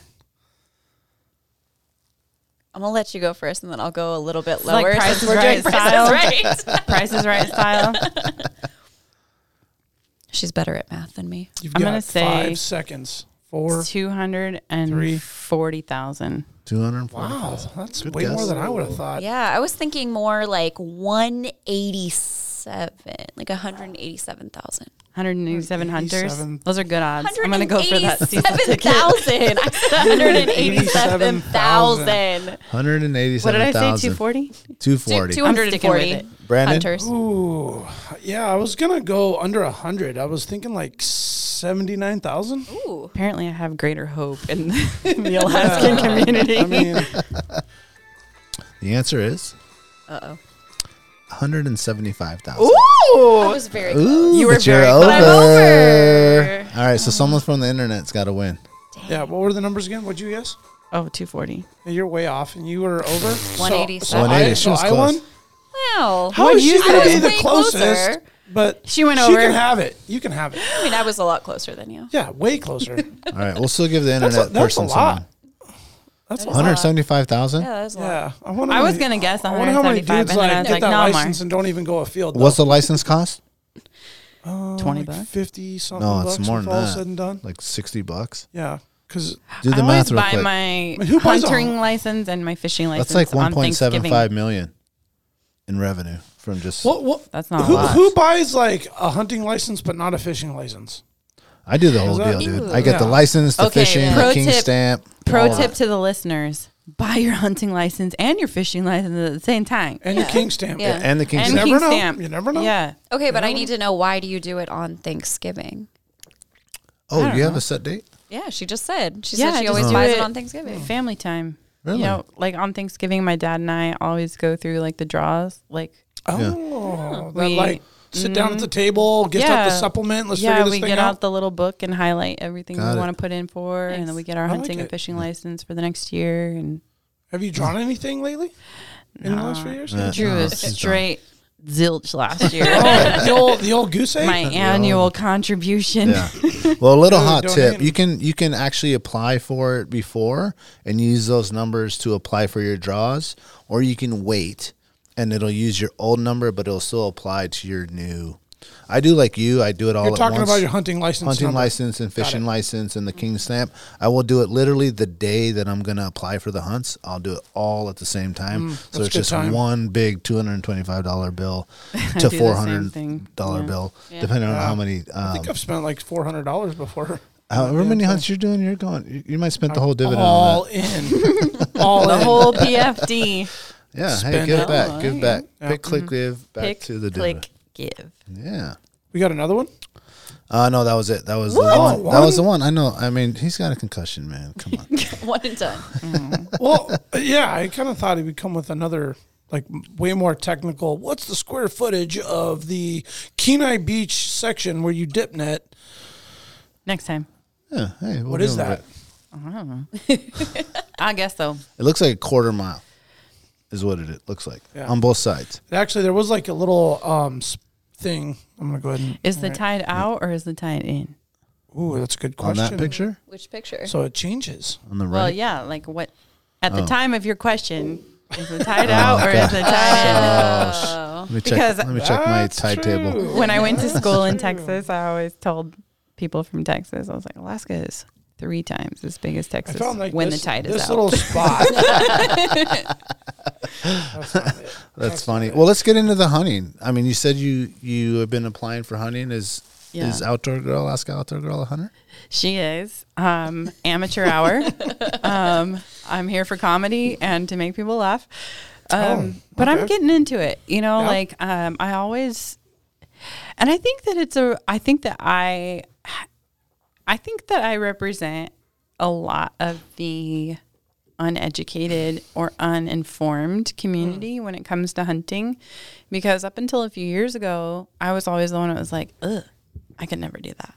Speaker 7: I'm gonna let you go first, and then I'll go a little bit
Speaker 5: like
Speaker 7: lower.
Speaker 5: Price
Speaker 7: since
Speaker 5: is
Speaker 7: we're doing
Speaker 5: Right
Speaker 7: Price is Right.
Speaker 5: Price is Right style.
Speaker 7: She's better at math than me.
Speaker 4: you've
Speaker 5: I'm
Speaker 4: got
Speaker 5: gonna say
Speaker 4: five seconds. Four.
Speaker 5: 240,000.
Speaker 2: 240.
Speaker 4: Wow, that's
Speaker 2: Good
Speaker 4: way
Speaker 2: guess.
Speaker 4: more than I would have thought.
Speaker 7: Yeah, I was thinking more like 187, like 187,000.
Speaker 5: 187
Speaker 4: 187.
Speaker 5: hunters. Those are good odds. I'm going to go for that. season ticket.
Speaker 7: 187,000. I said 187,000.
Speaker 2: 187,000.
Speaker 5: What did I say? 240?
Speaker 2: 240.
Speaker 7: Two- 240
Speaker 5: I'm sticking
Speaker 2: Brandon?
Speaker 7: hunters.
Speaker 4: Ooh, yeah. I was gonna go under a hundred. I was thinking like seventy-nine thousand.
Speaker 7: Ooh.
Speaker 5: Apparently, I
Speaker 4: Um,
Speaker 5: have greater hope in the Alaskan community.
Speaker 4: I mean,
Speaker 2: The The answer is
Speaker 7: Uh oh.
Speaker 2: 175,000.
Speaker 7: I
Speaker 5: Ooh.
Speaker 7: was very
Speaker 2: Ooh,
Speaker 7: close.
Speaker 5: You were
Speaker 2: but you're
Speaker 5: very
Speaker 2: over.
Speaker 5: close.
Speaker 7: I'm over.
Speaker 2: All right, so someone from the internet's got to win.
Speaker 4: Yeah, what were the numbers again? What'd you guess?
Speaker 5: Oh, 240.
Speaker 4: You're way off, and you were over. So-
Speaker 7: 180.
Speaker 4: So, I,
Speaker 2: 180, she
Speaker 4: so
Speaker 2: was
Speaker 4: I
Speaker 2: close.
Speaker 4: won.
Speaker 7: Well,
Speaker 4: How
Speaker 5: What'd
Speaker 4: is she
Speaker 5: you
Speaker 4: going to
Speaker 5: say?
Speaker 4: be the
Speaker 7: Way
Speaker 4: closest?
Speaker 7: closer.
Speaker 4: But
Speaker 5: She went
Speaker 4: She
Speaker 5: over.
Speaker 4: can have it. You can have it.
Speaker 7: I mean, I was a lot closer than you.
Speaker 4: Yeah, way closer.
Speaker 2: All right, we'll still give the internet
Speaker 4: that's a, that's a
Speaker 2: person
Speaker 4: lot.
Speaker 2: some. 175,000?
Speaker 7: Yeah, that was a lot.
Speaker 4: Yeah, I, wonder
Speaker 5: I
Speaker 4: how
Speaker 5: was
Speaker 4: many-
Speaker 5: gonna guess
Speaker 4: I wonder how many
Speaker 5: 175,
Speaker 4: dudes
Speaker 5: and then
Speaker 4: like,
Speaker 5: I was
Speaker 4: get
Speaker 5: like,
Speaker 4: that
Speaker 5: no, Mark.
Speaker 4: license and don't even go a field.
Speaker 2: What's
Speaker 4: though.
Speaker 2: the license cost?
Speaker 5: 20
Speaker 4: like
Speaker 5: bucks.
Speaker 4: fifty something?
Speaker 2: No,
Speaker 4: bucks
Speaker 2: it's more
Speaker 4: if
Speaker 2: than
Speaker 4: all
Speaker 2: that.
Speaker 4: said and done.
Speaker 2: Like 60 bucks.
Speaker 4: Yeah, because
Speaker 2: Do the
Speaker 5: I
Speaker 2: math
Speaker 5: always
Speaker 2: real
Speaker 5: buy
Speaker 2: quick.
Speaker 5: my
Speaker 4: Who buys a-
Speaker 5: hunting license and my fishing license.
Speaker 2: That's like
Speaker 5: on Thanksgiving.
Speaker 2: 1.75 million in revenue from just
Speaker 4: what? What?
Speaker 5: That's not a
Speaker 4: who,
Speaker 5: lot.
Speaker 4: who buys like a hunting license but not a fishing license?
Speaker 2: I do the whole
Speaker 4: that-
Speaker 2: deal, dude. I get the
Speaker 4: Yeah.
Speaker 2: license, the
Speaker 5: Okay,
Speaker 2: fishing, the
Speaker 5: pro
Speaker 2: king
Speaker 5: tip-
Speaker 2: stamp. all
Speaker 5: Pro
Speaker 2: of
Speaker 5: tip
Speaker 2: it.
Speaker 5: to the listeners: buy your hunting license and your fishing license at the same time.
Speaker 4: And your king stamp.
Speaker 7: Yeah.
Speaker 2: and the king
Speaker 5: And
Speaker 4: You
Speaker 2: stamp.
Speaker 5: king
Speaker 4: never know.
Speaker 5: stamp.
Speaker 4: You never know.
Speaker 5: Yeah.
Speaker 7: Okay, but I need to know why do you do it on Thanksgiving?
Speaker 2: Oh, you have a set date?
Speaker 7: Yeah, she just said. She
Speaker 5: Yeah,
Speaker 7: said she
Speaker 5: just
Speaker 7: always
Speaker 5: do
Speaker 7: buys it,
Speaker 5: it. Mm.
Speaker 7: on Thanksgiving.
Speaker 4: Mm.
Speaker 5: Family time.
Speaker 2: Really?
Speaker 5: You know, like on Thanksgiving, my dad and I always go through like the draws. Like,
Speaker 4: Oh, that
Speaker 5: We- Mm-hmm.
Speaker 4: like sit down at the table, get out the
Speaker 5: Yeah.
Speaker 4: supplement. Let's
Speaker 5: yeah,
Speaker 4: figure this
Speaker 5: we
Speaker 4: thing
Speaker 5: get
Speaker 4: out.
Speaker 5: out the little book and highlight everything
Speaker 2: Got it.
Speaker 5: we want to put in for, and then we get our
Speaker 4: I like
Speaker 5: hunting
Speaker 4: it.
Speaker 5: and fishing license for the next year. And
Speaker 4: have you drawn anything lately? In the last few years?
Speaker 2: Yeah.
Speaker 5: Drew
Speaker 2: Oh,
Speaker 5: is
Speaker 2: this is
Speaker 5: straight zilch last year.
Speaker 4: Oh, the old the old goose egg.
Speaker 5: my annual contribution.
Speaker 2: Yeah. Well, a little hot
Speaker 4: don't
Speaker 2: tip.
Speaker 4: hate
Speaker 2: You can you can actually apply for it before and use those numbers to apply for your draws, or you can wait and it'll use your old number, but it'll still apply to your new. I do like you. I do it all
Speaker 4: You're
Speaker 2: at
Speaker 4: talking
Speaker 2: once.
Speaker 4: about your hunting license.
Speaker 2: hunting
Speaker 4: number.
Speaker 2: license and fishing license and the king stamp. I will do it literally the day that I'm going to apply for the hunts. I'll do it all at the same time. so
Speaker 4: Mm, that's
Speaker 2: it's
Speaker 4: good
Speaker 2: just
Speaker 4: time.
Speaker 2: one big two hundred and twenty five dollar bill to
Speaker 5: do the same
Speaker 2: four hundred
Speaker 5: thing.
Speaker 2: dollar
Speaker 5: Yeah.
Speaker 2: bill, depending on how many.
Speaker 4: I
Speaker 2: Um,
Speaker 4: think I've spent like four hundred dollars before.
Speaker 2: however many hunts Uh, you're doing, you're going. You, you might spend the whole dividend.
Speaker 4: all
Speaker 2: on
Speaker 4: in, all
Speaker 5: The
Speaker 4: in.
Speaker 5: whole PFD.
Speaker 2: that. Yeah, hey,
Speaker 4: spend
Speaker 2: give
Speaker 4: it.
Speaker 2: back, give back,
Speaker 4: Yeah. Mm-hmm.
Speaker 2: pick, click, give back
Speaker 5: Pick,
Speaker 2: to the
Speaker 5: click,
Speaker 2: dividend.
Speaker 5: give.
Speaker 2: Yeah.
Speaker 4: We got another one.
Speaker 2: Uh, no, that was it. That was the
Speaker 4: What?
Speaker 2: one.
Speaker 4: Oh,
Speaker 2: That was
Speaker 4: one?
Speaker 2: the one. I know. I mean, he's got a concussion, man. Come on.
Speaker 7: One and done.
Speaker 4: Well, yeah, I kind of thought he would come with another, like, m- way more technical. What's the square footage of the Kenai Beach section where you dip net?
Speaker 5: Next time.
Speaker 2: Yeah. Hey, we'll
Speaker 4: What is
Speaker 2: deal with
Speaker 4: that?
Speaker 2: it.
Speaker 5: I guess so.
Speaker 2: It looks like a quarter mile, is what it looks like
Speaker 4: Yeah.
Speaker 2: on both sides.
Speaker 4: Actually, there was like a little um s- thing. I'm gonna go ahead
Speaker 5: Is the tide out or is the tide in?
Speaker 4: and. Ooh, that's a good question.
Speaker 2: On that picture,
Speaker 7: Which picture?
Speaker 4: So it changes.
Speaker 2: on the right.
Speaker 5: Well, yeah. Like what? At the time of your question, is the tide out or is the tide
Speaker 2: Gosh. Let me check.
Speaker 5: Because
Speaker 2: Let me check my
Speaker 4: That's
Speaker 2: tide table.
Speaker 5: in? When I went to school in Texas, I always told people from Texas, I was like, Alaska is three times as big as
Speaker 4: I
Speaker 5: Texas
Speaker 4: found like
Speaker 5: when
Speaker 4: this-
Speaker 5: the tide is
Speaker 4: this
Speaker 5: out.
Speaker 4: little spot.
Speaker 2: That's funny. Well, let's get into the hunting. I mean, you said you you have been applying for hunting. Is
Speaker 5: Yeah.
Speaker 2: is outdoor girl Alaska outdoor girl a hunter?
Speaker 5: She is um, amateur hour. um, I'm here for comedy and to make people laugh. Um, But I'm getting into it. You know,
Speaker 4: Yeah.
Speaker 5: like um, I always, and I think that it's a. I think that I, I think that I represent a lot of the uneducated or uninformed community when it comes to hunting because up until a few years ago I was always the one that was like ugh I could never do that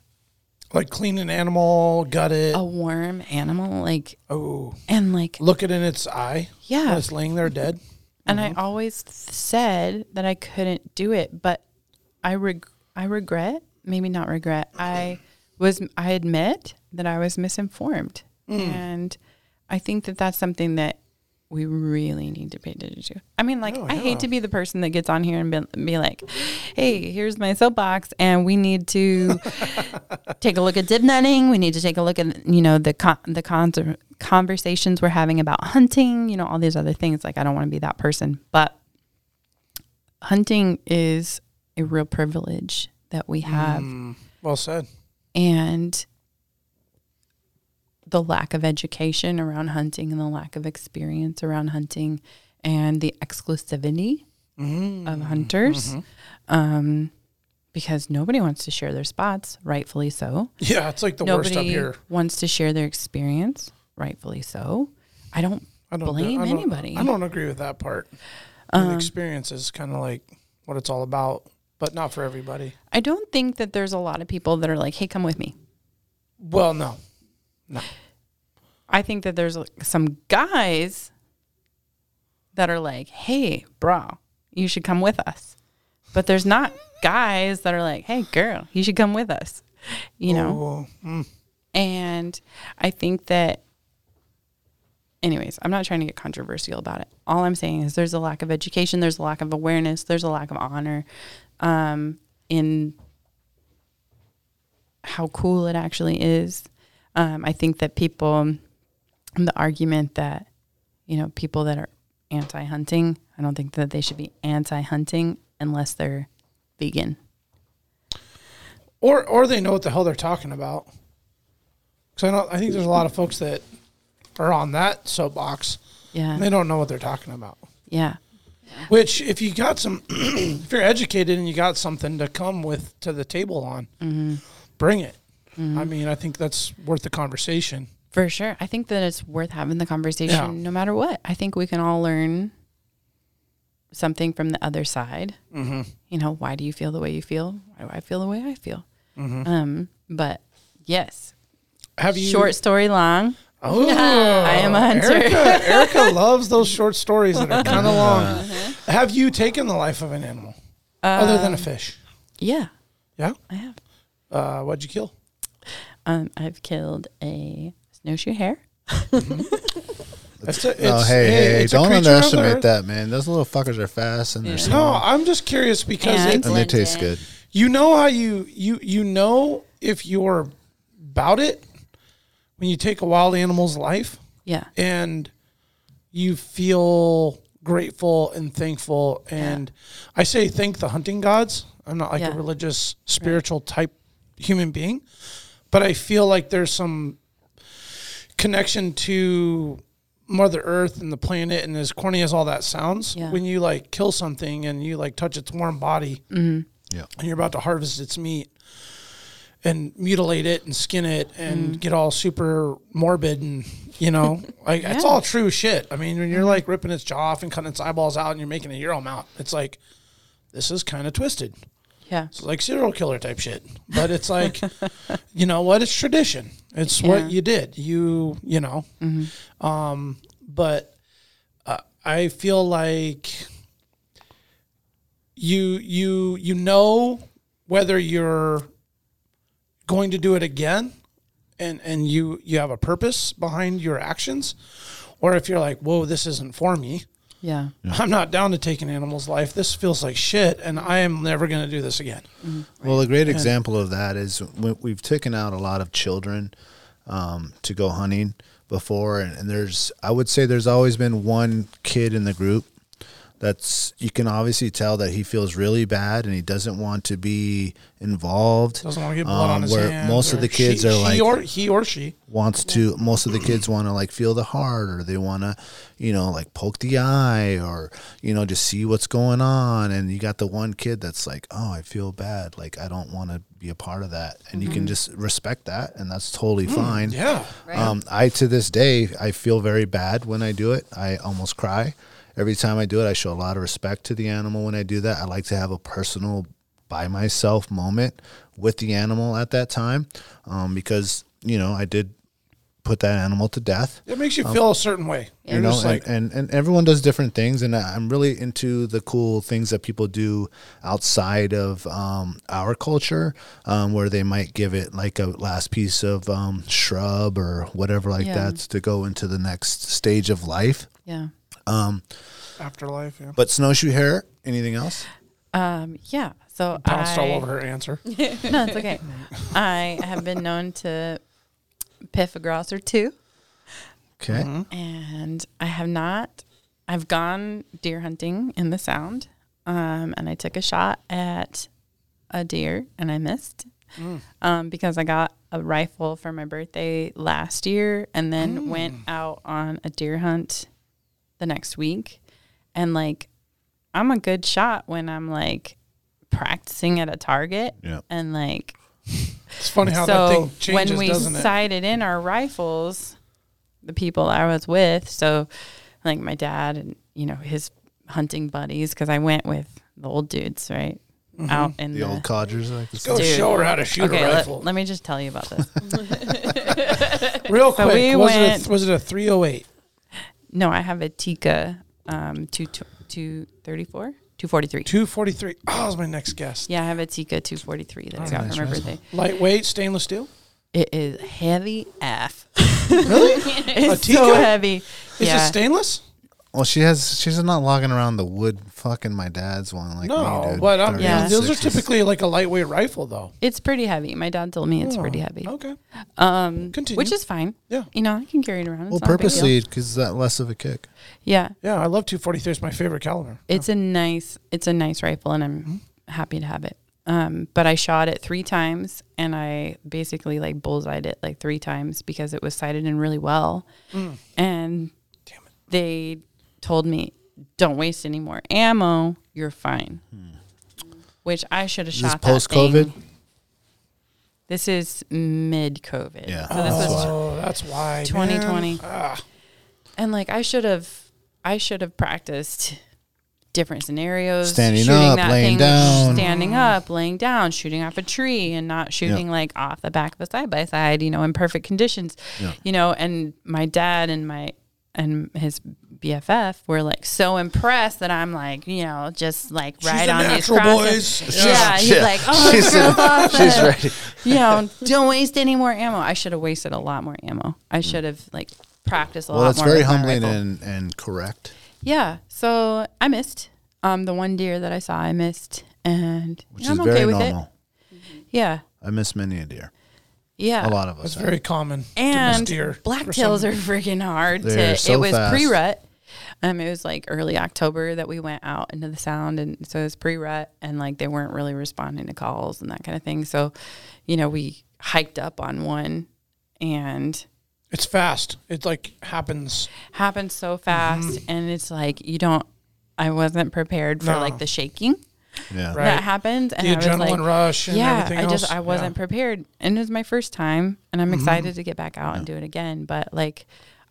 Speaker 4: like clean an animal, gut it.
Speaker 5: a
Speaker 4: Oh,
Speaker 5: warm animal like and like
Speaker 4: look it in its eye.
Speaker 5: Oh. Yeah.
Speaker 4: when it's laying there dead.
Speaker 5: and i always th- said that i couldn't do it but i reg- i regret maybe not regret i was i admit that i was misinformed and i think that that's something that we really need to pay attention to. I mean, like, I hate to be the person that gets on here and be, be like, hey, here's my soapbox, and we need to take a look at dip netting. We need to take a look at you know the con- the cons- conversations we're having about hunting. You know all these other things. Like I don't want to be that person, but hunting is a real privilege that we have,
Speaker 4: Well said.
Speaker 5: and the lack of education around hunting and the lack of experience around hunting and the exclusivity of hunters. Um, because nobody wants to share their spots, rightfully so
Speaker 4: Yeah, it's like the worst up
Speaker 5: nobody
Speaker 4: here.
Speaker 5: wants to share their experience, rightfully so. I don't
Speaker 4: I don't
Speaker 5: blame
Speaker 4: I don't-
Speaker 5: anybody. Um,
Speaker 4: I don't agree with that part. the experience is kind of like what it's all about, but not for everybody.
Speaker 5: I don't think that there's a lot of people that are like, hey, come with me.
Speaker 4: Well, no,
Speaker 5: I think that there's like, some guys that are like, hey, bro, you should come with us. But there's not guys that are like, hey, girl, you should come with us, you know? And I think that, anyways, I'm not trying to get controversial about it. All I'm saying is there's a lack of education, there's a lack of awareness, there's a lack of honor um, in how cool it actually is. Um, I think that people, the argument that, you know, people that are anti hunting, I don't think that they should be anti hunting unless they're vegan.
Speaker 4: or or they know what the hell they're talking about. Because I know I think there's a lot of folks that are on that soapbox.
Speaker 5: Yeah.
Speaker 4: and they don't know what they're talking about.
Speaker 5: Yeah.
Speaker 4: Which, if you got some, if you're educated and you got something to come with to the table on,
Speaker 5: Mm-hmm.
Speaker 4: bring it. I mean, I think that's worth the conversation.
Speaker 5: For sure. I think that it's worth having the conversation
Speaker 4: Yeah.
Speaker 5: no matter what. I think we can all learn something from the other side.
Speaker 4: Mm-hmm.
Speaker 5: You know, why do you feel the way you feel? Why do I feel the way I feel? Um, but yes,
Speaker 4: Mm-hmm. Have you
Speaker 5: short story long.
Speaker 4: Oh,
Speaker 5: I am a hunter.
Speaker 4: Erica, Erica loves those short stories that are
Speaker 2: Uh-huh.
Speaker 4: kind of long. Have you taken the life of an animal other than a
Speaker 5: Um,
Speaker 4: fish?
Speaker 5: Yeah,
Speaker 4: Yeah.
Speaker 5: I have.
Speaker 4: Uh, what'd you kill?
Speaker 5: Um, I've killed a snowshoe hare.
Speaker 4: That's a, it's,
Speaker 2: oh, hey, hey, hey,
Speaker 4: it's a
Speaker 2: don't
Speaker 4: creature of the
Speaker 2: underestimate
Speaker 4: earth.
Speaker 2: that, man. Those little fuckers are fast and they're
Speaker 4: No,
Speaker 2: small.
Speaker 4: I'm just curious because
Speaker 5: And-
Speaker 4: it,
Speaker 2: and they taste good.
Speaker 4: you know how you you you know if you're about it when you take a wild animal's life
Speaker 5: Yeah.
Speaker 4: and you feel grateful and thankful and i say thank the hunting gods i'm not like
Speaker 5: Yeah.
Speaker 4: a religious spiritual type human being but i feel like there's some connection to mother earth and the planet and as corny as all that sounds
Speaker 5: Yeah.
Speaker 4: when you like kill something and you like touch its warm body
Speaker 2: Yeah.
Speaker 4: and you're about to harvest its meat and mutilate it and skin it and get all super morbid and you know like it's all true shit i mean when you're like ripping its jaw off and cutting its eyeballs out and you're making a euro mount it's like this is kind of twisted
Speaker 5: Yeah.
Speaker 4: it's like serial killer type shit but it's like you know what it's tradition it's what you did you you know um but uh, i feel like you you you know whether you're going to do it again and and you you have a purpose behind your actions or if you're like whoa this isn't for me
Speaker 5: Yeah.
Speaker 4: i'm not down to take an animal's life this feels like shit and i am never going to do this again
Speaker 2: Well, a great example of that is we- we've taken out a lot of children um, to go hunting before, and, and there's I would say there's always been one kid in the group that's you can obviously tell that he feels really bad and he doesn't want to be involved.
Speaker 4: doesn't want to get blood on
Speaker 2: um,
Speaker 4: his
Speaker 2: where
Speaker 4: hands
Speaker 2: most of
Speaker 4: or
Speaker 2: the kids
Speaker 4: she,
Speaker 2: are
Speaker 4: she
Speaker 2: like
Speaker 4: or, he or she
Speaker 2: wants to most of the kids want to like feel the heart or they want to you know like poke the eye or you know just see what's going on and you got the one kid that's like oh i feel bad like i don't want to be a part of that and you can just respect that and that's totally fine
Speaker 4: yeah
Speaker 2: um, I to this day I feel very bad when I do it. I almost cry every time I do it. I show a lot of respect to the animal when I do that. I like to have a personal by myself moment with the animal at that time um, because you know I did put that animal to death.
Speaker 4: it makes you feel a certain way
Speaker 2: Um,
Speaker 4: you're
Speaker 2: You know,
Speaker 4: just
Speaker 2: and,
Speaker 4: like
Speaker 2: and, and everyone does different things, and I- I'm really into the cool things that people do outside of um, our culture, um, where they might give it like a last piece of um, shrub or whatever like
Speaker 5: Yeah.
Speaker 2: that to go into the next stage of life.
Speaker 5: Yeah.
Speaker 4: afterlife yeah
Speaker 2: But snowshoe hare, anything else?
Speaker 5: Um, yeah. So
Speaker 4: pounced
Speaker 5: I,
Speaker 4: all over her answer
Speaker 5: No, it's okay. I have been known to piff a grouse or two,
Speaker 2: Okay,
Speaker 5: and I have not. I've gone deer hunting in the Sound, um, and I took a shot at a deer and I missed um, because I got a rifle for my birthday last year, and then went out on a deer hunt the next week, and like I'm a good shot when I'm like practicing at a target
Speaker 2: Yeah.
Speaker 5: and like
Speaker 4: it's funny how that
Speaker 5: so
Speaker 4: thing changes
Speaker 5: when we
Speaker 4: doesn't it
Speaker 5: sighted in our rifles, the people I was with. So, like my dad and you know his hunting buddies, because I went with the old dudes, right?
Speaker 4: Mm-hmm.
Speaker 2: Mhm.
Speaker 5: Out in
Speaker 2: The old codgers, like Let's
Speaker 4: go show her how to shoot a
Speaker 5: okay, let-
Speaker 4: rifle.
Speaker 5: Let, me just tell you about this.
Speaker 4: Real
Speaker 5: So
Speaker 4: quick,
Speaker 5: we
Speaker 4: was, it
Speaker 5: went-
Speaker 4: a, was it a 308?
Speaker 5: no, I have a Tika um, two two thirty four. 243.
Speaker 4: 243. Oh, that was my next guest.
Speaker 5: Yeah, I have a Tika 243 that I
Speaker 4: Oh,
Speaker 5: got
Speaker 4: nice
Speaker 5: for my
Speaker 4: rifle.
Speaker 5: birthday.
Speaker 4: Lightweight, stainless steel?
Speaker 5: It is heavy F.
Speaker 4: Really?
Speaker 5: it's
Speaker 4: Tika?
Speaker 5: so heavy.
Speaker 4: Is
Speaker 5: yeah.
Speaker 4: it stainless?
Speaker 2: Well, she has. She's not logging around the wood. Fucking my dad's one. Like me,
Speaker 4: no,
Speaker 2: dude,
Speaker 4: but I'm,
Speaker 2: 30s,
Speaker 5: Yeah.
Speaker 4: those are
Speaker 2: 60s.
Speaker 4: typically like a lightweight rifle, though.
Speaker 5: It's pretty heavy. My dad told me it's
Speaker 4: Oh,
Speaker 5: pretty heavy.
Speaker 4: Okay.
Speaker 5: Um,
Speaker 4: Continue.
Speaker 5: which is fine.
Speaker 4: Yeah.
Speaker 5: You know, I can carry it around. It's
Speaker 2: Well,
Speaker 5: not a big deal.
Speaker 2: purposely because that less of a kick.
Speaker 5: Yeah.
Speaker 4: Yeah, I love 243. It's my favorite caliber.
Speaker 5: It's a nice, it's a nice rifle and
Speaker 4: Mm-hmm.
Speaker 5: I'm happy to have it. Um, but I shot it three times and I basically like bullseyed it like three times because it was sighted in really well.
Speaker 4: Mm.
Speaker 5: And
Speaker 4: Damn it.
Speaker 5: they told me, don't waste any more ammo. You're fine. Which I should have
Speaker 2: Is Hmm. this
Speaker 5: shot. that
Speaker 2: post COVID?
Speaker 5: thing. This is mid COVID.
Speaker 2: Yeah.
Speaker 5: So this was
Speaker 4: Oh, that's why.
Speaker 5: 2020.
Speaker 4: man. Ah,
Speaker 5: and like I should have, I should have practiced different scenarios.
Speaker 2: Standing
Speaker 5: shooting
Speaker 2: up,
Speaker 5: that
Speaker 2: laying
Speaker 5: thing,
Speaker 2: down.
Speaker 5: standing up, laying down, shooting off a tree, and not shooting like off the back of a side by side. You know, in perfect conditions.
Speaker 2: Yeah.
Speaker 5: You know, and my dad and my and his BFF were like so impressed that I'm like, you know, just like right
Speaker 4: a
Speaker 5: on these
Speaker 4: natural,
Speaker 5: crosses.
Speaker 4: boys.
Speaker 5: Yeah, he's
Speaker 2: Yeah.
Speaker 5: like, oh,
Speaker 2: She's-
Speaker 5: she's,
Speaker 2: She's ready.
Speaker 5: you know, don't waste any more ammo. I should have wasted a lot more ammo. I should have like practiced a
Speaker 2: Hmm. Well,
Speaker 5: lot
Speaker 2: it's
Speaker 5: more.
Speaker 2: very
Speaker 5: with my
Speaker 2: humbling
Speaker 5: rifle.
Speaker 2: and, and correct.
Speaker 5: Yeah. So I missed um, the one deer that I saw. I missed, and
Speaker 2: which
Speaker 5: I'm
Speaker 2: is
Speaker 5: okay
Speaker 2: very
Speaker 5: with
Speaker 2: normal.
Speaker 5: it. Yeah.
Speaker 2: I miss many a deer.
Speaker 5: Yeah.
Speaker 2: A lot of us.
Speaker 4: It's
Speaker 2: have.
Speaker 4: very common.
Speaker 5: And
Speaker 4: to miss deer for
Speaker 5: blacktails
Speaker 4: some-
Speaker 5: are freaking hard
Speaker 2: They're
Speaker 5: to.
Speaker 2: so
Speaker 5: it was
Speaker 2: fast.
Speaker 5: pre-rut. Um, it was like early October that we went out into the sound, and so it was pre-rut, and like they weren't really responding to calls and that kind of thing. So, you know, we hiked up on one, and
Speaker 4: It's fast. It like happens.
Speaker 5: happened so fast,
Speaker 4: Mm-hmm.
Speaker 5: and it's like you don't. I wasn't prepared for
Speaker 4: No.
Speaker 5: like the shaking
Speaker 2: yeah.
Speaker 4: Right.
Speaker 5: that happened, and
Speaker 4: the
Speaker 5: I was
Speaker 4: adrenaline
Speaker 5: like,
Speaker 4: rush and
Speaker 5: yeah,
Speaker 4: everything
Speaker 5: I
Speaker 4: else. Mm-hmm.
Speaker 5: just I wasn't prepared, and it was my first time, and I'm excited to get back out and do it again. But like,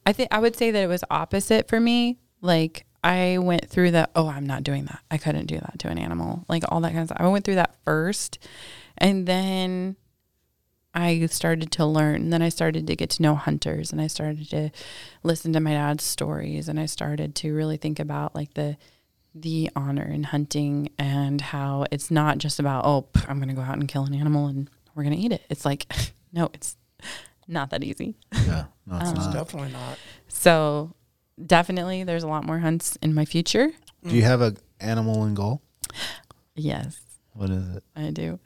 Speaker 5: I think I would say that it was opposite for me. Like I went through the oh I'm not doing that. I couldn't do that to an animal. Like all that kind of stuff. I went through that first, and then I started to learn. Then I started to get to know hunters and I started to listen to my dad's stories and I started to really think about like the the honor in hunting and how it's not just about oh pff, I'm going to go out and kill an animal and we're going to eat it. It's like no, it's not that easy.
Speaker 2: Yeah. No,
Speaker 5: Um,
Speaker 2: it's
Speaker 4: It's
Speaker 2: not.
Speaker 4: definitely not.
Speaker 5: So definitely there's a lot more hunts in my future.
Speaker 2: Do you have a animal in goal?
Speaker 5: Yes,
Speaker 2: What is it?
Speaker 5: I do.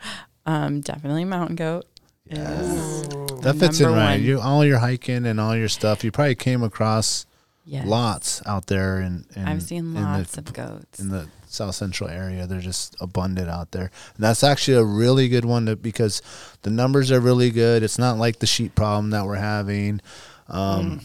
Speaker 5: Um definitely mountain goat. is
Speaker 2: That fits in
Speaker 5: number
Speaker 2: right.
Speaker 5: one.
Speaker 2: You all your hiking and all your stuff. You probably came across
Speaker 5: Yes.
Speaker 2: lots out there, and
Speaker 5: I've seen lots of goats.
Speaker 2: in the south central area. They're just abundant out there. And that's actually a really good one to, because the numbers are really good. It's not like the sheep problem that we're having. Um,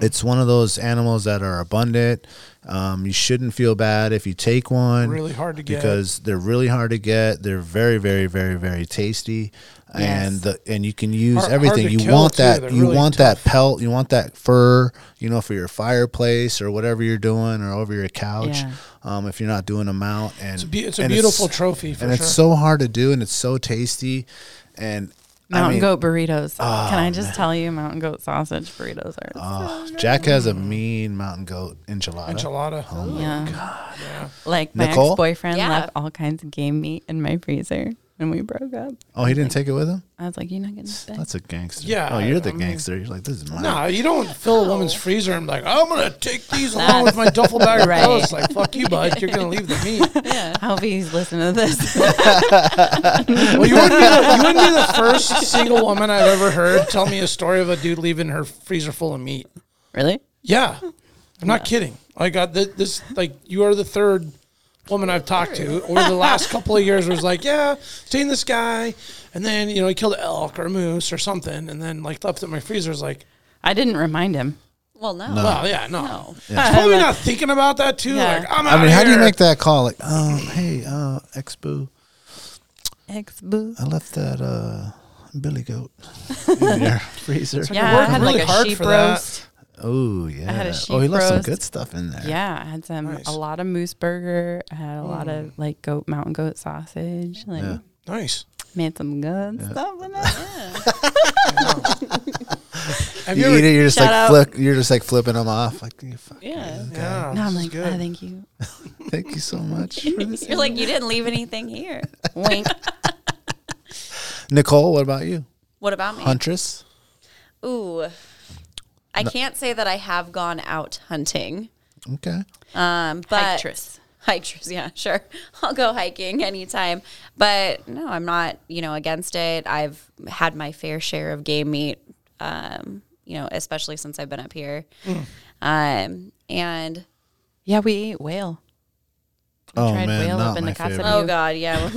Speaker 2: It's one of those animals that are abundant. Um, you shouldn't feel bad if you take one.
Speaker 4: Really hard to get.
Speaker 2: because they're really hard to get. They're very, very, very, very tasty, and
Speaker 5: Yes.
Speaker 2: the and you can use
Speaker 4: Hard-
Speaker 2: everything.
Speaker 4: hard to
Speaker 2: you
Speaker 4: kill,
Speaker 2: want
Speaker 4: too.
Speaker 2: that.
Speaker 4: They're
Speaker 2: You
Speaker 4: really
Speaker 2: want that pelt. You want that fur. You know, for your fireplace or whatever you're doing, or over your couch.
Speaker 5: Yeah.
Speaker 2: Um, if you're not doing a mount, and
Speaker 4: It's a, be- it's a
Speaker 2: and
Speaker 4: beautiful trophy for
Speaker 2: and
Speaker 4: sure.
Speaker 2: it's so hard to do, and it's so tasty, and
Speaker 5: Mountain
Speaker 2: I mean,
Speaker 5: goat burritos. Can I just tell you, mountain goat sausage burritos are.
Speaker 2: oh, Jack has a mean mountain goat enchilada.
Speaker 4: enchilada.
Speaker 5: yeah. Like my
Speaker 2: Nicole?
Speaker 5: ex boyfriend
Speaker 7: Yeah.
Speaker 5: left all kinds of game meat in my freezer when we broke up.
Speaker 2: Oh, he didn't take it with him.
Speaker 5: I was like, you're not going to stay.
Speaker 2: That's a gangster.
Speaker 4: Yeah,
Speaker 2: Oh, you're
Speaker 4: I-
Speaker 2: the
Speaker 4: I mean-
Speaker 2: gangster. You're like this is mine.
Speaker 4: No, you don't fill a woman's freezer and be like, I'm gonna take these along with my duffel bag of
Speaker 5: Right.
Speaker 4: clothes. Like, fuck you, bud. You're gonna leave the meat.
Speaker 5: I hope he's listening to this.
Speaker 4: Well, you wouldn't, be the, you wouldn't be the first single woman I've ever heard tell me a story of a dude leaving her freezer full of meat.
Speaker 5: really?
Speaker 4: Yeah, I'm not kidding. I got th- this. Like, you are the third woman I've talked to over the last couple of years. Was like, yeah, seen this guy, and then you know he killed an elk or a moose or something, and then like left it in my freezer. Is like,
Speaker 5: I didn't remind him.
Speaker 7: Well, Uh, no.
Speaker 4: well, yeah, no.
Speaker 2: Yeah.
Speaker 4: Probably not thinking about that too.
Speaker 5: Yeah.
Speaker 4: Like, I'm
Speaker 2: I
Speaker 4: outta
Speaker 2: mean, how do you
Speaker 4: here.
Speaker 2: make that call? Like, um, hey, uh, ex boo,
Speaker 5: Ex boo.
Speaker 2: I left that uh, billy goat in your freezer.
Speaker 5: Yeah,
Speaker 4: worked
Speaker 5: I had
Speaker 4: really
Speaker 5: like a
Speaker 4: hard
Speaker 5: sheep
Speaker 4: for that.
Speaker 5: roast.
Speaker 2: Oh yeah.
Speaker 5: I had a
Speaker 2: oh, he
Speaker 5: sheep
Speaker 2: left some
Speaker 5: roast.
Speaker 2: good stuff in there.
Speaker 5: Yeah, I had some
Speaker 4: Nice.
Speaker 5: a lot of moose burger. I had a lot of like goat mountain goat sausage. Like
Speaker 2: Yeah.
Speaker 4: Nice.
Speaker 5: made some good stuff in it.
Speaker 4: Have
Speaker 2: You,
Speaker 4: you,
Speaker 2: eat
Speaker 4: ever,
Speaker 2: it, you're just like
Speaker 5: Shout
Speaker 2: flick, you're just like flipping them off. Like, you fuck,
Speaker 5: Yeah.
Speaker 4: Yeah,
Speaker 5: No, I'm
Speaker 4: this is
Speaker 5: like,
Speaker 4: good.
Speaker 5: oh, thank you.
Speaker 2: thank you so much. For this.
Speaker 7: You're like, you didn't leave anything here.
Speaker 5: Wink.
Speaker 2: Nicole, what about you?
Speaker 7: What about me?
Speaker 2: Huntress.
Speaker 7: Ooh. I can't say that I have gone out hunting.
Speaker 2: Okay.
Speaker 7: Um, but
Speaker 5: Hitress.
Speaker 7: Hitress, yeah, sure. I'll go hiking anytime. But no, I'm not, you know, against it. I've had my fair share of game meat, um, you know, especially since I've been up here.
Speaker 4: Hmm.
Speaker 7: Um, and
Speaker 5: Yeah, we ate whale. We
Speaker 2: Oh
Speaker 5: tried
Speaker 2: man,
Speaker 5: whale
Speaker 2: not
Speaker 5: up in
Speaker 2: my
Speaker 5: the Katsubi.
Speaker 2: favorite.
Speaker 7: oh god, yeah,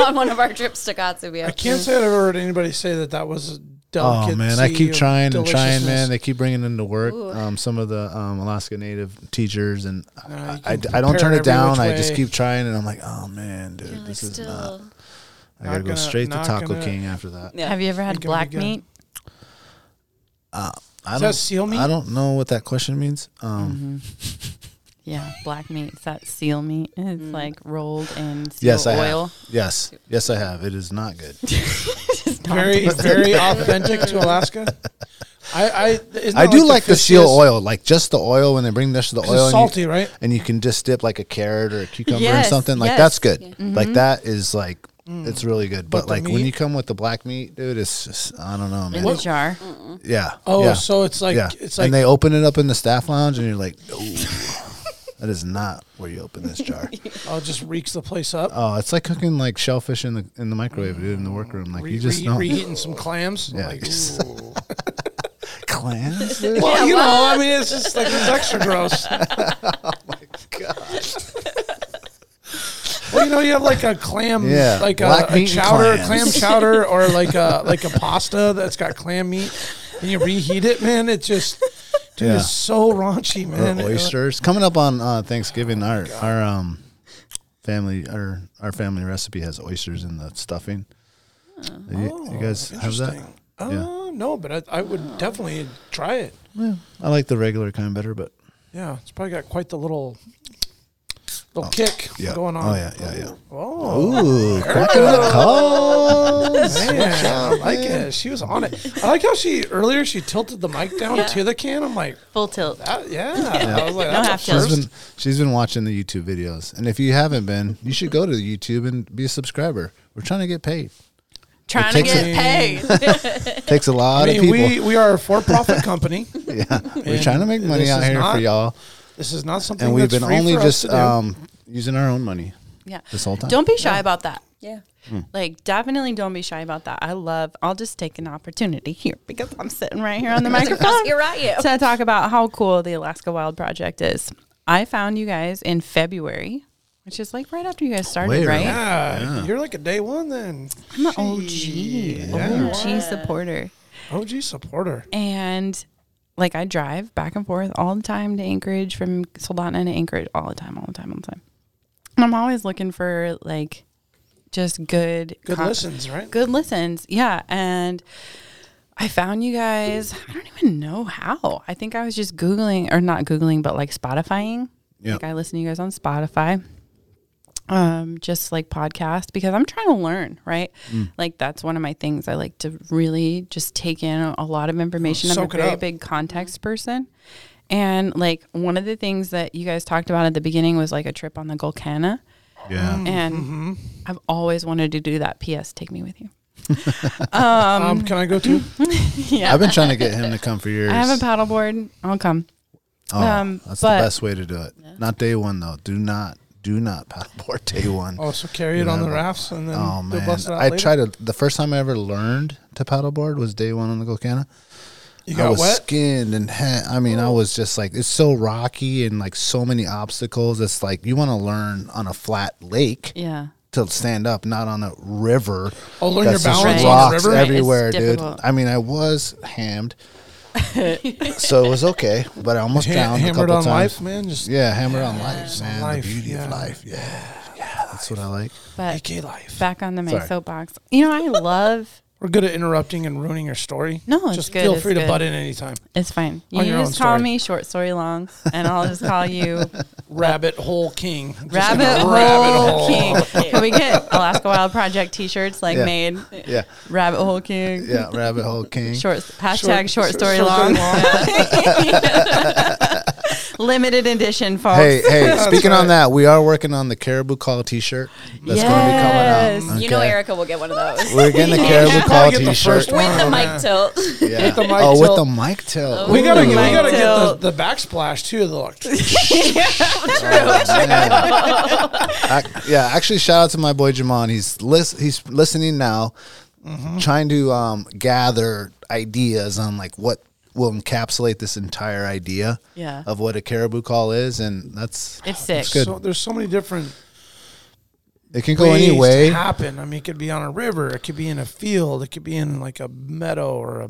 Speaker 7: on one of our trips to Kotzebue.
Speaker 4: I can't say I've ever heard anybody say that that was a delicate.
Speaker 2: Oh man, I keep trying and trying, man.
Speaker 4: They
Speaker 2: They keep bringing into work um, some of the um, Alaska Native teachers, and
Speaker 4: Nah, you
Speaker 2: I, I,
Speaker 4: can
Speaker 2: I don't
Speaker 4: prepare
Speaker 2: turn it
Speaker 4: every
Speaker 2: down.
Speaker 4: which
Speaker 2: I just
Speaker 4: way.
Speaker 2: keep trying, and I'm like, oh man, dude,
Speaker 7: Like,
Speaker 2: this is
Speaker 7: still,
Speaker 2: not. I
Speaker 4: Not
Speaker 2: gotta go
Speaker 4: gonna-
Speaker 2: straight to
Speaker 4: not
Speaker 2: Taco
Speaker 4: gonna-
Speaker 2: King after that.
Speaker 5: Have you ever had
Speaker 4: Think it would be
Speaker 5: black
Speaker 4: good.
Speaker 5: meat?
Speaker 2: I
Speaker 4: Is
Speaker 2: don't.
Speaker 4: that seal meat?
Speaker 2: I don't know what that question means. Um,
Speaker 5: Yeah, black meat. It's that seal meat. It's like rolled in seal
Speaker 2: Yes, I
Speaker 5: oil.
Speaker 2: have. Yes, yes, I have. It is not good.
Speaker 4: very very authentic to Alaska. I I, isn't
Speaker 2: I
Speaker 4: that
Speaker 2: do like the,
Speaker 4: fish
Speaker 2: seal
Speaker 4: is?
Speaker 2: oil, like just the oil when they bring this to the
Speaker 4: 'Cause
Speaker 2: oil.
Speaker 4: It's
Speaker 2: and you-
Speaker 4: salty, right?
Speaker 2: and you can just dip like a carrot or a cucumber
Speaker 5: Yes,
Speaker 2: or something. Like
Speaker 5: yes.
Speaker 2: that's good. Like that is like it's really good. But,
Speaker 4: Mm. But the
Speaker 2: like when you
Speaker 4: meat?
Speaker 2: come with the black meat, dude, it's just I don't know, man.
Speaker 5: In the jar.
Speaker 2: Yeah.
Speaker 4: Oh,
Speaker 2: yeah.
Speaker 4: so it's like
Speaker 2: yeah.
Speaker 4: it's like
Speaker 2: and they open it up in the staff lounge, and you're like, no, that is not where you open this jar.
Speaker 4: oh, it just reeks the place up.
Speaker 2: oh, it's like cooking like shellfish in the in the microwave, dude, in the workroom. Like
Speaker 4: Re-
Speaker 2: you just
Speaker 4: re-
Speaker 2: don't
Speaker 4: reheating some clams.
Speaker 2: Yeah.
Speaker 4: Like, ooh.
Speaker 2: clams. dude?
Speaker 4: well, you know, I mean, it's just like it's extra gross.
Speaker 2: God.
Speaker 4: Well, you know, you have like a clam,
Speaker 2: Yeah,
Speaker 4: like a,
Speaker 2: black
Speaker 4: a
Speaker 2: meat
Speaker 4: chowder,
Speaker 2: clams.
Speaker 4: clam chowder, or like a like a pasta that's got clam meat, and you reheat it, man. It just, dude,
Speaker 2: Yeah.
Speaker 4: it's so raunchy, man.
Speaker 2: or
Speaker 4: It-
Speaker 2: oysters. Coming up on uh, Thanksgiving,
Speaker 4: Oh
Speaker 2: our our um family our our family recipe has oysters in the stuffing. You, you guys have that?
Speaker 4: Oh, Interesting. Uh, No, but I, I would definitely try it.
Speaker 2: I like the regular kind better, but
Speaker 4: Yeah, it's probably got quite the little little kick
Speaker 2: Oh, yeah.
Speaker 4: going on.
Speaker 2: Oh yeah, yeah, yeah.
Speaker 4: Oh,
Speaker 2: Ooh, cracking the calls.
Speaker 4: man, I like it. She was on it. I like how she earlier she tilted the mic down to the can. I'm like,
Speaker 5: Full tilt.
Speaker 4: that, yeah. I was like,
Speaker 5: No
Speaker 4: that's a
Speaker 5: half
Speaker 4: first.
Speaker 5: tilt.
Speaker 2: She's been, she's been watching the YouTube videos, and if you haven't been, you should go to YouTube and be a subscriber. We're trying to get paid.
Speaker 5: Trying to
Speaker 2: takes a-
Speaker 5: get paid.
Speaker 2: Takes a lot
Speaker 4: I mean,
Speaker 2: of people.
Speaker 4: we, we are a for profit company.
Speaker 2: We, are trying to make money
Speaker 4: this
Speaker 2: out
Speaker 4: is
Speaker 2: here for
Speaker 4: not-
Speaker 2: y'all,
Speaker 4: This is not something
Speaker 2: and we've
Speaker 4: that's
Speaker 2: been
Speaker 4: free
Speaker 2: only
Speaker 4: for
Speaker 2: just
Speaker 4: us to do.
Speaker 2: um, using our own money.
Speaker 5: Yeah.
Speaker 2: This whole time.
Speaker 5: Don't be shy about that.
Speaker 7: yeah.
Speaker 5: Like definitely don't be shy about that. I love I'll just take an opportunity here because I'm sitting right here on the microphone.
Speaker 7: You're right, you.
Speaker 5: To talk about how cool the Alaska Wild Project is. I found you guys in February, which is like right after you guys started,
Speaker 2: Way
Speaker 5: right?
Speaker 2: early.
Speaker 4: yeah, you're like a day one then.
Speaker 5: I'm an OG. OG supporter.
Speaker 4: OG supporter.
Speaker 5: and like I drive back and forth all the time to Anchorage from Soldotna to Anchorage all the time, all the time, all the time. And I'm always looking for like just good,
Speaker 4: Good
Speaker 5: con-
Speaker 4: listens, right?
Speaker 5: good listens. Yeah, and I found you guys. I don't even know how. I think I was just googling or not googling, but like Spotifying.
Speaker 2: Yeah.
Speaker 5: Like I listen to you guys on Spotify. Um, just like podcast because I'm trying to learn, right?
Speaker 4: Mm.
Speaker 5: Like that's one of my things. I like to really just take in a lot of information. I'm
Speaker 4: Soak
Speaker 5: a
Speaker 4: it
Speaker 5: very
Speaker 4: up.
Speaker 5: big context person. And like one of the things that you guys talked about at the beginning was like a trip on the Golcana.
Speaker 2: Yeah.
Speaker 4: Mm-hmm.
Speaker 5: And I've always wanted to do that. P.S. Take me with you.
Speaker 4: Um, can I go too?
Speaker 2: I've been trying to get him to come for years.
Speaker 5: I have a paddleboard. I'll come.
Speaker 2: Oh,
Speaker 5: um,
Speaker 2: that's
Speaker 5: but-
Speaker 2: the best way to do it. Not day one though. Do not, do not paddleboard day one.
Speaker 4: Oh, so carry it on the rafts and then
Speaker 2: Oh,
Speaker 4: they'll
Speaker 2: man,
Speaker 4: bust it out
Speaker 2: I
Speaker 4: later.
Speaker 2: tried to. The first time I ever learned to paddleboard was day one on the Golcana.
Speaker 4: You
Speaker 2: I
Speaker 4: got
Speaker 2: was
Speaker 4: wet. Oh.
Speaker 2: skinned and ha- I mean, I was just like, it's so rocky and like so many obstacles. It's like you want to learn on a flat lake
Speaker 5: Yeah.
Speaker 2: to stand up, not on a river.
Speaker 4: Oh, learn
Speaker 2: that's
Speaker 4: your
Speaker 2: just
Speaker 4: balance on the
Speaker 2: rocks
Speaker 4: river.
Speaker 5: Right, it's
Speaker 2: everywhere, dude.
Speaker 5: difficult.
Speaker 2: I mean, I was hammed, so it was okay, but I almost
Speaker 4: Ha-
Speaker 2: drowned a
Speaker 4: hammered
Speaker 2: couple
Speaker 4: on
Speaker 2: times.
Speaker 4: life, man. Just
Speaker 2: Yeah, hammer on life, man.
Speaker 4: life,
Speaker 2: the beauty
Speaker 4: yeah.
Speaker 2: of life. Yeah, yeah, that's what I like.
Speaker 5: But
Speaker 4: AK life.
Speaker 5: back on the my
Speaker 2: Sorry.
Speaker 5: soapbox. You know, I love
Speaker 4: We're good at interrupting and ruining your story.
Speaker 5: No, it's
Speaker 4: just
Speaker 5: good,
Speaker 4: feel
Speaker 5: it's
Speaker 4: free to
Speaker 5: good.
Speaker 4: butt in anytime.
Speaker 5: It's fine. You
Speaker 4: On your
Speaker 5: just
Speaker 4: own
Speaker 5: call
Speaker 4: story.
Speaker 5: me short story long, and I'll just call you
Speaker 4: Rabbit hole king. Just
Speaker 5: Rabbit
Speaker 4: gonna
Speaker 5: Hole King. Can we get Alaska Wild Project T-shirts like
Speaker 2: Yeah.
Speaker 5: made?
Speaker 2: Yeah.
Speaker 5: Rabbit Hole King.
Speaker 2: Yeah, rabbit hole king.
Speaker 5: Short hashtag short,
Speaker 4: short-
Speaker 5: story
Speaker 4: short
Speaker 5: long.
Speaker 4: story
Speaker 5: Limited edition, folks.
Speaker 2: Hey, hey! Speaking on that, we are working on the Caribou Call T-shirt. That's going to be coming out.
Speaker 7: You know,
Speaker 2: Okay.
Speaker 7: Erica will get one of those
Speaker 2: We're getting the Caribou Call
Speaker 4: Probably get the
Speaker 2: T-shirt.
Speaker 4: first
Speaker 7: with the
Speaker 4: Oh,
Speaker 7: mic
Speaker 4: man.
Speaker 7: tilt.
Speaker 2: Yeah.
Speaker 4: the mic
Speaker 2: oh, with
Speaker 4: tilt.
Speaker 2: the mic tilt.
Speaker 4: We gotta, we
Speaker 5: Mine
Speaker 4: gotta get
Speaker 5: tilt.
Speaker 4: the, the backsplash too. Though.
Speaker 2: Ac- yeah, actually, shout out to my boy Jamon. He's lis- he's listening now,
Speaker 5: Mm-hmm.
Speaker 2: trying to um, gather ideas on like what will encapsulate this entire idea
Speaker 5: Yeah.
Speaker 2: of what a caribou call is, and that's
Speaker 5: It's sick.
Speaker 2: good.
Speaker 4: So there's so many different
Speaker 2: it can go
Speaker 4: ways
Speaker 2: any way.
Speaker 4: to happen. I mean, it could be on a river, it could be in a field, it could be in like a meadow or a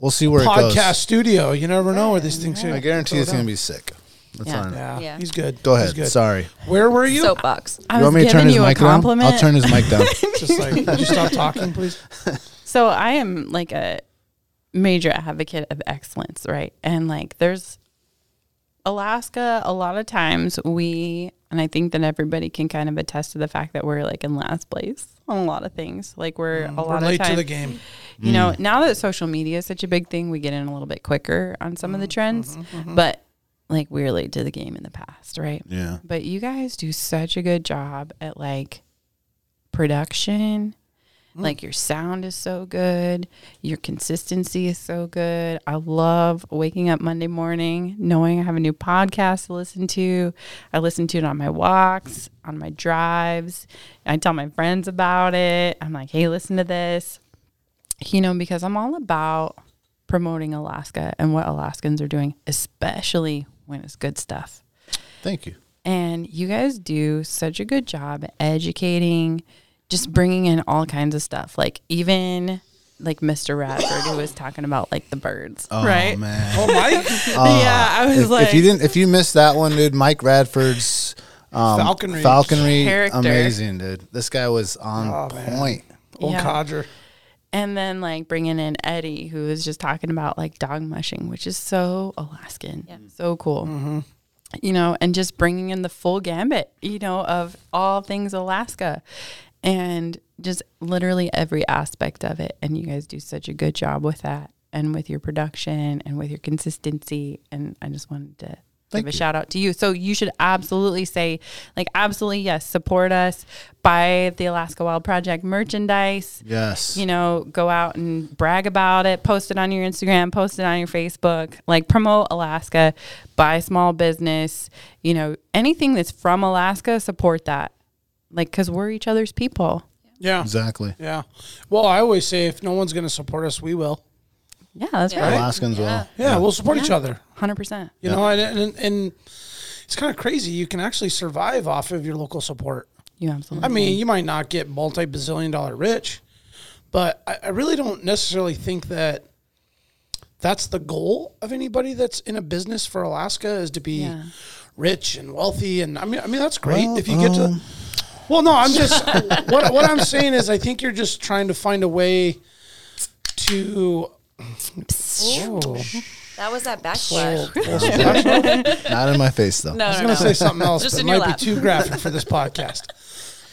Speaker 2: We'll see where it
Speaker 4: podcast
Speaker 2: goes.
Speaker 4: studio. You never know where these things are.
Speaker 2: I guarantee it's gonna be sick. That's
Speaker 5: Yeah.
Speaker 2: all I know.
Speaker 4: Yeah,
Speaker 7: Yeah.
Speaker 4: he's good.
Speaker 2: Go
Speaker 4: He's
Speaker 2: ahead.
Speaker 4: good.
Speaker 2: Sorry.
Speaker 4: Where were you?
Speaker 7: Soapbox.
Speaker 5: I
Speaker 2: you
Speaker 5: was
Speaker 2: want me to turn
Speaker 5: giving
Speaker 2: his
Speaker 5: you a
Speaker 2: mic down?
Speaker 5: compliment.
Speaker 2: I'll turn his mic down.
Speaker 4: Just like, would you stop talking, please?
Speaker 5: So I am like a major advocate of excellence, right? And like there's Alaska, a lot of times we, and I think that everybody can kind of attest to the fact that we're like in last place on a lot of things. Like we're a
Speaker 4: We're
Speaker 5: lot
Speaker 4: late
Speaker 5: of
Speaker 4: Mm, to
Speaker 5: times,
Speaker 4: the game. Mm.
Speaker 5: you know, now that social media is such a big thing, we get in a little bit quicker on some
Speaker 4: Mm-hmm,
Speaker 5: of the trends, but like we're late to the game in the past, right?
Speaker 2: Yeah.
Speaker 5: But you guys do such a good job at like production. Like your sound is so good, your consistency is so good. I love waking up Monday morning knowing I have a new podcast to listen to. I listen to it on my walks, on my drives. I tell my friends about it. I'm like, "Hey, listen to this." You know, because I'm all about promoting Alaska and what Alaskans are doing, especially when it's good stuff.
Speaker 2: Thank you.
Speaker 5: And you guys do such a good job educating, just bringing in all kinds of stuff. Like even like Mr. Radford who was talking about like the birds,
Speaker 2: Oh
Speaker 5: right?
Speaker 2: man.
Speaker 4: Oh, Mike,
Speaker 5: yeah, I was
Speaker 2: if,
Speaker 5: like,
Speaker 2: if you didn't, if you missed that one, dude, Mike Radford's um,
Speaker 4: Falconry.
Speaker 2: falconry,
Speaker 5: Character.
Speaker 2: amazing, dude. This guy was on
Speaker 4: Oh, man.
Speaker 2: point.
Speaker 4: old
Speaker 5: Yeah.
Speaker 4: codger.
Speaker 5: and then like bringing in Eddie who was just talking about like dog mushing, which is so Alaskan, so cool.
Speaker 2: Mm-hmm.
Speaker 5: You know, and just bringing in the full gambit, you know, of all things Alaska, and just literally every aspect of it. And you guys do such a good job with that, and with your production, and with your consistency. And I just wanted to.
Speaker 2: Thank
Speaker 5: give a
Speaker 2: you.
Speaker 5: shout out to you. So you should absolutely say, like, absolutely yes, support us, buy the Alaska Wild Project merchandise
Speaker 2: Yes.
Speaker 5: you know, go out and brag about it, post it on your Instagram, post it on your Facebook, like promote Alaska, buy small business, you know, anything that's from Alaska, support that. Like, cause we're each other's people.
Speaker 4: Yeah,
Speaker 2: exactly.
Speaker 4: yeah. Well, I always say if no one's going to support us, we will.
Speaker 5: Yeah, that's right.
Speaker 2: Alaskans will.
Speaker 4: Yeah, we'll support each other.
Speaker 5: 100%.
Speaker 4: You know, and, and and it's kind of crazy. You can actually survive off of your local support.
Speaker 5: You absolutely.
Speaker 4: I mean, you might not get multi bazillion dollar rich, but I, I really don't necessarily think that that's the goal of anybody that's in a business for Alaska is to be
Speaker 5: Yeah.
Speaker 4: rich and wealthy. And I mean, I mean that's great if you get to. Well, no, I'm just what what I'm saying is I think you're just trying to find a way to. Oh,
Speaker 7: That was that backslash.
Speaker 2: Not in my face though.
Speaker 7: No,
Speaker 4: I
Speaker 7: no,
Speaker 4: was
Speaker 7: no.
Speaker 4: going to say something else.
Speaker 7: Just
Speaker 4: but
Speaker 7: in
Speaker 4: it
Speaker 7: your
Speaker 4: might
Speaker 7: lap.
Speaker 4: be too graphic for this podcast.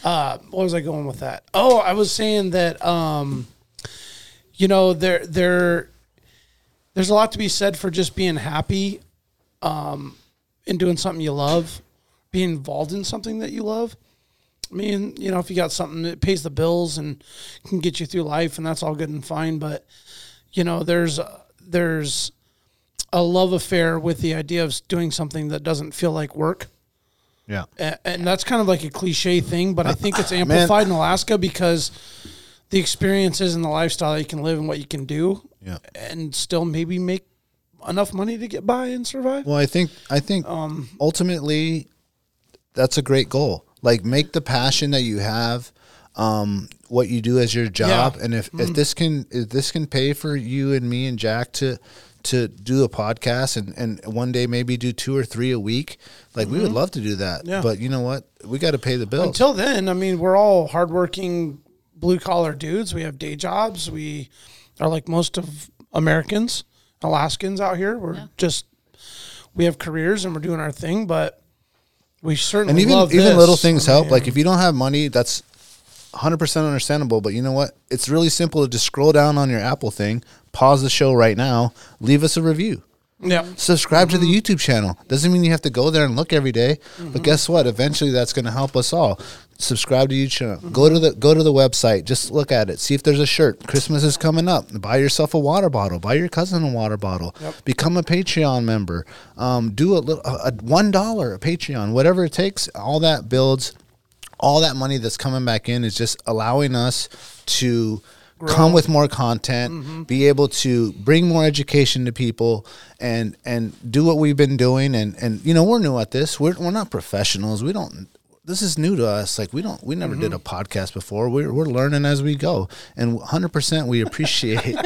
Speaker 4: Uh, what was I going with that? Oh, I was saying that um, you know there there there's a lot to be said for just being happy um, and doing something you love, being involved in something that you love. I mean, you know, if you got something that pays the bills and can get you through life, and that's all good and fine. But you know, there's uh, there's a love affair with the idea of doing something that doesn't feel like work.
Speaker 2: Yeah.
Speaker 4: A- And that's kind of like a cliche thing, but I think
Speaker 2: Ah,
Speaker 4: it's amplified in Alaska because the experiences and the lifestyle that you can live and what you can do
Speaker 2: Yeah.
Speaker 4: and still maybe make enough money to get by and survive.
Speaker 2: Well, I think I think ultimately that's a great goal. Like make the passion that you have um what you do as your job and if, if this can if this can pay for you and me and Jack to to do a podcast and and one day maybe do two or three a week, like we would love to do that.
Speaker 4: Yeah.
Speaker 2: But you know what? We got to pay the bills.
Speaker 4: Until then, I mean, we're all hardworking blue collar dudes. We have day jobs. We are like most of Americans, Alaskans out here. We're just we have careers and we're doing our thing, but we certainly
Speaker 2: and even
Speaker 4: love
Speaker 2: even
Speaker 4: this.
Speaker 2: little things
Speaker 4: I
Speaker 2: help.
Speaker 4: mean,
Speaker 2: Like if you don't have money, that's 100% understandable. But you know what? It's really simple to just scroll down on your Apple thing, pause the show right now, leave us a review,
Speaker 4: yeah,
Speaker 2: subscribe to the YouTube channel. Doesn't mean you have to go there and look every day, But guess what? Eventually, that's going to help us all. Subscribe to YouTube channel. Go to the go to the website. Just look at it. See if there's a shirt. Christmas is coming up. Buy yourself a water bottle. Buy your cousin a water bottle. Become a Patreon member. Um, do a little a, a one dollar a Patreon. Whatever it takes. All that builds all that money that's coming back in is just allowing us to come with more content,
Speaker 4: Mm-hmm.
Speaker 2: be able to bring more education to people and and do what we've been doing and and you know we're new at this. We're we're not professionals. We don't this is new to us. Like we don't we never
Speaker 4: Mm-hmm.
Speaker 2: did a podcast before. We're we're learning as we go. And 100% we appreciate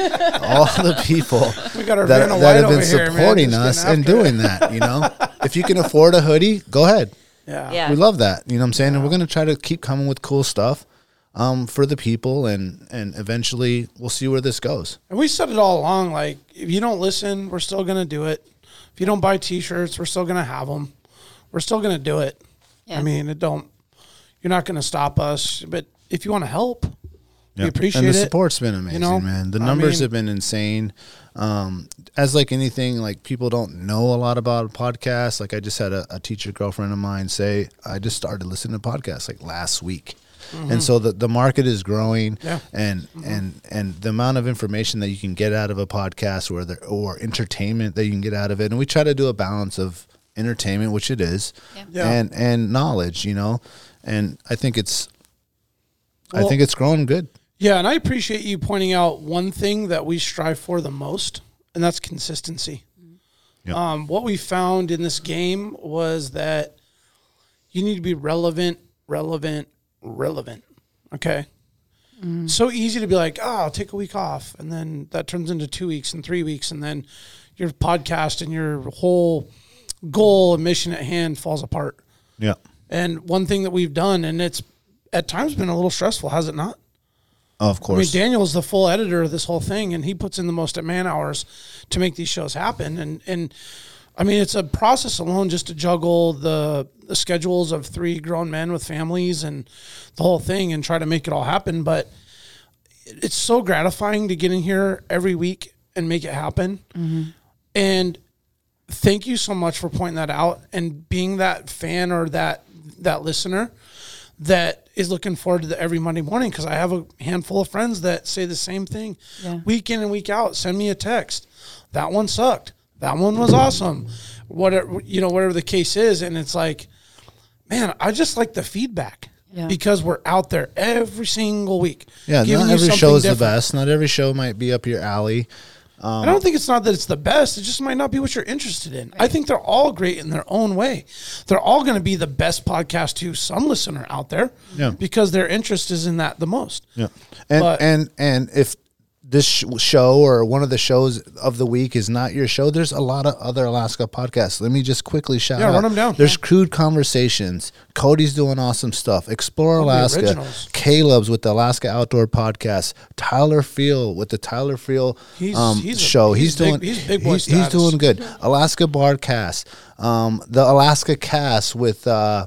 Speaker 2: all the people
Speaker 4: We got our
Speaker 2: that,
Speaker 4: Vanna
Speaker 2: that have
Speaker 4: White
Speaker 2: been
Speaker 4: over here, man,
Speaker 2: supporting
Speaker 4: just
Speaker 2: us
Speaker 4: getting
Speaker 2: and
Speaker 4: after it.
Speaker 2: doing that, you know? if you can afford a hoodie, go ahead
Speaker 4: yeah,
Speaker 7: Yeah.
Speaker 2: we love that. You know what I'm saying? And we're gonna try to keep coming with cool stuff um, for the people, and and eventually we'll see where this goes.
Speaker 4: And we said it all along. Like, if you don't listen, we're still gonna do it. If you don't buy T-shirts, we're still gonna have them. We're still gonna do it.
Speaker 7: Yeah.
Speaker 4: I mean, it don't. You're not gonna stop us. But if you want to help, we appreciate
Speaker 2: and the
Speaker 4: it.
Speaker 2: support's been amazing,
Speaker 4: know?
Speaker 2: man. The
Speaker 4: I
Speaker 2: numbers
Speaker 4: mean-
Speaker 2: have been insane. Um, as like anything, like people don't know a lot about podcasts. Like I just had a, a teacher girlfriend of mine say, I just started listening to podcasts like last week. And so the, the market is growing
Speaker 4: Mm-hmm. Yeah. Mm-hmm.
Speaker 2: and, and, and the amount of information that you can get out of a podcast or the, or entertainment that you can get out of it. And we try to do a balance of entertainment, which it is
Speaker 4: Yeah.
Speaker 2: and, and knowledge, you know? And I think it's, I
Speaker 4: Well-
Speaker 2: think it's growing good.
Speaker 4: Yeah, and I appreciate you pointing out one thing that we strive for the most, and that's consistency.
Speaker 2: Yeah.
Speaker 4: Um, what we found in this game was that you need to be relevant, relevant, relevant. Okay. So easy to be like, oh, I'll take a week off. And then that turns into two weeks and three weeks. And then your podcast and your whole goal and mission at hand falls apart.
Speaker 2: Yeah.
Speaker 4: And one thing that we've done, and it's at times been a little stressful, has it not?
Speaker 2: Of
Speaker 4: I mean,
Speaker 2: course.
Speaker 4: Daniel's the full editor of this whole thing, and he puts in the most man hours to make these shows happen. And and I mean, it's a process alone just to juggle the, the schedules of three grown men with families and the whole thing, and try to make it all happen. But it- it's so gratifying to get in here every week and make it happen. And thank you so much for pointing that out and being that fan or that that listener that is looking forward to the every Monday morning because I have a handful of friends that say the same thing
Speaker 5: Yeah.
Speaker 4: week in and week out. Send me a text. That one sucked. That one was awesome. Whatever you know, whatever the case is, and it's like, man, I just like the feedback
Speaker 5: Yeah.
Speaker 4: because we're out there every single week.
Speaker 2: Yeah, not
Speaker 4: giving you
Speaker 2: every
Speaker 4: something
Speaker 2: show is the
Speaker 4: different.
Speaker 2: best. Not every show might be up your alley.
Speaker 4: I don't think it's not that it's the best. It just might not be what you're interested in. I think they're all great in their own way. They're all going to be the best podcast to some listener out there
Speaker 2: Yeah.
Speaker 4: because their interest is in that the most.
Speaker 2: Yeah, and
Speaker 4: But-
Speaker 2: and and if this sh- show or one of the shows of the week is not your show, there's a lot of other Alaska podcasts. Let me just quickly shout
Speaker 4: Yeah,
Speaker 2: out.
Speaker 4: run 'em down.
Speaker 2: There's Crude Conversations. Cody's doing awesome stuff. Explore Alaska.
Speaker 4: originals.
Speaker 2: Caleb's with the Alaska Outdoor Podcast. Tyler Field with the Tyler Field
Speaker 4: He's-
Speaker 2: um,
Speaker 4: he's a-
Speaker 2: show.
Speaker 4: he's
Speaker 2: he's
Speaker 4: big-
Speaker 2: doing
Speaker 4: he's big boy
Speaker 2: he's, he's
Speaker 4: status.
Speaker 2: doing good. Alaska Barcast. Um, the Alaska Cast with. Uh,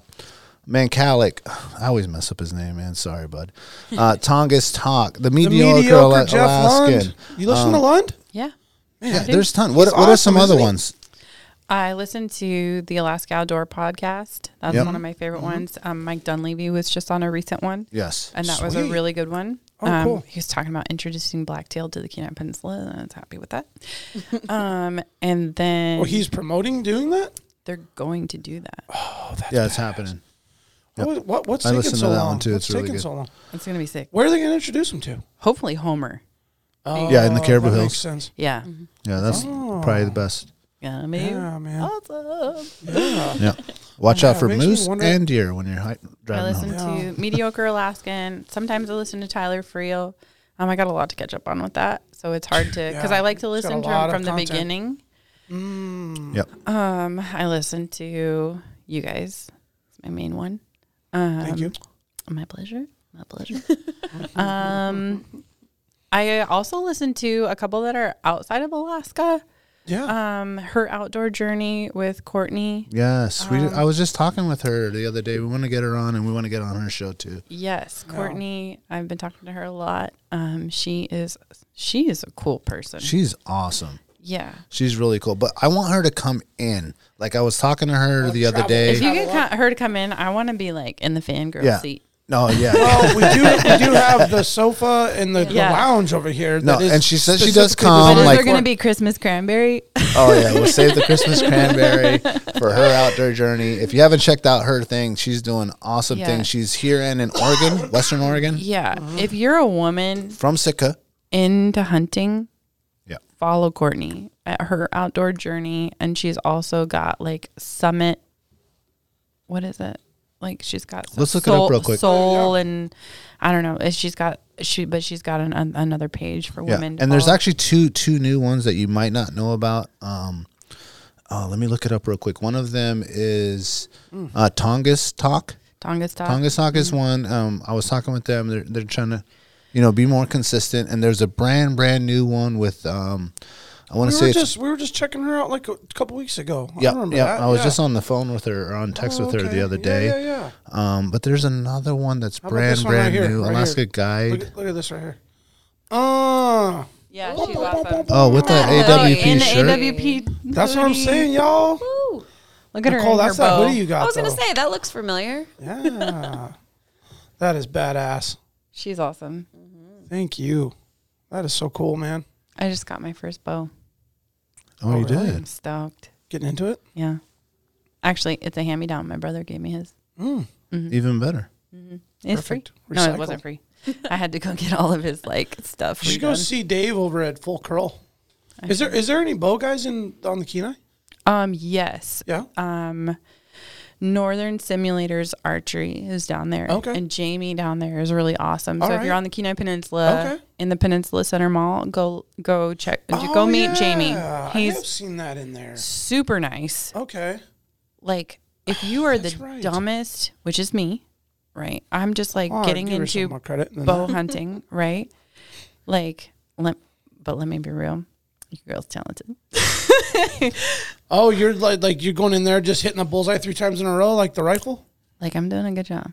Speaker 2: Mancalic, I always mess up his name, man. Sorry, bud. Uh, Tongass Talk, the
Speaker 4: The
Speaker 2: mediocre,
Speaker 4: mediocre,
Speaker 2: Ala-
Speaker 4: Jeff
Speaker 2: Alaskan. Um,
Speaker 4: Lund. You listen to Lund?
Speaker 5: Yeah.
Speaker 2: Yeah, there's ton. What, what are some
Speaker 4: awesome,
Speaker 2: other
Speaker 4: isn't he?
Speaker 2: ones?
Speaker 5: I listened to the Alaska Outdoor podcast. That's
Speaker 2: Yep.
Speaker 5: one of my favorite ones. Um, Mike Dunleavy was just on a recent one.
Speaker 2: Yes.
Speaker 5: And that was a
Speaker 4: Sweet.
Speaker 5: really good one.
Speaker 4: Oh,
Speaker 5: um,
Speaker 4: cool.
Speaker 5: He was talking about introducing blacktail to the Kenai Peninsula, and I was happy with that. um, and then
Speaker 4: Well, he's promoting doing that.
Speaker 5: they're going to do that.
Speaker 2: yeah, it's happening.
Speaker 4: What, what, what's
Speaker 2: I
Speaker 4: taking
Speaker 2: listened
Speaker 4: so
Speaker 2: to that
Speaker 4: long?
Speaker 2: one, too.
Speaker 4: What's
Speaker 2: It's really
Speaker 4: taking
Speaker 2: good.
Speaker 4: so long?
Speaker 5: It's going to be sick.
Speaker 4: Where are they going to introduce him to? Oh,
Speaker 5: Hopefully, Homer.
Speaker 2: Yeah, in the Caribou
Speaker 4: that
Speaker 2: Hills.
Speaker 4: Makes sense.
Speaker 5: Yeah.
Speaker 2: Yeah, that's
Speaker 4: Oh.
Speaker 2: probably the best.
Speaker 5: Gonna
Speaker 2: Oh.
Speaker 5: be
Speaker 4: Mm-hmm. Yeah, man.
Speaker 5: awesome.
Speaker 2: Yeah. Watch out
Speaker 4: Yeah,
Speaker 2: for
Speaker 4: makes me
Speaker 2: moose
Speaker 4: wonder-
Speaker 2: and deer when you're hi-
Speaker 5: I
Speaker 2: driving
Speaker 5: listen
Speaker 2: home.
Speaker 4: Yeah.
Speaker 5: to Mediocre Alaskan. Sometimes I listen to Tyler Friel. Um, I got a lot to catch up on with that, so it's hard to because
Speaker 4: Yeah,
Speaker 5: I like to
Speaker 4: he's got a
Speaker 5: listen to
Speaker 4: lot of
Speaker 5: him from the
Speaker 4: content. Mm.
Speaker 5: beginning.
Speaker 2: Yep.
Speaker 5: Um, I listen to you guys. It's my main one. Um,
Speaker 4: Thank you.
Speaker 5: My pleasure. My pleasure. um, I also listened to a couple that are outside of Alaska.
Speaker 4: Yeah.
Speaker 5: Um, her outdoor journey with Courtney.
Speaker 2: Yes, we. I was just talking with her the other day. We want to get her on, and we want to get on her show too.
Speaker 5: Yes, Courtney. I've been talking to her a lot. Um, she is she is a cool person.
Speaker 2: She's awesome.
Speaker 5: yeah.
Speaker 2: She's really cool. But I want her to come in. Like I was talking to her the other
Speaker 5: If
Speaker 2: day.
Speaker 5: you get co- her to come in, I want to be like in the fangirl
Speaker 2: Yeah.
Speaker 5: seat.
Speaker 2: No, yeah.
Speaker 4: well, Oh, we do we do have the sofa and the, the
Speaker 5: Yeah.
Speaker 4: lounge over here.
Speaker 2: No,
Speaker 4: that is
Speaker 2: and she says she does
Speaker 4: specifically
Speaker 2: come,
Speaker 5: But
Speaker 2: I'm
Speaker 5: is
Speaker 4: designed
Speaker 2: like-
Speaker 5: there
Speaker 4: for-
Speaker 5: going to be Christmas cranberry?
Speaker 2: Oh yeah, we'll save the Christmas cranberry for her outdoor journey. If you haven't checked out her thing, she's doing awesome
Speaker 5: Yeah.
Speaker 2: things. She's here and in Oregon, Western Oregon,
Speaker 5: yeah. If you're a woman
Speaker 2: from Sitka.
Speaker 5: into hunting,
Speaker 2: Yeah.
Speaker 5: follow Courtney at her outdoor journey, and she's also got like summit. What is it? Like she's got some
Speaker 2: Let's look it
Speaker 5: soul,
Speaker 2: up real quick.
Speaker 5: Soul and I don't know. It's- She's got she, but she's got an, an, another page for
Speaker 2: Yeah,
Speaker 5: women.
Speaker 2: and
Speaker 5: to
Speaker 2: there's
Speaker 5: follow.
Speaker 2: actually two two new ones that you might not know about. Um, oh, let me look it up real quick. One of them is
Speaker 5: Mm.
Speaker 2: uh, Tongass Talk.
Speaker 5: Tonga's Talk.
Speaker 2: Tongass Talk
Speaker 4: Mm-hmm.
Speaker 2: is one. Um, I was talking with them. They're they're trying to, you know, be more consistent. And there's a brand brand new one with. Um, I want to
Speaker 4: We were
Speaker 2: say it's
Speaker 4: just we were just checking her out like a couple weeks ago. I
Speaker 2: Yeah,
Speaker 4: remember
Speaker 2: yeah.
Speaker 4: that.
Speaker 2: I was
Speaker 4: yeah.
Speaker 2: just on the phone with her or on text
Speaker 4: Oh,
Speaker 2: with her
Speaker 4: okay.
Speaker 2: the other
Speaker 4: Yeah,
Speaker 2: day.
Speaker 4: Yeah, yeah.
Speaker 2: Um, but there's another one that's
Speaker 4: How about
Speaker 2: brand
Speaker 4: this one right
Speaker 2: brand
Speaker 4: here,
Speaker 2: new,
Speaker 4: right here?
Speaker 2: Alaska
Speaker 4: Look,
Speaker 2: Guide.
Speaker 4: at- look at this right here. Uh,
Speaker 7: Yeah, she's awesome.
Speaker 2: Oh, with the AWP
Speaker 5: in the
Speaker 2: shirt.
Speaker 5: AWP.
Speaker 4: that's what I'm
Speaker 5: hoodie.
Speaker 4: saying, y'all.
Speaker 5: Look at her.
Speaker 4: Nicole,
Speaker 5: in her
Speaker 4: that's that
Speaker 5: bow.
Speaker 4: hoodie you got.
Speaker 7: I was gonna
Speaker 4: though.
Speaker 7: say that looks familiar.
Speaker 4: Yeah. that is badass.
Speaker 5: She's awesome.
Speaker 4: Thank you. That is so cool, man.
Speaker 5: I just got my first bow.
Speaker 2: oh, you
Speaker 4: really?
Speaker 2: did.
Speaker 5: I'm stoked.
Speaker 4: Getting into it.
Speaker 5: Yeah. Actually, it's a hand me down. My brother gave me his.
Speaker 4: Mm-hmm.
Speaker 2: Even better.
Speaker 5: It's
Speaker 4: Perfect.
Speaker 5: free. No,
Speaker 4: Recycled.
Speaker 5: it wasn't free. I had to go get all of his like stuff.
Speaker 4: You should go
Speaker 5: redone.
Speaker 4: see Dave over at Full Curl. Is there is there any bow guys in on the Kenai?
Speaker 5: Um, yes.
Speaker 4: Yeah.
Speaker 5: Um, Northern Simulators Archery is down there.
Speaker 4: Okay.
Speaker 5: And Jamie down there is really awesome.
Speaker 4: All
Speaker 5: so if you're
Speaker 4: right.
Speaker 5: on the Kenai Peninsula
Speaker 4: Okay.
Speaker 5: in the Peninsula Center Mall, go go check go
Speaker 4: Oh,
Speaker 5: meet
Speaker 4: yeah.
Speaker 5: Jamie.
Speaker 4: I have
Speaker 5: He's
Speaker 4: seen that in there.
Speaker 5: super nice.
Speaker 4: Okay.
Speaker 5: Like if you are the
Speaker 4: That's right.
Speaker 5: dumbest, which is me, right? I'm just like
Speaker 4: Oh, I'll
Speaker 5: getting
Speaker 4: give her some
Speaker 5: into
Speaker 4: more credit than
Speaker 5: bow
Speaker 4: that.
Speaker 5: hunting, right? Like, let, but let me be real. Your girl's talented.
Speaker 4: Oh, you're like like you're going in there just hitting a bullseye three times in a row like the rifle.
Speaker 5: Like, I'm doing a good job.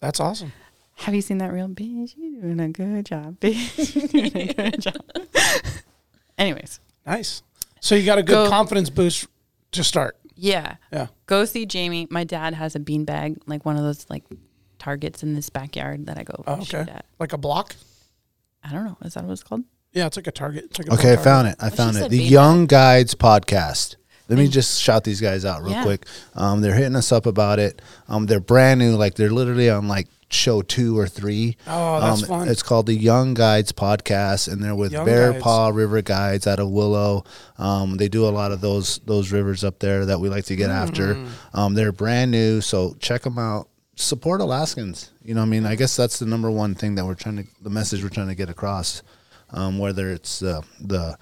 Speaker 4: That's awesome.
Speaker 5: Have you seen that real bitch? You're doing a good job, bitch. You're doing a good job. Anyways,
Speaker 4: Nice. So you got a good
Speaker 5: Go-
Speaker 4: confidence boost to start.
Speaker 5: yeah.
Speaker 4: Yeah.
Speaker 5: Go see Jamie. My dad has a beanbag, like one of those like targets in this backyard that I go
Speaker 4: Oh, okay.
Speaker 5: shoot at.
Speaker 4: Like a block.
Speaker 5: I don't know. Is that what it's called?
Speaker 4: Yeah, it's like a target. It's like a
Speaker 2: Okay, I
Speaker 4: target.
Speaker 2: found it. I found it.
Speaker 7: said
Speaker 2: The
Speaker 7: bean
Speaker 2: Young Guides podcast. Let me just shout these guys out real
Speaker 5: Yeah.
Speaker 2: quick. Um, they're hitting us up about it. Um, they're brand new. Like they're literally on like show two or three.
Speaker 4: Oh, that's
Speaker 2: um,
Speaker 4: fun.
Speaker 2: It's called the Young Guides podcast, and they're with
Speaker 4: Young
Speaker 2: Bear
Speaker 4: Guides.
Speaker 2: Paw River Guides out of Willow. Um, they do a lot of those those rivers up there that we like to get
Speaker 4: Hmm.
Speaker 2: after. Um, they're brand new, so check them out. Support Alaskans. You know, what I mean, I guess that's the number one thing that we're trying to the message we're trying to get across. Um, whether it's uh, the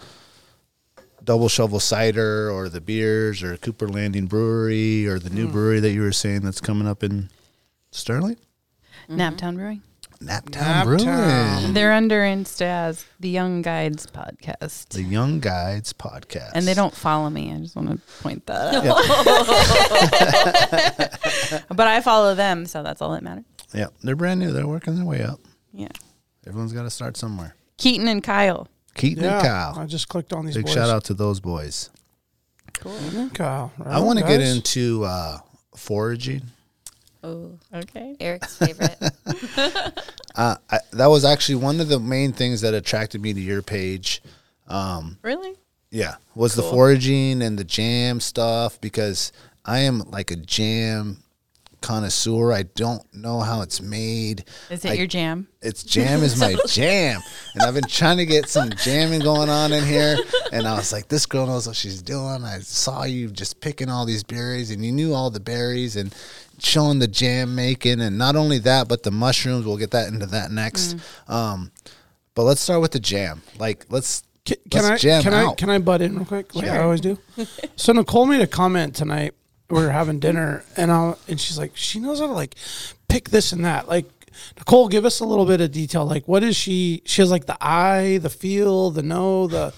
Speaker 2: double shovel cider or the beers or Cooper Landing Brewery or the new
Speaker 4: Hmm.
Speaker 2: brewery that you were saying that's coming up in Sterling?
Speaker 5: Naptown Brewing.
Speaker 2: Naptown, Brewing.
Speaker 5: They're under Insta as the Young Guides podcast.
Speaker 2: The Young Guides podcast.
Speaker 5: and they don't follow me. I just want to point that out. but I follow them, so that's all that matters.
Speaker 2: Yeah, they're brand new. They're working their way up.
Speaker 5: Yeah.
Speaker 2: Everyone's got to start somewhere.
Speaker 5: Keaton and Kyle.
Speaker 2: Keaton
Speaker 4: Yeah,
Speaker 2: and Kyle.
Speaker 4: I just clicked on these.
Speaker 2: Big
Speaker 4: boys.
Speaker 2: shout out to those boys.
Speaker 4: Mm, Kyle.
Speaker 2: I want to get
Speaker 4: in.
Speaker 2: into uh, foraging.
Speaker 7: Oh,
Speaker 5: Okay.
Speaker 7: Eric's favorite.
Speaker 2: I, that was actually one of the main things that attracted me to your page. Um,
Speaker 5: Really?
Speaker 2: Yeah, was the foraging and the jam stuff because I am like a jam connoisseur. I don't know how it's made.
Speaker 5: Is it
Speaker 2: I-
Speaker 5: your jam?
Speaker 2: It's jam is my jam, and I've been trying to get some jamming going on in here. And I was like, this girl knows what she's doing. I saw you just picking all these berries, and you knew all the berries and showing the jam making, and not only that, but the mushrooms. We'll get that into that next. Um, but let's start with the jam. Like, let's
Speaker 4: Can, can
Speaker 2: let's
Speaker 4: I
Speaker 2: jam
Speaker 4: can I
Speaker 2: out.
Speaker 4: can I butt in real quick? Like I always do. so Nicole made a comment tonight. We were having dinner, and I and she's like, she knows how to like pick this and that. Like Nicole, give us a little bit of detail. Like, what is she? She has like the eye, the feel, the know, the.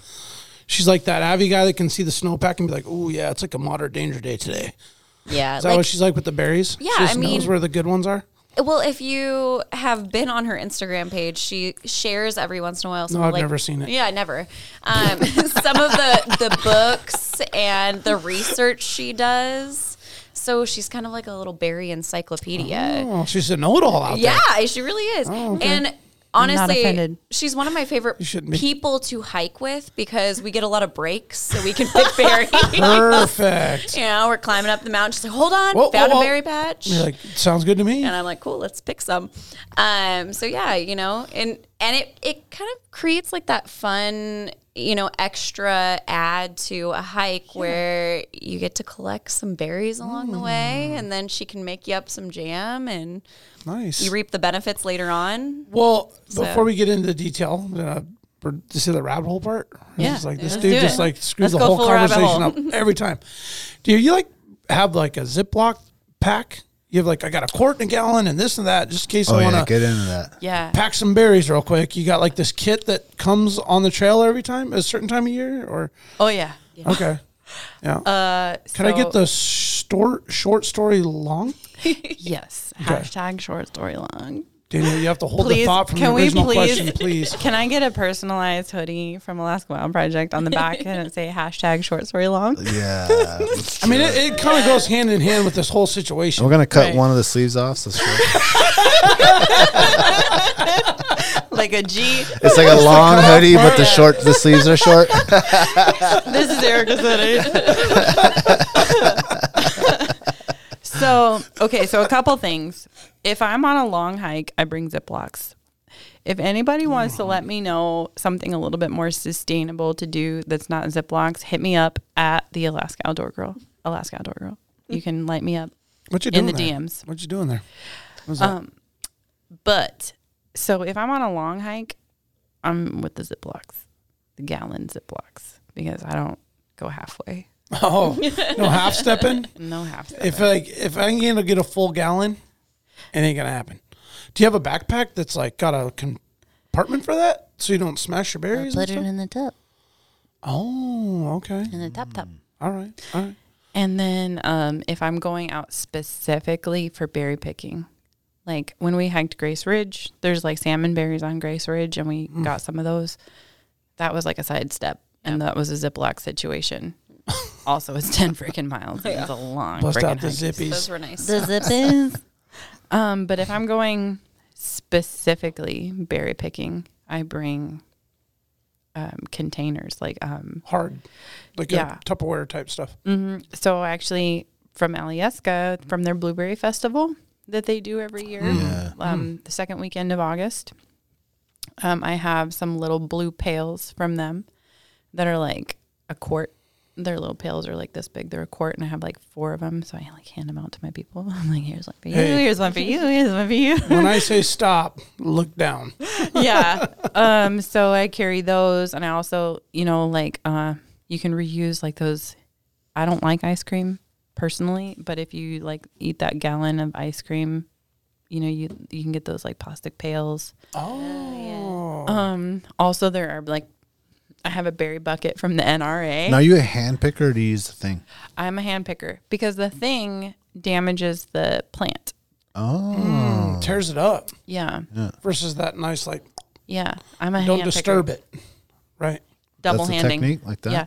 Speaker 4: She's like that Avi guy that can see the snowpack and be like, "Oh yeah, it's like a moderate danger day today."
Speaker 7: Yeah.
Speaker 4: Is that what she's like with the berries?
Speaker 7: Yeah,
Speaker 4: she just
Speaker 7: I mean-
Speaker 4: knows where the good ones are.
Speaker 7: Well, if you have been on her Instagram page, she shares every once in a while. Some
Speaker 4: No,
Speaker 7: of,
Speaker 4: I've
Speaker 7: like-
Speaker 4: never seen it.
Speaker 7: Yeah, never. Um, some of the the books and the research she does. So she's kind of like a little berry encyclopedia.
Speaker 4: Oh, she's a know-it-all out there.
Speaker 7: Yeah, she really is. And honestly,
Speaker 5: offended.
Speaker 7: she's one of my favorite
Speaker 4: shouldn't be.
Speaker 7: people to hike with because we get a lot of breaks, so we can pick berries.
Speaker 4: Perfect.
Speaker 7: you know, we're climbing up the mountain. She's like, "Hold on,
Speaker 4: Whoa,
Speaker 7: found
Speaker 4: whoa, whoa.
Speaker 7: a berry patch."
Speaker 4: You're like, sounds good to me.
Speaker 7: and I'm like, cool, let's pick some. Um, so yeah, you know, and and it it kind of creates like that fun, you know, extra add to a hike where you get to collect some berries along the way, and then she can make you up some jam, and
Speaker 4: nice.
Speaker 7: you reap the benefits later on.
Speaker 4: Well,
Speaker 7: So-
Speaker 4: before we get into the detail, uh, for- to see the rabbit hole part,
Speaker 5: Yeah,
Speaker 4: It's like this
Speaker 5: let's
Speaker 4: dude
Speaker 5: do it.
Speaker 4: just like screws
Speaker 7: Let's
Speaker 4: the
Speaker 7: go
Speaker 4: whole
Speaker 7: full rabbit
Speaker 4: conversation up every time. Do you like have like a Ziploc pack? You have like I got a quart and a gallon and this and that, just in case
Speaker 2: Oh
Speaker 4: I
Speaker 2: yeah,
Speaker 4: want to
Speaker 2: get into that.
Speaker 5: Yeah.
Speaker 4: pack some berries real quick. You got like this kit that comes on the trail every time, a certain time of year, or
Speaker 5: Oh yeah.
Speaker 4: okay, yeah.
Speaker 5: Uh,
Speaker 4: Can I get the store short story long?
Speaker 5: Yes. Hashtag short story long.
Speaker 4: Daniel, you have to hold the
Speaker 5: Please,
Speaker 4: thought from
Speaker 5: can
Speaker 4: the
Speaker 5: we
Speaker 4: original
Speaker 5: please-
Speaker 4: question, please.
Speaker 5: Can I get a personalized hoodie from Alaska Wild Project on the back and it say hashtag short story long?
Speaker 2: Yeah.
Speaker 4: I mean, it, it kind of goes hand in hand with this whole situation.
Speaker 2: We're gonna cut
Speaker 5: Right.
Speaker 2: one of the sleeves off. So it's
Speaker 5: like a G.
Speaker 2: it's like a long hoodie, but the short the sleeves are short.
Speaker 5: This is Erica's hoodie. so okay, so a couple things. If I'm on a long hike, I bring Ziplocs. If anybody wants to let me know something a little bit more sustainable to do that's not Ziplocs, hit me up at the Alaska Outdoor Girl. Alaska Outdoor Girl. You can light me up.
Speaker 4: What you
Speaker 5: in
Speaker 4: doing
Speaker 5: the
Speaker 4: there?
Speaker 5: DMs.
Speaker 4: What you doing there? What was that?
Speaker 5: But so if I'm on a long hike, I'm with the Ziplocs, the gallon Ziplocs, because I don't go halfway.
Speaker 4: oh, no half stepping.
Speaker 5: No half.
Speaker 4: If like if I can get a full gallon, it ain't gonna happen. Do you have a backpack that's like got a compartment for that, so you don't smash your berries? and stuff?
Speaker 7: in the top,
Speaker 4: Oh, okay.
Speaker 7: in the top top.
Speaker 4: All right, all right.
Speaker 5: And then um, if I'm going out specifically for berry picking, like when we hiked Grace Ridge, there's like salmon berries on Grace Ridge, and we
Speaker 4: Mm.
Speaker 5: got some of those. That was like a sidestep, and that was a Ziploc situation. also, it's 10 freaking miles. and It's a long
Speaker 4: Bust
Speaker 5: freaking
Speaker 4: out the
Speaker 5: hike.
Speaker 4: zippies.
Speaker 7: Those were nice.
Speaker 5: Um, but if I'm going specifically berry picking, I bring um, containers. Like, um,
Speaker 4: Hard, like
Speaker 5: Yeah.
Speaker 4: a Tupperware type stuff.
Speaker 5: so actually from Alyeska, from their blueberry festival that they do every year, um, the second weekend of August, um, I have some little blue pails from them that are like a quart. Their little pails are like this big. They're a quart, and I have like four of them. So I like hand them out to my people. I'm like, here's one for you,
Speaker 4: Hey.
Speaker 5: here's one for you, here's one for you.
Speaker 4: When I say stop, look down.
Speaker 5: yeah. Um, so I carry those and I also, you know, like uh you can reuse like those I don't like ice cream personally, but if you like eat that gallon of ice cream, you know, you you can get those like plastic pails.
Speaker 4: Oh,
Speaker 5: Um also there are like I have a berry bucket from the NRA.
Speaker 2: Now, are you a hand picker or do you use the thing?
Speaker 5: I'm a hand picker because the thing damages the plant.
Speaker 2: Oh,
Speaker 4: tears it up
Speaker 5: Yeah.
Speaker 4: versus that nice like
Speaker 5: Yeah. I'm a
Speaker 4: don't
Speaker 5: hand
Speaker 4: disturb
Speaker 5: picker.
Speaker 4: it. Right.
Speaker 5: Double
Speaker 2: that's
Speaker 5: handing.
Speaker 2: a technique like that.
Speaker 5: Yeah.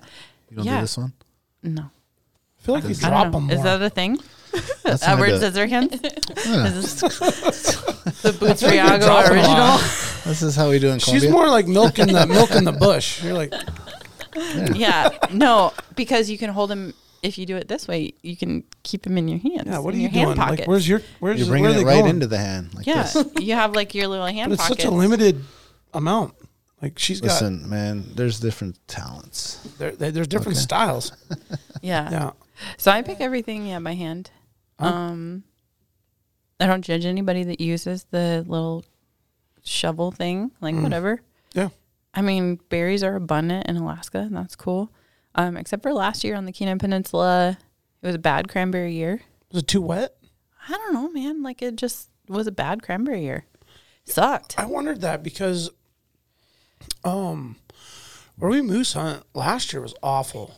Speaker 2: You don't do
Speaker 5: Yeah.
Speaker 2: this one.
Speaker 5: No.
Speaker 4: I feel like you
Speaker 5: I don't
Speaker 4: drop them
Speaker 5: know.
Speaker 4: more.
Speaker 5: Is that a thing? Uh,
Speaker 2: That's not
Speaker 5: Edward
Speaker 2: good.
Speaker 5: Scissorhands?
Speaker 2: Yeah.
Speaker 5: Is this the
Speaker 4: like you're
Speaker 5: Bootsriago
Speaker 4: dropping a
Speaker 5: original?
Speaker 4: lot.
Speaker 2: This is how we do in Colombia.
Speaker 4: She's more like milking the milking the bush. You're like,
Speaker 5: Yeah. No, because you can hold them if you do it this way. You can keep them in your hands.
Speaker 4: yeah, what are
Speaker 5: in
Speaker 4: you
Speaker 5: your hand
Speaker 4: doing?
Speaker 5: Pocket.
Speaker 4: Like, where's your where's
Speaker 2: You're
Speaker 4: where
Speaker 2: bringing
Speaker 4: are
Speaker 2: it
Speaker 4: they
Speaker 2: right
Speaker 4: going?
Speaker 2: into the hand. Like
Speaker 5: yeah,
Speaker 2: this.
Speaker 5: you have like your little hand
Speaker 4: But it's
Speaker 5: pockets.
Speaker 4: such a limited amount. Like she's
Speaker 2: Listen, man, there's different talents.
Speaker 4: got there, there- there's different styles.
Speaker 5: Yeah.
Speaker 4: Yeah,
Speaker 5: So I pick everything yeah by hand. Um, I don't judge anybody that uses the little shovel thing. Like
Speaker 4: Hmm.
Speaker 5: whatever.
Speaker 4: yeah.
Speaker 5: I mean, berries are abundant in Alaska, and that's cool. Um, except for last year on the Kenai Peninsula, it was a bad cranberry year.
Speaker 4: Was it too wet?
Speaker 5: I don't know, man. Like it just was a bad cranberry year. Sucked.
Speaker 4: I wondered that because, um, where we moose hunt last year was awful,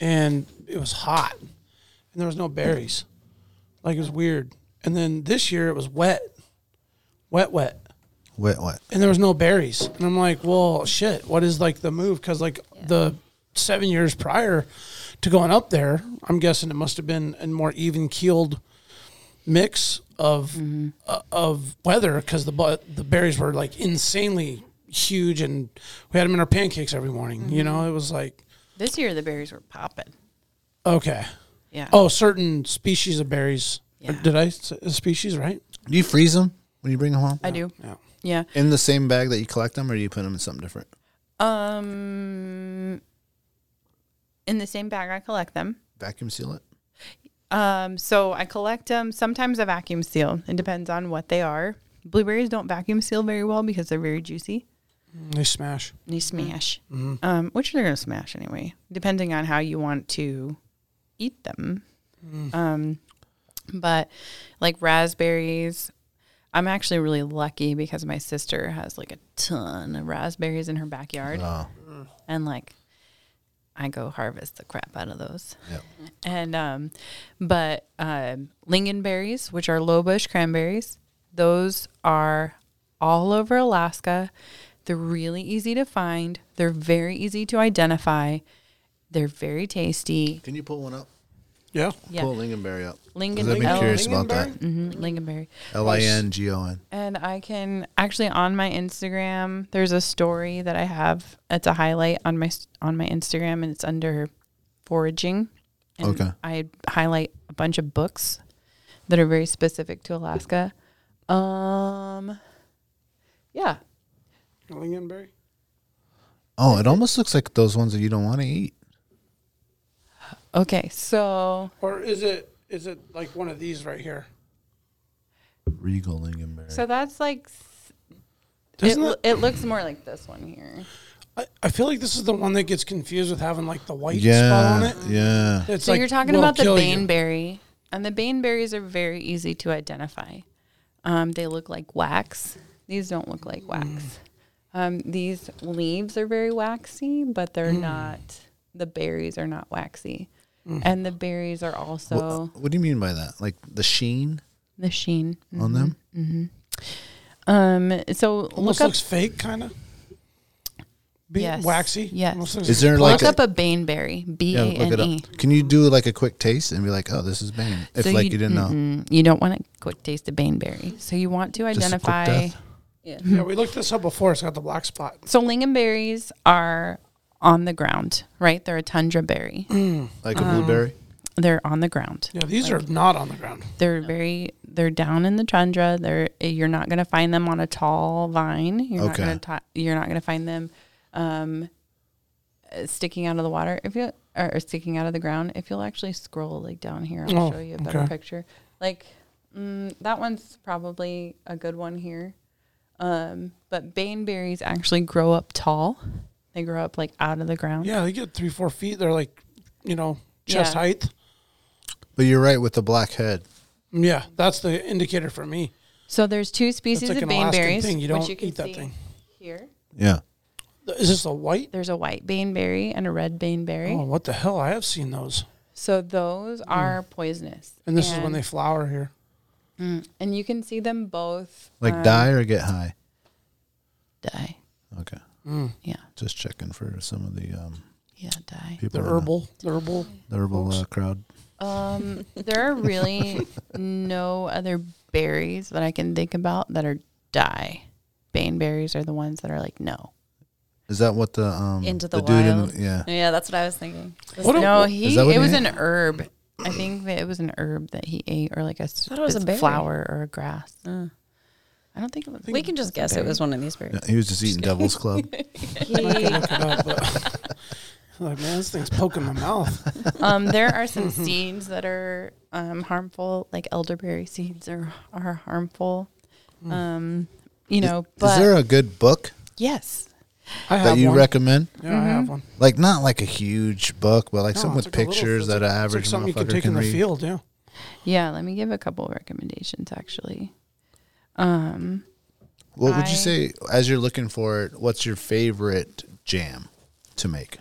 Speaker 4: and it was hot, and there was no berries, like it was weird. And then this year it was wet, wet, wet,
Speaker 2: What? What?
Speaker 4: and there was no berries. And I'm like, well, shit, what is like the move? Because like the seven years prior to going up there, I'm guessing it must have been a more even keeled mix of uh, of weather because the bu- the berries were like insanely huge, and we had them in our pancakes every morning. You know, it was like
Speaker 5: This year the berries were popping.
Speaker 4: okay,
Speaker 5: Yeah.
Speaker 4: oh, certain species of berries. Uh,
Speaker 5: Yeah.
Speaker 4: Did I say species right?
Speaker 2: Do you freeze them when you bring them home?
Speaker 5: I do.
Speaker 4: Yeah.
Speaker 5: Yeah.
Speaker 2: In the same bag that you collect them, or do you put them in something different?
Speaker 5: Um, in the same bag I collect them.
Speaker 2: Vacuum seal it.
Speaker 5: Um, so I collect them. Sometimes I vacuum seal. It depends on what they are. Blueberries don't vacuum seal very well because they're very juicy.
Speaker 4: They smash.
Speaker 5: They smash, um, which they're going to smash anyway, depending on how you want to eat them. Um, but like raspberries, I'm actually really lucky because my sister has like a ton of raspberries in her backyard,
Speaker 2: Oh,
Speaker 5: and like I go harvest the crap out of those.
Speaker 2: Yep.
Speaker 5: And um, but um, lingonberries, which are low bush cranberries, those are all over Alaska. They're really easy to find. They're very easy to identify. They're very tasty.
Speaker 2: can you pull one up?
Speaker 4: Yeah.
Speaker 5: Yeah,
Speaker 2: Pull a lingonberry up. 'Cause
Speaker 5: Lingen-
Speaker 2: I've been
Speaker 5: oh,
Speaker 2: curious about that.
Speaker 5: mhm, lingonberry.
Speaker 2: L i n g o n.
Speaker 5: And I can actually on my Instagram, there's a story that I have. It's a highlight on my on my Instagram, and it's under foraging. And
Speaker 2: Okay.
Speaker 5: I highlight a bunch of books that are very specific to Alaska. Um, yeah,
Speaker 4: Lingonberry.
Speaker 2: Oh, it almost looks like those ones that you don't want to eat.
Speaker 5: okay. So
Speaker 4: Or is it is it like one of these right here?
Speaker 2: Regal lingonberry.
Speaker 5: so that's like it,
Speaker 4: Doesn't it-
Speaker 5: it looks more like this one here.
Speaker 4: I, I feel like this is the one that gets confused with having like the white
Speaker 2: yeah,
Speaker 4: spot on it.
Speaker 2: yeah.
Speaker 4: It's
Speaker 5: So
Speaker 4: like,
Speaker 5: you're talking
Speaker 4: will
Speaker 5: about the
Speaker 4: kill you.
Speaker 5: baneberry, and the baneberries are very easy to identify. Um, they look like wax. These don't look like wax.
Speaker 2: Hmm.
Speaker 5: Um, these leaves are very waxy, but they're
Speaker 2: Hmm.
Speaker 5: not. The berries are not waxy, and the berries are also
Speaker 2: What, what do you mean by that? Like the sheen
Speaker 5: the sheen. Mm-hmm.
Speaker 2: on them?
Speaker 5: Um, so
Speaker 4: Almost
Speaker 5: look up.
Speaker 4: looks fake, kind of. Be
Speaker 5: Yes,
Speaker 4: waxy.
Speaker 5: yes.
Speaker 4: Almost looks
Speaker 2: Is there like
Speaker 5: Look
Speaker 2: a,
Speaker 5: up a baneberry, B
Speaker 2: yeah,
Speaker 5: A
Speaker 2: look it
Speaker 5: N E.
Speaker 2: up. Can you do like a quick taste and be like, oh, this is bane? If
Speaker 5: So
Speaker 2: like you, didn't
Speaker 4: Mm-hmm.
Speaker 2: know.
Speaker 5: mm-mm, Mm-hmm. you don't want a quick taste of baneberry, so you want to
Speaker 2: Just a quick
Speaker 5: identify.
Speaker 2: death?
Speaker 4: yeah, we looked this up before. It's got the black spot.
Speaker 5: so lingonberries are on the ground, right? They're a tundra berry.
Speaker 2: Like
Speaker 4: Uh-huh.
Speaker 2: a blueberry?
Speaker 5: They're on the ground.
Speaker 4: Yeah, these are not on the ground.
Speaker 5: They're very they're down in the tundra. They're you're not going to find them on a tall vine. You're
Speaker 2: Okay.
Speaker 5: not going to you're not going to find them um uh, sticking out of the water if you or or sticking out of the ground. If you'll actually scroll like down here, I'll
Speaker 4: Oh,
Speaker 5: show you a better
Speaker 4: okay.
Speaker 5: picture. Like mm, that one's probably a good one here. Um, but baneberries actually grow up tall. They grow up like out of the ground.
Speaker 4: Yeah, they get three, four feet. They're like, you know, chest
Speaker 5: Yeah.
Speaker 4: height.
Speaker 2: But you're right with the black head.
Speaker 4: Yeah, that's the indicator for me.
Speaker 5: So there's two species
Speaker 4: like
Speaker 5: of
Speaker 4: an Alaskan
Speaker 5: baneberries,
Speaker 4: thing. You don't
Speaker 5: which you can
Speaker 4: eat that
Speaker 5: see
Speaker 4: thing.
Speaker 5: here.
Speaker 2: Yeah.
Speaker 4: Is this a white?
Speaker 5: There's a white baneberry and a red baneberry.
Speaker 4: Oh, what the hell? I have seen those.
Speaker 5: So those are poisonous.
Speaker 4: And this is when they flower here.
Speaker 5: and you can see them both
Speaker 2: Like
Speaker 5: um,
Speaker 2: die or get high.
Speaker 5: Die.
Speaker 2: Okay.
Speaker 5: Yeah.
Speaker 2: Just checking for some of the um,
Speaker 5: Yeah, die.
Speaker 2: people.
Speaker 4: The
Speaker 2: in
Speaker 4: herbal, the herbal.
Speaker 2: the herbal uh, crowd.
Speaker 5: Um, there are really no other berries that I can think about that are die. Baneberries are the ones that are like no.
Speaker 2: Is that what the um
Speaker 7: Into the
Speaker 2: dude in
Speaker 7: wild.
Speaker 2: the, yeah.
Speaker 7: Yeah, that's what I was thinking. This-
Speaker 4: What a-
Speaker 5: no, he.
Speaker 2: that what
Speaker 5: It
Speaker 2: it
Speaker 5: was
Speaker 2: is?
Speaker 5: an herb. I think that it was an herb that he ate, or like a, s-
Speaker 7: thought it was a
Speaker 5: s-
Speaker 7: berry. Uh.
Speaker 5: flower or a grass. I don't think it was.
Speaker 7: we can just guess it was one of these birds.
Speaker 2: Yeah, he was just eating Devil's Club.
Speaker 4: Look it up, but- like, man, this thing's poking my mouth.
Speaker 5: um, there are some seeds that are um, harmful, like elderberry seeds are are harmful. Um, you know, but
Speaker 2: Hmm. Is there a good book
Speaker 5: yes,
Speaker 4: I have
Speaker 2: that you Mm-hmm.
Speaker 4: one.
Speaker 2: recommend?
Speaker 4: yeah, I have one.
Speaker 2: Like not like a huge book, but like
Speaker 4: No,
Speaker 2: something
Speaker 4: it's
Speaker 2: with
Speaker 4: like a little-
Speaker 2: pictures
Speaker 4: it's
Speaker 2: that
Speaker 4: like-
Speaker 2: an average
Speaker 4: it's like something you
Speaker 2: motherfucker
Speaker 4: can
Speaker 2: can,
Speaker 4: take in the
Speaker 2: read.
Speaker 4: field. Yeah,
Speaker 5: yeah. Let me give a couple recommendations actually. Um,
Speaker 2: What would
Speaker 5: I-
Speaker 2: you say as you're looking for it? What's your favorite jam to make?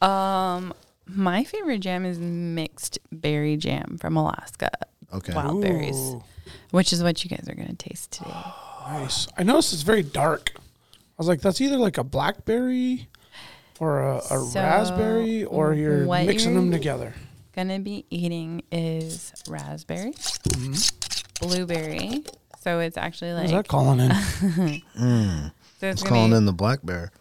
Speaker 5: My favorite jam is mixed berry jam from Alaska.
Speaker 2: Okay.
Speaker 5: Wild berries, which is what you guys are going to taste today.
Speaker 4: Nice. I noticed it's very dark. I was like, that's either like a blackberry or a, a
Speaker 5: So, mm,
Speaker 4: raspberry, or you're
Speaker 5: what
Speaker 4: mixing
Speaker 5: you're-
Speaker 4: them together.
Speaker 5: Going to be eating is raspberry, blueberry. So it's actually
Speaker 4: Who's Mm-hmm. that
Speaker 5: like
Speaker 4: calling in?
Speaker 5: so it's
Speaker 2: It's
Speaker 5: gonna
Speaker 2: calling
Speaker 5: be
Speaker 2: in the black bear.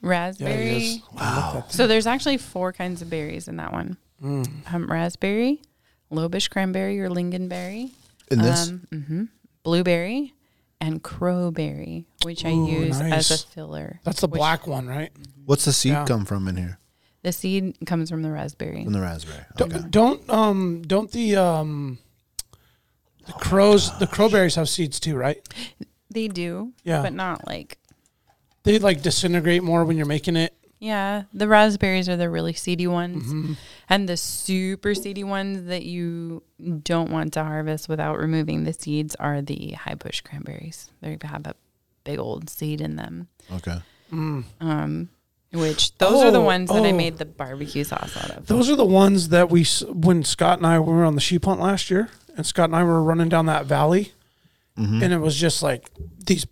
Speaker 4: Yeah,
Speaker 5: raspberry.
Speaker 4: he is. Wow.
Speaker 5: So there's actually four kinds of berries in that one.
Speaker 4: Mm.
Speaker 5: Um, raspberry, lobish cranberry or lingonberry,
Speaker 2: In this,
Speaker 5: um, hmm blueberry, and crowberry, which I
Speaker 4: Ooh,
Speaker 5: use as
Speaker 4: nice.
Speaker 5: a filler.
Speaker 4: That's the
Speaker 5: which-
Speaker 4: black one, right?
Speaker 2: what's the seed
Speaker 4: yeah.
Speaker 2: come from in here?
Speaker 5: The seed comes from the raspberry.
Speaker 2: From the raspberry.
Speaker 4: Don't,
Speaker 2: Okay.
Speaker 4: don't um don't the um the crows the crowberries have seeds too, right?
Speaker 5: They do,
Speaker 4: Yeah.
Speaker 5: but not like
Speaker 4: They like disintegrate more when you're making it.
Speaker 5: yeah. The raspberries are the really seedy ones,
Speaker 2: Mm-hmm.
Speaker 5: and the super seedy ones that you don't want to harvest without removing the seeds are the high bush cranberries. They have a big old seed in them.
Speaker 2: Okay.
Speaker 5: um, which those are the
Speaker 4: Oh,
Speaker 5: ones that I
Speaker 4: oh.
Speaker 5: made the barbecue sauce out of.
Speaker 4: Those are the ones that we s- when Scott and I we were on the sheep hunt last year, and Scott and I were running down that valley,
Speaker 2: Mm-hmm.
Speaker 4: and it was just like these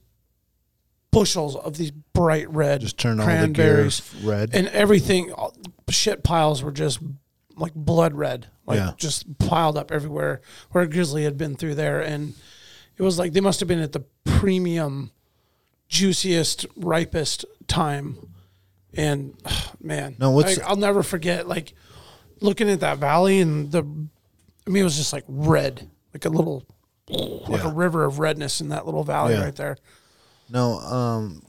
Speaker 4: bushels of these bright red
Speaker 2: Just turn all the gear
Speaker 4: cranberries
Speaker 2: red.
Speaker 4: and everything. all- Shit piles were just like blood red, like
Speaker 2: Yeah.
Speaker 4: just piled up everywhere where a grizzly had been through there, and it was like they must have been at the premium, juiciest, ripest time and man,
Speaker 2: No, what's-
Speaker 4: like, I'll never forget like looking at that valley and the, I mean, it was just like red, like a little, like a river of redness in that little valley
Speaker 2: Yeah.
Speaker 4: right there.
Speaker 2: No, um,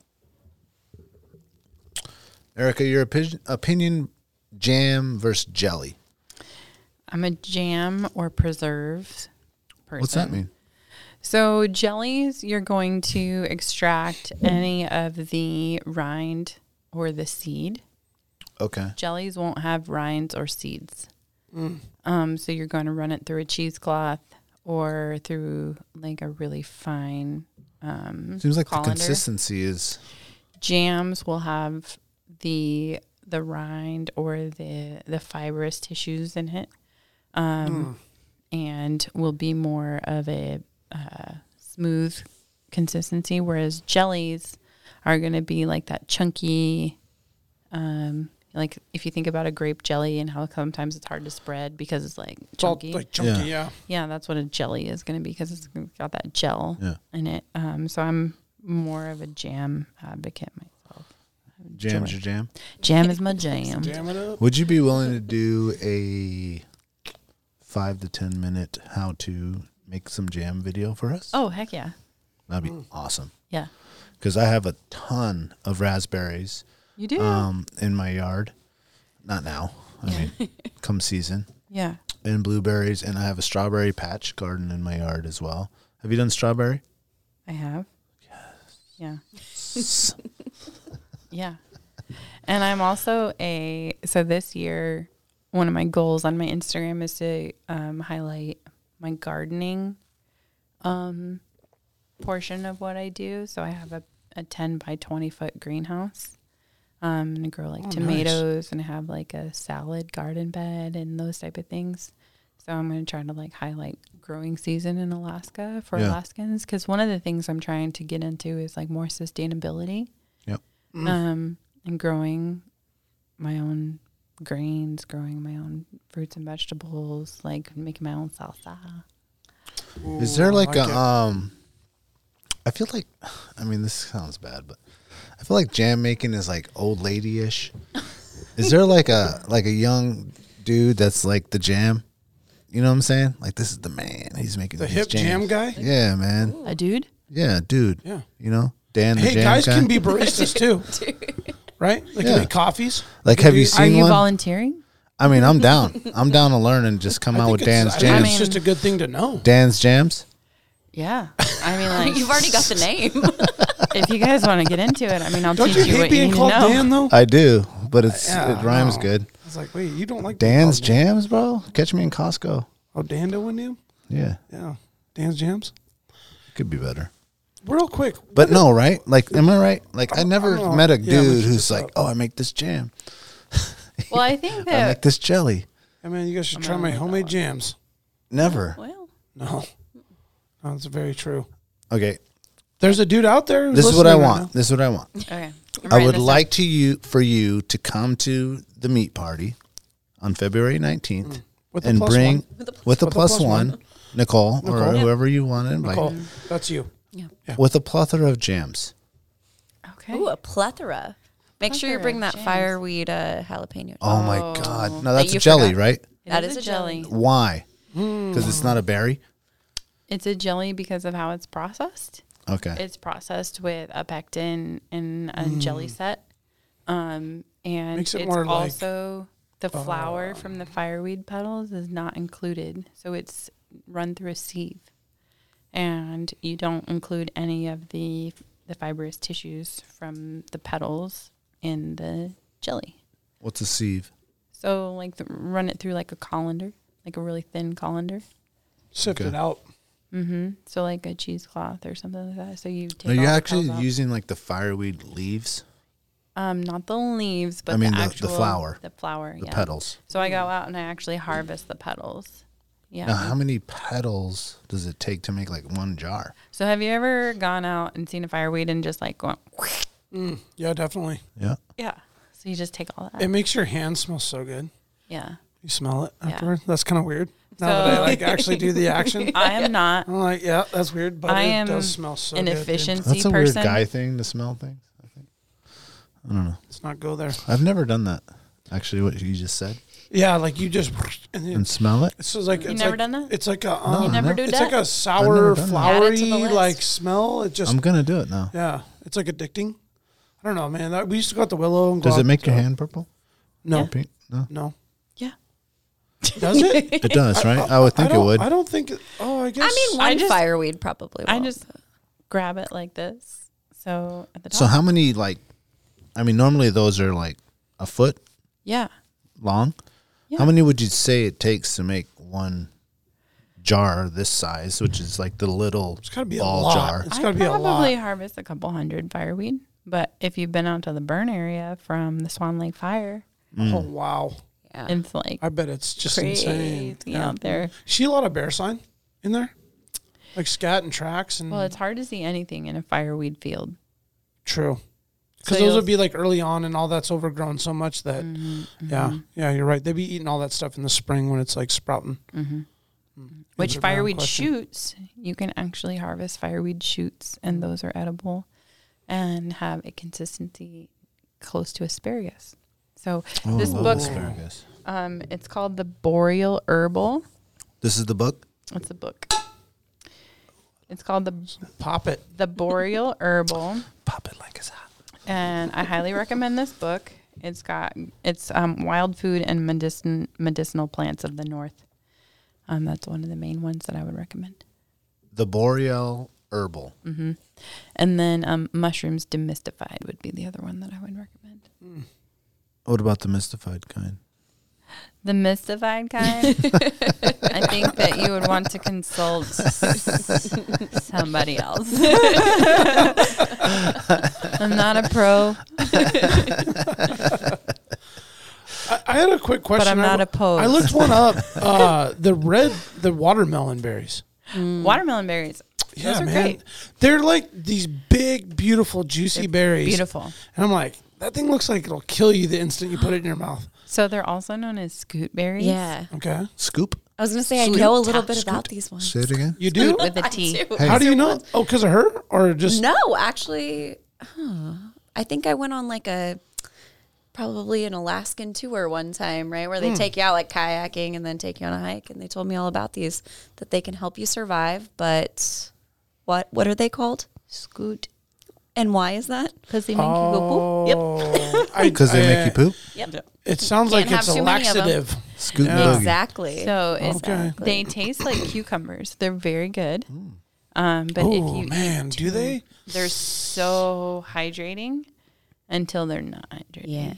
Speaker 2: Erica, your opinion, opinion jam versus jelly.
Speaker 5: I'm a jam or preserves person.
Speaker 2: What's that mean?
Speaker 5: So jellies, you're going to extract any of the rind or the seed.
Speaker 2: Okay.
Speaker 5: Jellies won't have rinds or seeds. Um, so you're going to run it through a cheesecloth or through like a really fine um,
Speaker 2: Seems like
Speaker 5: colander.
Speaker 2: the consistency is
Speaker 5: jams will have the the rind or the the fibrous tissues in it, um, and will be more of a uh, smooth consistency. Whereas jellies are going to be like that chunky. Um, like if you think about a grape jelly and how sometimes it's hard to spread because it's like
Speaker 4: It's all
Speaker 5: chunky.
Speaker 4: like chunky, yeah.
Speaker 5: Yeah, that's what a jelly is going to be because it's got that gel
Speaker 2: Yeah.
Speaker 5: in it. Um, so I'm more of a jam advocate myself.
Speaker 2: jam's your jam.
Speaker 5: Jam is my jam.
Speaker 4: Jam it up.
Speaker 2: Would you be willing to do a five to ten minute how to make some jam video for us?
Speaker 5: Oh heck yeah,
Speaker 2: That'd be awesome.
Speaker 5: yeah.
Speaker 2: Because I have a ton of raspberries
Speaker 5: You do.
Speaker 2: um, in my yard. Not now. I mean, come season.
Speaker 5: yeah.
Speaker 2: and blueberries, and I have a strawberry patch garden in my yard as well. Have you done strawberry?
Speaker 5: I have. Yes. Yeah. yeah. And I'm also a so this year one of my goals on my Instagram is to um, highlight my gardening um, portion of what I do. So I have a, a 10 by 20 foot greenhouse. Um, and I grow like tomatoes and I have like a salad garden bed and those type of things. So I'm going to try to like highlight growing season in Alaska for
Speaker 2: Yeah.
Speaker 5: Alaskans because one of the things I'm trying to get into is like more sustainability.
Speaker 2: Yep.
Speaker 5: Um, and growing my own grains, growing my own fruits and vegetables, like making my own salsa.
Speaker 2: Is there like,
Speaker 4: like
Speaker 2: a
Speaker 4: it.
Speaker 2: um? I feel like, I mean, this sounds bad, but I feel like jam making is like old lady ish. is there like a like a young dude that's like the jam? You know what I'm saying? Like this is the man. He's making
Speaker 4: The
Speaker 2: these
Speaker 4: hip
Speaker 2: jams.
Speaker 4: jam guy?
Speaker 2: Yeah, man.
Speaker 5: A dude?
Speaker 2: Yeah, dude.
Speaker 4: Yeah.
Speaker 2: You know, Dan. The
Speaker 4: Hey,
Speaker 2: jam
Speaker 4: guys
Speaker 2: guy.
Speaker 4: can be baristas too, right? They can
Speaker 2: Yeah.
Speaker 4: make coffees.
Speaker 2: like. Have you
Speaker 5: Are
Speaker 2: seen
Speaker 5: you
Speaker 2: one?
Speaker 5: volunteering?
Speaker 2: I mean, I'm down. I'm down to learn and just come
Speaker 4: I
Speaker 2: out
Speaker 4: think
Speaker 2: with
Speaker 4: it's-
Speaker 2: Dan's
Speaker 4: I think
Speaker 2: jams.
Speaker 5: mean-
Speaker 4: It's just a good thing to know.
Speaker 2: Dan's jams.
Speaker 5: Yeah. I mean, like,
Speaker 7: You've already got the name.
Speaker 5: if you guys want to get into it, I mean, I'll
Speaker 4: Don't
Speaker 5: teach
Speaker 4: you
Speaker 5: you,
Speaker 4: hate
Speaker 5: what you
Speaker 4: being
Speaker 5: need to
Speaker 4: called
Speaker 5: know.
Speaker 4: Dan though?
Speaker 2: I do, but it's
Speaker 4: Yeah,
Speaker 2: it rhymes
Speaker 4: no.
Speaker 2: good.
Speaker 4: I was like, wait, you don't like being
Speaker 2: Dan's
Speaker 4: called Dan?
Speaker 2: jams, bro. Catch me in Costco.
Speaker 4: Oh, Dan doing you?
Speaker 2: Yeah,
Speaker 4: Yeah, Dan's jams.
Speaker 2: could be better.
Speaker 4: real quick.
Speaker 2: But no, right? Like, am I right? Like, I never
Speaker 4: don't know.
Speaker 2: met a
Speaker 4: Yeah,
Speaker 2: dude
Speaker 4: but
Speaker 2: who's like, "Oh, I make this jam.
Speaker 5: Well, I think
Speaker 2: I
Speaker 5: that
Speaker 2: make this jelly."
Speaker 4: I mean, you guys should try my homemade jams.
Speaker 2: Never.
Speaker 5: well,
Speaker 4: No, that's very true.
Speaker 2: Okay,
Speaker 4: There's a dude out there. Who's
Speaker 2: this is what I
Speaker 4: listening right
Speaker 2: want. This is what I want.
Speaker 5: okay.
Speaker 2: I would like to you for you to come to the meat party on February nineteenth
Speaker 4: With a
Speaker 2: and
Speaker 4: Mm. plus
Speaker 2: bring
Speaker 4: one.
Speaker 2: with a plus, one, Nicole, or
Speaker 4: Nicole.
Speaker 2: whoever you want to
Speaker 4: now.
Speaker 2: invite
Speaker 4: Nicole, that's you.
Speaker 2: with a plethora of jams.
Speaker 5: Okay.
Speaker 7: Ooh, a plethora. Make sure you
Speaker 5: Plethora,
Speaker 7: bring that
Speaker 5: jams.
Speaker 7: fireweed uh, jalapeno.
Speaker 2: Oh, my
Speaker 5: Oh.
Speaker 2: god! No,
Speaker 7: That
Speaker 2: that's a
Speaker 7: you
Speaker 2: jelly,
Speaker 7: forgot.
Speaker 2: right?
Speaker 7: that is a jelly.
Speaker 2: Why?
Speaker 5: Hmm.
Speaker 2: Because it's not a berry.
Speaker 5: It's a jelly because of how it's processed.
Speaker 2: Okay.
Speaker 5: It's processed with a pectin and a jelly set. Um,
Speaker 4: Mm.
Speaker 5: and
Speaker 4: Makes it
Speaker 5: it's
Speaker 4: more like- Oh.
Speaker 5: also the flour from the fireweed petals is not included. So it's run through a sieve. And you don't include any of the the fibrous tissues from the petals in the jelly.
Speaker 2: What's a sieve?
Speaker 5: So like the, run it through like a colander, like a really thin colander.
Speaker 4: Sift
Speaker 2: Okay.
Speaker 4: it out.
Speaker 5: Mm-hmm. So like a cheesecloth or something like that. So you take
Speaker 2: Are you
Speaker 5: all the
Speaker 2: actually
Speaker 5: petals out.
Speaker 2: using like the fireweed leaves,
Speaker 5: Um, not the leaves, but
Speaker 2: I mean,
Speaker 5: the,
Speaker 2: the- the
Speaker 5: actual
Speaker 2: flower.
Speaker 5: the flower,
Speaker 2: the
Speaker 5: yeah.
Speaker 2: petals?
Speaker 5: So I go out and I actually harvest the petals. Yeah.
Speaker 2: Now, how many petals does it take to make like one jar?
Speaker 5: So have you ever gone out and seen a fireweed and just like going?
Speaker 4: Yeah, definitely.
Speaker 2: Yeah.
Speaker 5: Yeah. So you just take all that.
Speaker 4: It makes your hand smell so good.
Speaker 5: yeah.
Speaker 4: You smell it
Speaker 5: Yeah.
Speaker 4: afterward. That's kind of weird. Now that I
Speaker 5: So-
Speaker 4: like actually do the action,
Speaker 5: I am not
Speaker 4: I'm like, yeah, that's weird, but
Speaker 5: I
Speaker 4: Oh, it
Speaker 5: am
Speaker 4: does smell so
Speaker 5: an
Speaker 4: good, dude.
Speaker 5: efficiency
Speaker 2: That's a weird
Speaker 5: person.
Speaker 2: guy thing to smell things. I think. I don't know.
Speaker 4: Let's not go there.
Speaker 2: I've never done that. Actually, what you just said
Speaker 4: Yeah, like you just and then
Speaker 2: and smell it.
Speaker 4: it's just like
Speaker 5: You
Speaker 4: it's
Speaker 5: never
Speaker 4: like,
Speaker 5: done that?
Speaker 4: It's like a um,
Speaker 2: You never
Speaker 5: do
Speaker 4: it's
Speaker 5: that?
Speaker 4: like a sour,
Speaker 2: done that.
Speaker 5: Add it to the
Speaker 4: flowery
Speaker 5: list.
Speaker 4: like smell. It just
Speaker 2: I'm gonna do it now.
Speaker 4: yeah, it's like addicting. I don't know, man. That, we used to go out the willow. And go
Speaker 2: Does
Speaker 4: out
Speaker 2: it make your
Speaker 4: to-
Speaker 2: hand purple?
Speaker 4: No,
Speaker 2: Pink? No.
Speaker 4: no.
Speaker 5: Yeah.
Speaker 4: Does it?
Speaker 2: It does, right? I, would think
Speaker 4: I
Speaker 2: it
Speaker 4: don't-
Speaker 2: would.
Speaker 4: I don't think. It, oh, I guess.
Speaker 7: I mean, one
Speaker 5: I just-
Speaker 7: fireweed probably.
Speaker 5: I
Speaker 7: won't.
Speaker 5: just grab it like this. So at the top.
Speaker 2: so how many like? I mean, normally those are like a foot
Speaker 5: yeah.
Speaker 2: long. How many would you say it takes to make one jar this size, which is like the little
Speaker 4: it's gotta be a
Speaker 2: ball
Speaker 4: lot.
Speaker 2: jar?
Speaker 4: It's
Speaker 5: I
Speaker 4: gotta be a
Speaker 5: probably
Speaker 4: lot.
Speaker 5: harvest a couple hundred fireweed. But if you've been out to the burn area from the Swan Lake fire,
Speaker 4: Oh
Speaker 2: Mm.
Speaker 4: wow!
Speaker 7: Yeah.
Speaker 5: it's like
Speaker 4: I bet it's just
Speaker 5: crazy
Speaker 4: insane. Yeah.
Speaker 5: out there.
Speaker 4: See a lot of bear sign in there, like scat and tracks and
Speaker 5: Well,
Speaker 2: Mm.
Speaker 5: it's hard to see anything in a fireweed field.
Speaker 4: true. Because
Speaker 5: So
Speaker 4: those
Speaker 5: you'll-
Speaker 4: would be like early on, and all that's overgrown so much that,
Speaker 5: Mm-hmm,
Speaker 4: yeah, yeah, you're right. They'd be eating all that stuff in the spring when it's like sprouting.
Speaker 5: Which
Speaker 4: a brown
Speaker 5: fireweed
Speaker 4: question.
Speaker 5: shoots, you can actually harvest fireweed shoots, and those are edible and have a consistency close to asparagus. So
Speaker 2: Oh, I
Speaker 5: this
Speaker 2: love
Speaker 5: book,
Speaker 2: asparagus.
Speaker 5: um, it's called The Boreal Herbal.
Speaker 2: This is the book.
Speaker 5: It's a book. It's called the
Speaker 4: Pop it.
Speaker 5: the Boreal Herbal.
Speaker 2: Pop it like it's hot.
Speaker 5: and I highly recommend this book. It's got it's um, wild food and medicin- medicinal plants of the north. Um, that's one of the main ones that I would recommend. Mm-hmm.
Speaker 2: The boreal herbal.
Speaker 5: And then um, mushrooms demystified would be the other one that I would recommend.
Speaker 2: What about the mystified kind?
Speaker 5: The mystified kind. I think that you would want to consult somebody else. I'm not a pro,
Speaker 4: I, I had a quick question.
Speaker 5: but I'm not
Speaker 4: I,
Speaker 5: opposed.
Speaker 4: I looked one up. Uh, the red, the watermelon berries.
Speaker 5: Watermelon berries.
Speaker 4: Mm. Yeah,
Speaker 5: Those are
Speaker 4: man.
Speaker 5: great.
Speaker 4: They're like these big, beautiful, juicy berries.
Speaker 5: Beautiful.
Speaker 4: And I'm like, that thing looks like it'll kill you the instant you put it in your mouth.
Speaker 5: So they're also known as scoot berries.
Speaker 7: Yeah.
Speaker 4: Okay.
Speaker 2: Scoop.
Speaker 7: I was gonna say I know a little bit about these ones.
Speaker 2: Say it again.
Speaker 4: You do?
Speaker 5: With a T.
Speaker 4: How do you know? Oh, because of her? Or just.
Speaker 7: No, actually, huh. I think I went on like a probably an Alaskan tour one time, right, where they take you out like kayaking and then take you on a hike, and they told me all about these that they can help you survive. But what what are they called?
Speaker 5: Scoot.
Speaker 7: And why is that?
Speaker 5: Because they make you go poop.
Speaker 2: Because they make you
Speaker 4: Uh,
Speaker 2: poop.
Speaker 4: Oh. It sounds
Speaker 7: Can't
Speaker 4: like it's
Speaker 7: have
Speaker 4: a
Speaker 7: too many of 'em.
Speaker 4: laxative.
Speaker 2: Scoot and boogie.
Speaker 7: Exactly.
Speaker 5: So it's,
Speaker 4: Okay.
Speaker 5: they taste like cucumbers. They're very good.
Speaker 7: Mm.
Speaker 5: Um, but if
Speaker 4: Oh,
Speaker 5: you
Speaker 4: man.
Speaker 5: eat
Speaker 4: Do they?
Speaker 5: they're so hydrating until they're not hydrating.
Speaker 7: yeah,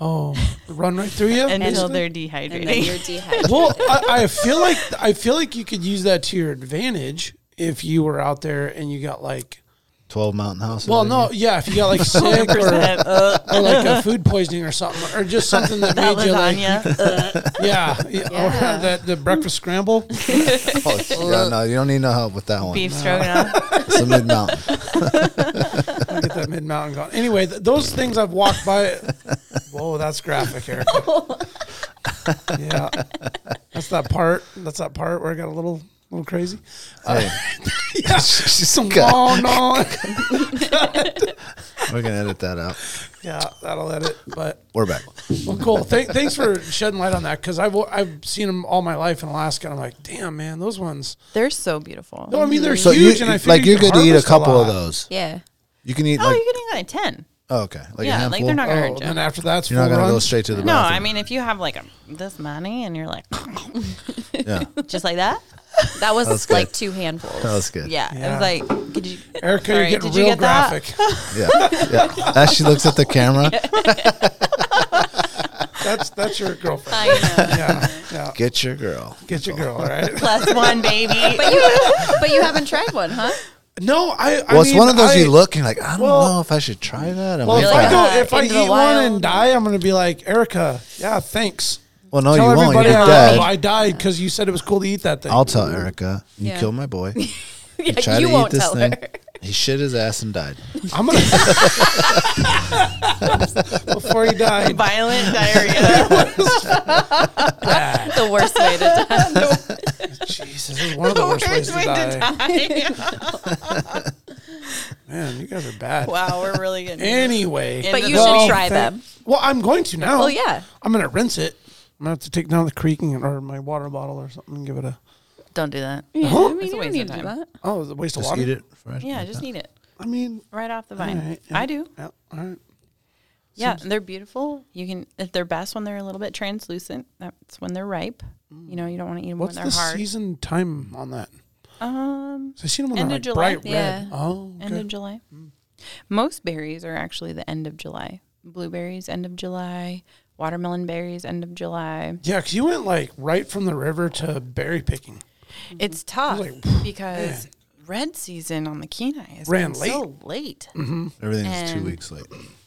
Speaker 4: Oh, run right through you?
Speaker 5: Until
Speaker 4: basically?
Speaker 5: they're
Speaker 7: and then
Speaker 5: dehydrating.
Speaker 7: you're dehydrated.
Speaker 4: well, I, I feel like I feel like you could use that to your advantage if you were out there and you got like
Speaker 2: twelve mountain houses.
Speaker 4: Well,
Speaker 2: in
Speaker 4: no,
Speaker 2: here?
Speaker 4: yeah, if you got like sick or, or like a food poisoning or something, or just something that,
Speaker 5: That
Speaker 4: made you like, yeah,
Speaker 5: lasagna.
Speaker 4: yeah, or that the breakfast scramble.
Speaker 2: Oh, yeah, no, you don't need no help with that one.
Speaker 5: beef stroganoff.
Speaker 2: It's a mid mountain.
Speaker 4: I'll get that mid mountain gone. Anyway, th- those things I've walked by. Whoa, that's graphic, Eric. yeah, that's that part. That's that part where I got a little, little crazy.
Speaker 2: Hey,
Speaker 4: Yeah, some
Speaker 2: God.
Speaker 4: long on.
Speaker 2: we're gonna edit that out.
Speaker 4: Yeah, that'll edit, but.
Speaker 2: We're back.
Speaker 4: Well, cool. Thank, thanks for shedding light on that because I've I've seen them all my life in Alaska. And I'm like, damn, man, those ones.
Speaker 5: They're so beautiful.
Speaker 4: No, I mean they're
Speaker 2: So
Speaker 4: huge,
Speaker 2: you
Speaker 4: and I figured
Speaker 2: like you're
Speaker 4: you
Speaker 2: good to eat a
Speaker 4: harvest
Speaker 2: couple of
Speaker 4: lot.
Speaker 2: those.
Speaker 7: Yeah.
Speaker 2: You can eat
Speaker 5: oh,
Speaker 2: like
Speaker 5: you're getting that at ten.
Speaker 2: oh, okay, like a
Speaker 5: yeah,
Speaker 2: handful.
Speaker 5: like they're not gonna
Speaker 4: Oh,
Speaker 5: hurt you.
Speaker 4: and after that's
Speaker 2: you're not
Speaker 4: full
Speaker 2: gonna go
Speaker 4: run?
Speaker 2: straight to the
Speaker 5: no, I
Speaker 2: bathroom.
Speaker 5: mean if you have like a, this money and you're like
Speaker 2: yeah,
Speaker 5: just like that.
Speaker 7: That was,
Speaker 2: was good.
Speaker 7: like two handfuls.
Speaker 2: that was good.
Speaker 5: Yeah,
Speaker 4: Yeah.
Speaker 5: I was like, could you,
Speaker 4: Erica,
Speaker 5: Sorry,
Speaker 4: you're
Speaker 5: did
Speaker 4: getting
Speaker 5: you
Speaker 4: real
Speaker 5: get that?
Speaker 4: graphic.
Speaker 2: yeah, yeah. As she looks at the camera,
Speaker 4: that's that's your girlfriend.
Speaker 7: I know.
Speaker 4: Yeah, yeah.
Speaker 2: get your girl.
Speaker 4: Get your girl, all right?
Speaker 5: plus one, baby.
Speaker 7: But you, but you haven't tried one, huh?
Speaker 4: No, I. I
Speaker 2: Well, it's
Speaker 4: mean,
Speaker 2: one of those
Speaker 4: I,
Speaker 2: you look and you're like, I don't
Speaker 4: well-
Speaker 2: know if I should try that. I'm
Speaker 4: Well, if
Speaker 2: like,
Speaker 4: I
Speaker 7: like,
Speaker 4: go,
Speaker 7: uh,
Speaker 4: if I
Speaker 7: into the
Speaker 4: eat one and
Speaker 7: wild.
Speaker 4: die, I'm gonna be like Erica. Yeah, thanks.
Speaker 2: well, no,
Speaker 4: Tell
Speaker 2: you won't. You're
Speaker 4: everybody I,
Speaker 2: dead.
Speaker 4: I died because you said it was cool to eat that thing.
Speaker 2: I'll tell Erica. You
Speaker 7: Yeah.
Speaker 2: killed my boy. You
Speaker 7: Yeah,
Speaker 2: tried
Speaker 7: you
Speaker 2: to
Speaker 7: won't
Speaker 2: eat this
Speaker 7: tell
Speaker 2: thing.
Speaker 7: her.
Speaker 2: He shit his ass and died.
Speaker 4: I'm gonna before he died.
Speaker 5: Violent diarrhea.
Speaker 7: The worst way to die.
Speaker 4: Jesus, this is one of the, worst, ways to die. Man, you guys are bad.
Speaker 5: wow, we're really good.
Speaker 4: Anyway,
Speaker 5: But
Speaker 7: But you
Speaker 4: Well,
Speaker 7: should try
Speaker 4: thank-
Speaker 7: them.
Speaker 4: Well, I'm going to now.
Speaker 7: Well, yeah.
Speaker 4: I'm gonna rinse it. I'm gonna have to take down the creaking or my water bottle or something and give it a.
Speaker 5: Don't do that.
Speaker 7: I mean,
Speaker 5: It's a
Speaker 7: you
Speaker 5: waste
Speaker 7: don't
Speaker 5: of
Speaker 7: need to do
Speaker 5: time.
Speaker 7: that.
Speaker 4: Oh, it's a waste of
Speaker 2: Just
Speaker 4: water.
Speaker 2: eat it fresh.
Speaker 5: Yeah,
Speaker 2: like
Speaker 5: just
Speaker 2: that.
Speaker 5: eat it
Speaker 4: I mean,
Speaker 5: right off the vine.
Speaker 4: right, yeah.
Speaker 5: I do.
Speaker 4: yeah, all right.
Speaker 5: Yeah, they're beautiful. You can if they're best when they're a little bit translucent. That's when they're ripe. You know, you don't want to eat them
Speaker 4: What's
Speaker 5: when
Speaker 4: the
Speaker 5: they're hard.
Speaker 4: season time on that?
Speaker 5: Um,
Speaker 4: 'Cause I seen them on
Speaker 5: End
Speaker 4: like
Speaker 5: of July.
Speaker 4: bright
Speaker 7: Yeah.
Speaker 4: red. Oh,
Speaker 5: end of
Speaker 4: okay.
Speaker 5: July. Most berries are actually the end of July. Blueberries end of July. Watermelon berries end of July.
Speaker 4: Yeah, 'cause you went like right from the river to berry picking.
Speaker 5: It's tough
Speaker 4: like,
Speaker 5: because red season on the Kenai is
Speaker 4: Ran Mm-hmm.
Speaker 5: so late.
Speaker 2: Everything's two
Speaker 5: And-
Speaker 2: weeks late.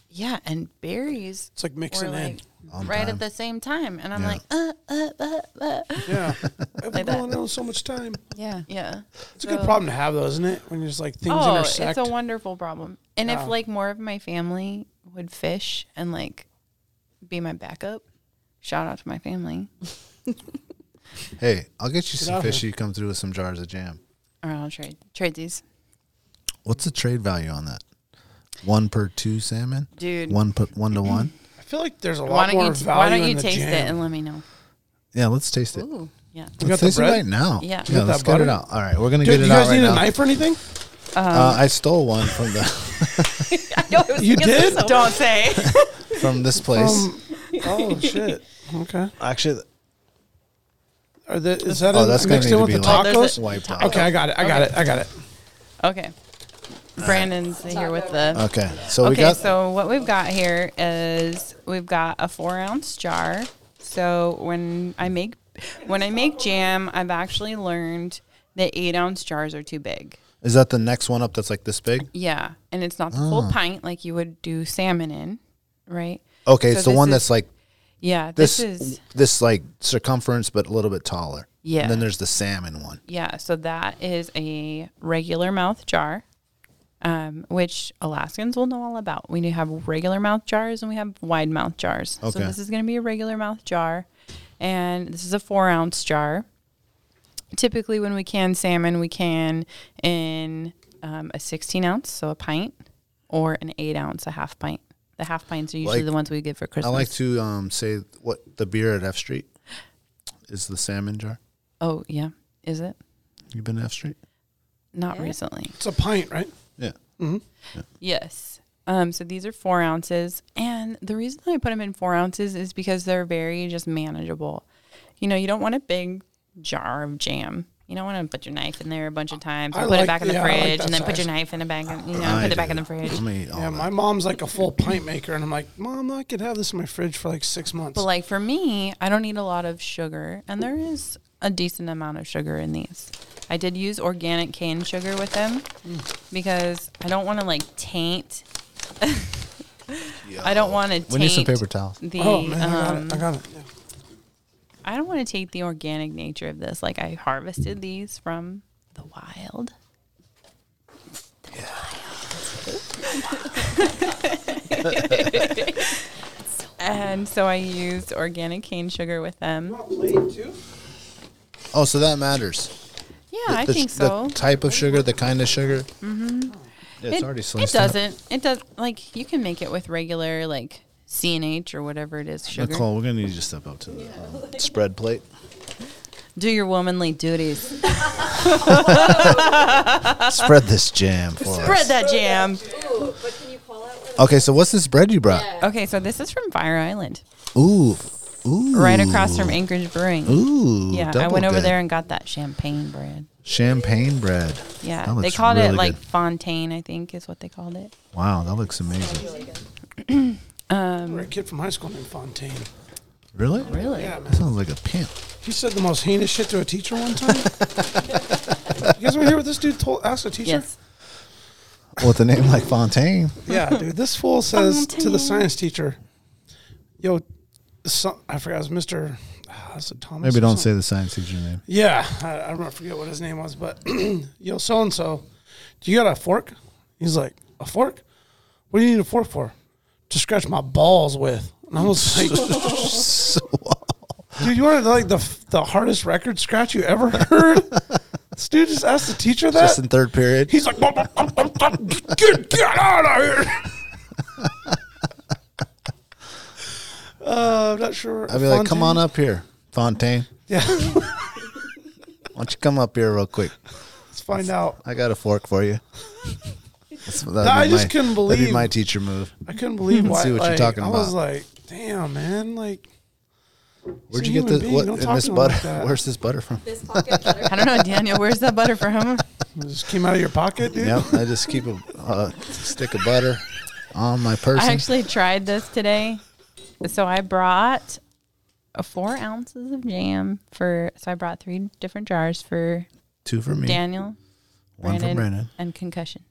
Speaker 5: Yeah, and berries
Speaker 4: It's like mixing
Speaker 5: were like
Speaker 4: in.
Speaker 5: right at the same time, and I'm
Speaker 2: Yeah.
Speaker 5: like, uh, uh, uh, uh.
Speaker 4: Yeah, I've been
Speaker 5: that.
Speaker 4: going on Oh, so much time.
Speaker 7: Yeah.
Speaker 5: yeah.
Speaker 4: It's a good problem to have, though, isn't it? When you're just like things
Speaker 5: oh,
Speaker 4: intersect.
Speaker 5: it's a wonderful problem. And if like more of my family would fish and like be my backup, shout out to my family,
Speaker 2: Hey, I'll get you some
Speaker 4: out
Speaker 2: fish. You come through with some jars of jam.
Speaker 5: or I'll trade trade these.
Speaker 2: What's the trade value on that? One per two salmon.
Speaker 5: Dude.
Speaker 2: One per one to one.
Speaker 7: Mm-hmm.
Speaker 4: I feel like there's a lot
Speaker 5: Why don't
Speaker 4: more
Speaker 5: you t-
Speaker 4: value
Speaker 5: Why don't
Speaker 4: in
Speaker 5: you
Speaker 4: the
Speaker 5: taste
Speaker 4: jam.
Speaker 5: it and let me know?
Speaker 2: Yeah, let's taste it.
Speaker 7: Ooh.
Speaker 5: Yeah.
Speaker 4: You got
Speaker 2: Let's
Speaker 4: the
Speaker 2: taste it
Speaker 4: bread?
Speaker 2: right now.
Speaker 5: Yeah. You
Speaker 2: yeah
Speaker 4: got
Speaker 2: let's
Speaker 4: that
Speaker 2: get it
Speaker 4: butter?
Speaker 2: out. All right, we're gonna
Speaker 4: Dude,
Speaker 2: get
Speaker 4: you
Speaker 2: it
Speaker 4: guys
Speaker 2: out
Speaker 4: need
Speaker 2: right now.
Speaker 4: a knife or anything?
Speaker 2: Uh,
Speaker 5: Um,
Speaker 2: I stole one from the
Speaker 4: You did?
Speaker 5: Don't say.
Speaker 2: from this place.
Speaker 4: Um, oh shit. Okay.
Speaker 2: Actually,
Speaker 4: Are the, is that
Speaker 2: Oh,
Speaker 4: in,
Speaker 2: that's gonna
Speaker 4: mixed
Speaker 2: need
Speaker 4: in
Speaker 2: to
Speaker 4: with
Speaker 2: be
Speaker 4: the
Speaker 2: like-
Speaker 5: Oh, there's
Speaker 4: tacos?
Speaker 5: a-
Speaker 2: wiped out.
Speaker 4: okay, I got it. I got it. I got it.
Speaker 5: okay. Brandon's here with the.
Speaker 2: Okay, Uh, so we
Speaker 5: okay,
Speaker 2: got
Speaker 5: so what we've got here is we've got a four ounce jar. So when I make when I make jam, I've actually learned that eight ounce jars are too big.
Speaker 2: Is that the next one up that's like this big?
Speaker 5: Yeah, and it's not the
Speaker 2: Ah.
Speaker 5: full pint like you would do salmon in, right?
Speaker 2: Okay,
Speaker 5: So
Speaker 2: it's the
Speaker 5: this
Speaker 2: one
Speaker 5: is-
Speaker 2: that's like
Speaker 5: Yeah,
Speaker 2: Oh, this
Speaker 5: this, is
Speaker 2: this like circumference but a little bit taller.
Speaker 5: Yeah.
Speaker 2: And then there's the salmon one.
Speaker 5: yeah. So that is a regular mouth jar, um, which Alaskans will know all about. We do have regular mouth jars and we have wide mouth jars. So
Speaker 2: Okay.
Speaker 5: this is going to be a regular mouth jar, and this is a four ounce jar. Typically, when we can salmon, we can in um, a sixteen ounce, so a pint, or an eight ounce, a half pint. The half pints are usually
Speaker 2: Like-
Speaker 5: the ones we get for
Speaker 2: I
Speaker 5: Christmas.
Speaker 2: like to um, say what the beer at F Street is the salmon jar.
Speaker 5: Oh yeah, is it?
Speaker 2: You been to F Street?
Speaker 5: Not recently.
Speaker 4: It's a pint, right?
Speaker 2: Yeah.
Speaker 5: Yes. Um, so these are four ounces, and the reason I put them in four ounces is because they're very just manageable. You know, you don't want a big jar of jam. You don't want to put your knife in there a bunch of times, and
Speaker 4: I
Speaker 5: put
Speaker 4: like-
Speaker 5: it back in the
Speaker 4: yeah, I like
Speaker 5: fridge,
Speaker 4: that
Speaker 5: and then put
Speaker 4: size.
Speaker 5: your knife in the back, and, you know,
Speaker 2: I
Speaker 5: put it back
Speaker 2: do.
Speaker 5: in the fridge.
Speaker 2: I'm gonna eat all
Speaker 4: Yeah,
Speaker 2: that.
Speaker 4: my mom's like a full pint maker, and I'm like, Mom, I could have this in my fridge for like six months.
Speaker 5: But like for me, I don't need a lot of sugar, and there is a decent amount of sugar in these. I did use organic cane sugar with them because I don't want to like taint. I don't want to taint.
Speaker 2: We need some paper towels.
Speaker 5: The,
Speaker 4: Oh man,
Speaker 5: um,
Speaker 4: I got it. I got it. Yeah.
Speaker 5: I don't want to take the organic nature of this. Like I harvested these from the wild. and so I used organic cane sugar with them.
Speaker 2: Oh, so that matters.
Speaker 5: Yeah,
Speaker 2: The-
Speaker 5: I
Speaker 2: the-
Speaker 5: think
Speaker 2: the
Speaker 5: so.
Speaker 2: type of sugar, the kind of sugar. Mm-hmm. It's
Speaker 5: it,
Speaker 2: already
Speaker 5: it
Speaker 2: sliced up.
Speaker 5: doesn't. It does. Like you can make it with regular like CNH or whatever it is sugar.
Speaker 2: Nicole, we're gonna need you to step up to the um, spread plate.
Speaker 5: Do your womanly duties.
Speaker 2: Spread this jam for us.
Speaker 5: Spread that jam.
Speaker 2: Okay, so what's this bread you brought?
Speaker 5: Okay, so this is from Fire Island,
Speaker 2: Ooh, ooh,
Speaker 5: right across from Anchorage Brewing.
Speaker 2: Ooh,
Speaker 5: Yeah, I
Speaker 2: double
Speaker 5: went over
Speaker 2: dip.
Speaker 5: there and got that champagne bread.
Speaker 2: Champagne bread.
Speaker 5: Yeah,
Speaker 2: That
Speaker 5: they
Speaker 2: looks
Speaker 5: called it
Speaker 2: really
Speaker 5: like
Speaker 2: good.
Speaker 5: Fontaine, I think is what they called it.
Speaker 2: Wow, that looks amazing.
Speaker 4: We're a kid from high school named Fontaine.
Speaker 2: Really?
Speaker 5: Really?
Speaker 4: Yeah, man.
Speaker 2: Sounds like a pimp.
Speaker 4: He said the most heinous shit to a teacher one time. you guys want to hear what this dude told asked a teacher?
Speaker 5: Yes.
Speaker 2: With a name like Fontaine.
Speaker 4: Yeah, dude. This fool says to the science teacher, "Yo, some, I forgot. It was Mister. Uh, is it Thomas?
Speaker 2: Maybe
Speaker 4: or
Speaker 2: don't
Speaker 4: something?
Speaker 2: say the science teacher name.
Speaker 4: Yeah, I, I don't forget what his name was, but yo, so and so, do you got a fork? He's like, a fork? What do you need a fork for? To scratch my balls with. And I was like, dude, you wanted like the the hardest record scratch you ever heard? this dude just asked the teacher that.
Speaker 2: Just in third period.
Speaker 4: He's like, get, get out of here. Uh, I'm not sure.
Speaker 2: I'd be like, come on up here, Fontaine.
Speaker 4: Yeah,
Speaker 2: Why don't you come up here real quick?
Speaker 4: let's find out.
Speaker 2: I got a fork for you. That's, that'd
Speaker 4: I
Speaker 2: be
Speaker 4: just couldn't
Speaker 2: That'd
Speaker 4: believe-
Speaker 2: be my teacher move.
Speaker 4: I couldn't believe why.
Speaker 2: see what you're
Speaker 4: like,
Speaker 2: talking
Speaker 4: I was
Speaker 2: about.
Speaker 4: like, damn, man. Like,
Speaker 2: Where'd
Speaker 4: It's a
Speaker 2: you get
Speaker 4: human
Speaker 2: this?
Speaker 4: being.
Speaker 2: What
Speaker 4: Don't
Speaker 2: and
Speaker 4: talk
Speaker 2: this
Speaker 4: to him like
Speaker 2: butter?
Speaker 4: that.
Speaker 2: Where's this butter from?
Speaker 6: This pocket
Speaker 5: I don't know, Daniel, where's that butter from?
Speaker 4: it just came out of your pocket, dude.
Speaker 2: Yep, I just keep a uh, stick of butter on my person.
Speaker 5: I actually tried this today. So I brought uh, four ounces of jam for, so I brought three different jars for
Speaker 2: Two for me,
Speaker 5: Daniel,
Speaker 2: one for Brandon.
Speaker 5: and concussion.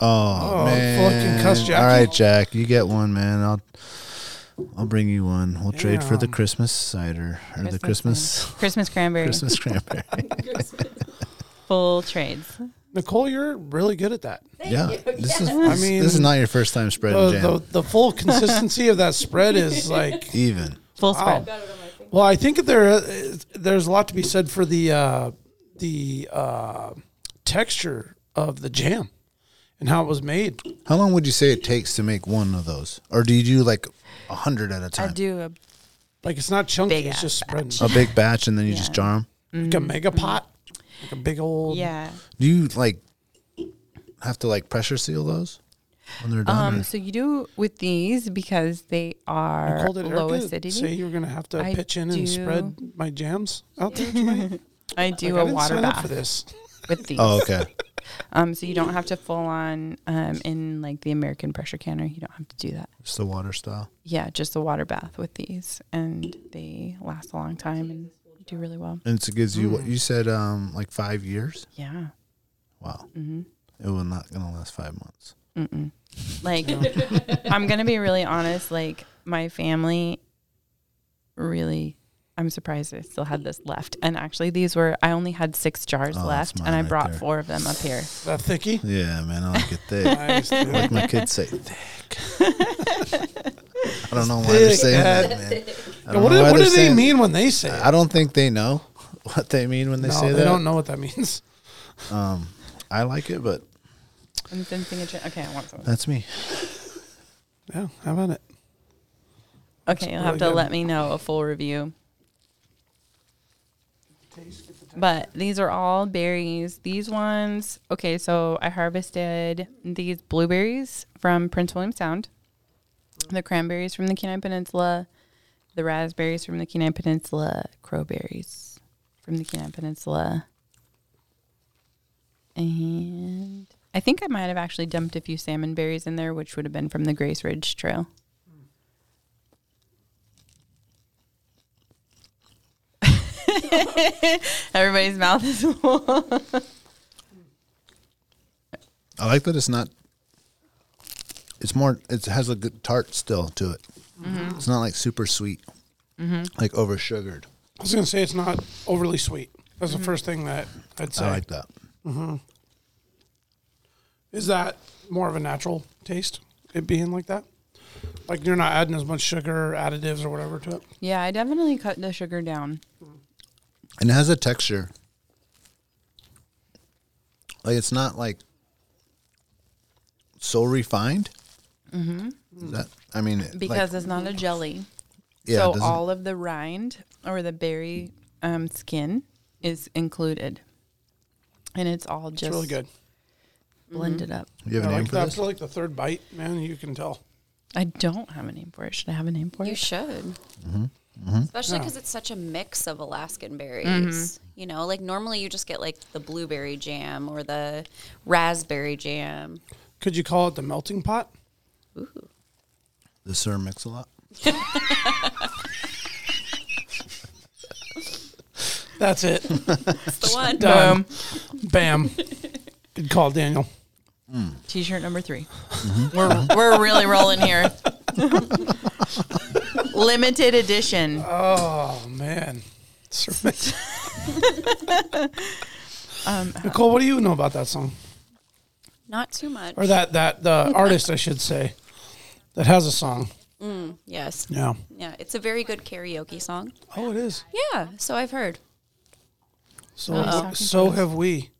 Speaker 2: Oh,
Speaker 4: Oh,
Speaker 2: man!
Speaker 4: fucking cuss, Jackie.
Speaker 2: All right, Jack, you get one, man. I'll I'll bring you one. We'll trade for the
Speaker 4: Damn.
Speaker 2: Christmas cider or the Christmas
Speaker 5: Christmas cranberry.
Speaker 2: Christmas cranberry.
Speaker 5: Full trades.
Speaker 4: Nicole, you're really good at that.
Speaker 2: yeah, this is
Speaker 4: I
Speaker 2: this,
Speaker 4: mean,
Speaker 2: this is not your first time spreading
Speaker 4: The,
Speaker 2: jam.
Speaker 4: the, the full consistency of that spread is like,
Speaker 2: Even
Speaker 5: Full
Speaker 4: wow.
Speaker 5: spread.
Speaker 4: Well, I think there uh, there's a lot to be said for the uh, the uh, texture of the jam and how it was made.
Speaker 2: how long would you say it takes to make one of those, or do you do like a hundred at a
Speaker 5: I
Speaker 2: time?
Speaker 5: do a
Speaker 4: Like it's not chunky;
Speaker 5: Big Mm-hmm.
Speaker 4: it's just spread
Speaker 2: A big batch, and then you just jar them.
Speaker 4: like a mega pot, like a big old.
Speaker 5: yeah.
Speaker 2: Do you like have to like pressure seal those when they're done?
Speaker 5: Um,
Speaker 2: or-
Speaker 5: so you do with these because they
Speaker 4: I
Speaker 5: are
Speaker 4: called it
Speaker 5: low
Speaker 4: Erica.
Speaker 5: acidity.
Speaker 4: Say you were gonna have to
Speaker 5: I
Speaker 4: pitch in and
Speaker 5: do-
Speaker 4: spread my jams out there tonight.
Speaker 5: I do
Speaker 4: Like, I
Speaker 5: a
Speaker 4: didn't
Speaker 5: water
Speaker 4: sign up for
Speaker 5: bath
Speaker 4: this.
Speaker 5: with these.
Speaker 2: oh, okay.
Speaker 5: Um, so you don't have to full on um, in like the American pressure canner. You don't have to do that.
Speaker 2: It's the water style.
Speaker 5: Yeah, just a water bath with these, and they last a long time and do really well.
Speaker 2: And so it gives you what
Speaker 4: Mm.
Speaker 2: you said, um, like five years.
Speaker 5: Yeah.
Speaker 2: Wow.
Speaker 4: Mm-hmm.
Speaker 2: It was not gonna last five months.
Speaker 5: Like, I'm going to be really honest. Like, my family really, I'm surprised I still had this left. And actually, these were, I only had six jars
Speaker 2: Oh, that's
Speaker 5: left,
Speaker 2: mine
Speaker 5: and I
Speaker 2: right
Speaker 5: brought
Speaker 2: there.
Speaker 5: four of them up here.
Speaker 4: That Uh, thicky.
Speaker 2: Yeah, man, I like it thick.
Speaker 4: Nice, dude.
Speaker 2: like my kids say, thick. I don't know why they're
Speaker 4: Thick,
Speaker 2: saying
Speaker 4: Dad.
Speaker 2: that, man. I
Speaker 4: Yeah,
Speaker 2: don't know why
Speaker 4: what do, what
Speaker 2: they're
Speaker 4: do they
Speaker 2: saying-
Speaker 4: mean when they say?
Speaker 2: I
Speaker 4: It?
Speaker 2: don't think they know what they mean when they
Speaker 4: No,
Speaker 2: say
Speaker 4: they
Speaker 2: that.
Speaker 4: don't know what that means.
Speaker 2: I like it, but
Speaker 5: I'm sensing a change. Okay, I want some.
Speaker 2: that's me.
Speaker 4: Yeah, how about it?
Speaker 5: Okay, you'll have
Speaker 4: really
Speaker 5: to
Speaker 4: good.
Speaker 5: let me know a full review. But these are all berries. These ones, okay, so I harvested these blueberries from Prince William Sound, the cranberries from the Kenai Peninsula, the raspberries from the Kenai Peninsula, crowberries from the Kenai Peninsula. And I think I might have actually dumped a few salmon berries in there, which would have been from the Grace Ridge Trail. Everybody's mouth is full.
Speaker 2: I like that it's not. It's more. It has a good tart still to it.
Speaker 5: Mm-hmm.
Speaker 2: It's not like super sweet, like over sugared.
Speaker 4: I was gonna say it's not overly sweet. That's
Speaker 5: Mm-hmm.
Speaker 4: the first thing that I'd say.
Speaker 2: I like that.
Speaker 4: Is that more of a natural taste? It being like that, like you're not adding as much sugar, or additives, or whatever to it.
Speaker 5: yeah, I definitely cut the sugar down.
Speaker 2: And it has a texture. Like it's not like so refined. Mm-hmm. That I mean, it- like-
Speaker 5: because it's not a jelly.
Speaker 2: Yeah, it
Speaker 5: so
Speaker 2: doesn't-
Speaker 5: all of the rind or the berry um, skin is included, and it's all just
Speaker 4: It's really good.
Speaker 5: blended up.
Speaker 2: you have a
Speaker 4: I
Speaker 2: name
Speaker 4: like
Speaker 2: for
Speaker 4: that.
Speaker 2: this?
Speaker 4: After like the third bite, man, you can tell.
Speaker 5: I don't have a name for it. Should I have a name for
Speaker 7: You
Speaker 5: it?
Speaker 7: should.
Speaker 2: Mm-hmm,
Speaker 7: Especially because it's such a mix of Alaskan berries. You know, like normally you just get like the blueberry jam or the raspberry jam.
Speaker 4: Could you call it the melting pot?
Speaker 2: The Sir Mix a lot.
Speaker 4: That's it.
Speaker 7: It's the one.
Speaker 4: Done.
Speaker 5: Um,
Speaker 4: Bam. Good call, Daniel.
Speaker 5: T-shirt number 3 we We're we're really rolling here. Limited edition.
Speaker 4: Oh man. Sir Mix. Nicole, what do you know about that song?
Speaker 7: Not too much.
Speaker 4: Or that that the artist I should say that has a song.
Speaker 7: Yes.
Speaker 4: Yeah.
Speaker 7: Yeah. It's a very good karaoke song.
Speaker 4: Oh it is.
Speaker 7: Yeah. So I've heard.
Speaker 4: So so have we.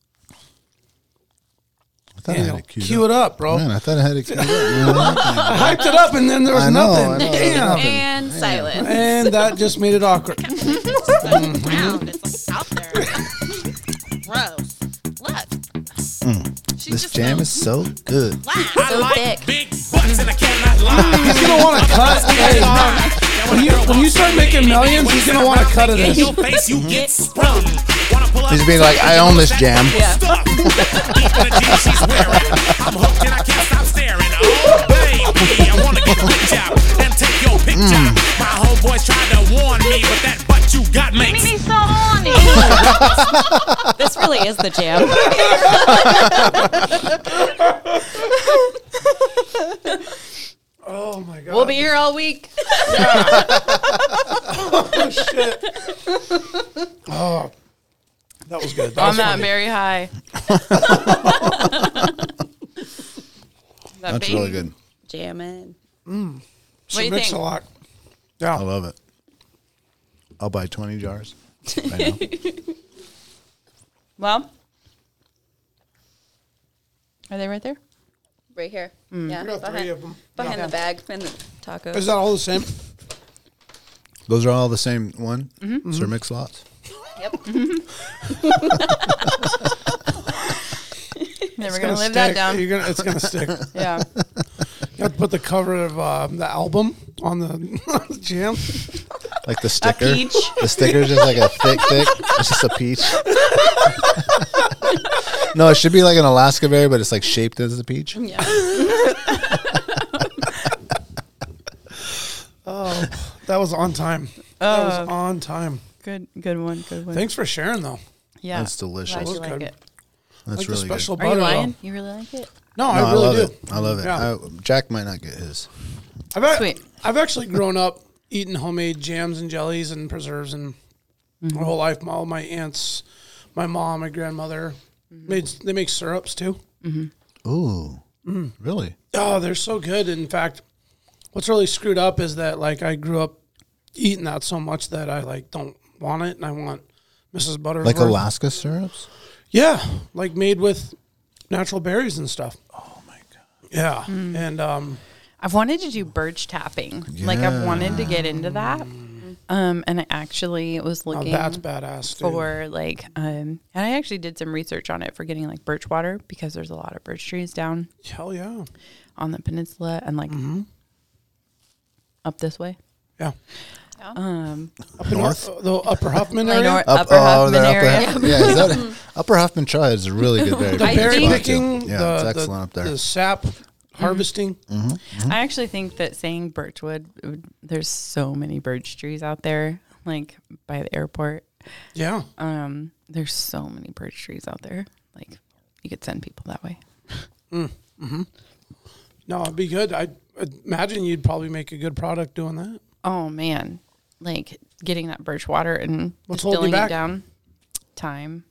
Speaker 2: I thought I
Speaker 4: Daniel,
Speaker 2: had it
Speaker 4: cue,
Speaker 2: queued
Speaker 4: it up, bro.
Speaker 2: up. Man, I thought I had it queued up. You know, nothing.
Speaker 4: I hyped it up and then there was
Speaker 2: I know, I
Speaker 4: nothing.
Speaker 2: know, there was
Speaker 4: Damn.
Speaker 2: nothing.
Speaker 7: And silence.
Speaker 4: And that just made it awkward.
Speaker 5: Oh,
Speaker 6: Round. It's like out there. Gross. Look. She's
Speaker 2: This jam is so good.
Speaker 7: So thick.
Speaker 4: He's gonna want to cut. Hey, when you when you start making millions, he's gonna want to cut of this.
Speaker 2: He's being like, I own this jam.
Speaker 6: Oh,
Speaker 2: Mm.
Speaker 6: me so horny.
Speaker 7: This really is the jam.
Speaker 4: Oh my god.
Speaker 7: We'll be here all week.
Speaker 4: Oh, That was good. That
Speaker 5: On
Speaker 4: was
Speaker 5: that
Speaker 4: funny.
Speaker 5: very high.
Speaker 2: That's really good.
Speaker 7: Jamming.
Speaker 4: She
Speaker 5: do you
Speaker 4: mixed
Speaker 5: think?
Speaker 4: a lot.
Speaker 2: I
Speaker 4: Yeah.
Speaker 2: love it. I'll buy 20 jars. I know.
Speaker 5: Well, are they right there?
Speaker 7: Right here. Yeah.
Speaker 4: got three
Speaker 7: behind
Speaker 4: of 'em.
Speaker 7: behind the bag and the
Speaker 4: Is
Speaker 7: tacos.
Speaker 4: that all the same?
Speaker 2: Those are all the same one? Sir Mix Lots?
Speaker 7: Yep.
Speaker 5: Never
Speaker 4: It's
Speaker 5: gonna, live that
Speaker 4: stick.
Speaker 5: down.
Speaker 4: You're gonna, it's gonna stick. You
Speaker 5: Yeah.
Speaker 4: have to put the cover of um, the album on the jam.
Speaker 2: Like the sticker?
Speaker 5: peach.
Speaker 2: The sticker's just like a thick, thick. It's just a peach. no, it should be like an Alaska berry, but it's like shaped as a peach.
Speaker 4: That was on time. that
Speaker 5: Uh.
Speaker 4: was on time.
Speaker 5: Good. Good one. Good one.
Speaker 4: Thanks for sharing, though.
Speaker 5: Yeah.
Speaker 2: That's delicious.
Speaker 5: Glad you
Speaker 4: Looks
Speaker 5: like
Speaker 4: good.
Speaker 5: it.
Speaker 2: That's
Speaker 4: like
Speaker 2: really
Speaker 4: the special
Speaker 2: good.
Speaker 5: Are you
Speaker 4: butter. though.
Speaker 5: lying? You really like it?
Speaker 4: No,
Speaker 2: No,
Speaker 4: I
Speaker 2: I,
Speaker 4: really
Speaker 2: love
Speaker 4: do.
Speaker 2: it. I love it.
Speaker 4: Yeah.
Speaker 2: I- Jack might not get his.
Speaker 4: I've, ac-
Speaker 5: Sweet.
Speaker 4: I've actually grown up eating homemade jams and jellies and preserves and my whole life. My, all my aunts, my mom, my grandmother made they make syrups too.
Speaker 2: Ooh. Really?
Speaker 4: Oh, they're so good. In fact, what's really screwed up is that like I grew up eating that so much that I like don't want it and I want Mrs. Butterworth.
Speaker 2: Like Alaska syrups?
Speaker 4: Yeah, like made with natural berries and stuff. Oh my god. Yeah,
Speaker 5: Mm.
Speaker 4: and um,
Speaker 5: I've wanted to do birch tapping. Like I've wanted to get into that. Um, and I actually was
Speaker 4: now
Speaker 5: looking
Speaker 4: Oh, that's badass. Dude.
Speaker 5: for like um, and I actually did some research on it for getting like birch water because there's a lot of birch trees down
Speaker 4: hell yeah,
Speaker 5: on the peninsula and like
Speaker 4: Mm-hmm.
Speaker 5: up this way.
Speaker 4: yeah.
Speaker 5: Um,
Speaker 4: Up north, uh, the upper Huffman
Speaker 5: like
Speaker 4: area.
Speaker 5: nor-
Speaker 2: Up-
Speaker 5: upper
Speaker 2: oh,
Speaker 5: Huffman
Speaker 2: they're upper,
Speaker 5: area.
Speaker 2: Huff- yeah, is that, upper Huffman Trial is a really good berry.
Speaker 4: the
Speaker 2: picking spot,
Speaker 4: berry
Speaker 2: too.
Speaker 4: picking,
Speaker 2: Yeah,
Speaker 4: the,
Speaker 2: it's
Speaker 4: the-
Speaker 2: excellent up there. Mm.
Speaker 4: The sap harvesting.
Speaker 5: I actually think that saying birchwood, it would- there's so many birch trees out there, like by the airport.
Speaker 4: Yeah.
Speaker 5: Um, there's so many birch trees out there. Like you could send people that way.
Speaker 4: No, it'd be good. I I'd imagine you'd probably make a good product doing that.
Speaker 5: Oh man, like getting that birch water and
Speaker 4: What's holding you
Speaker 5: distilling it
Speaker 4: back?
Speaker 5: down. Time.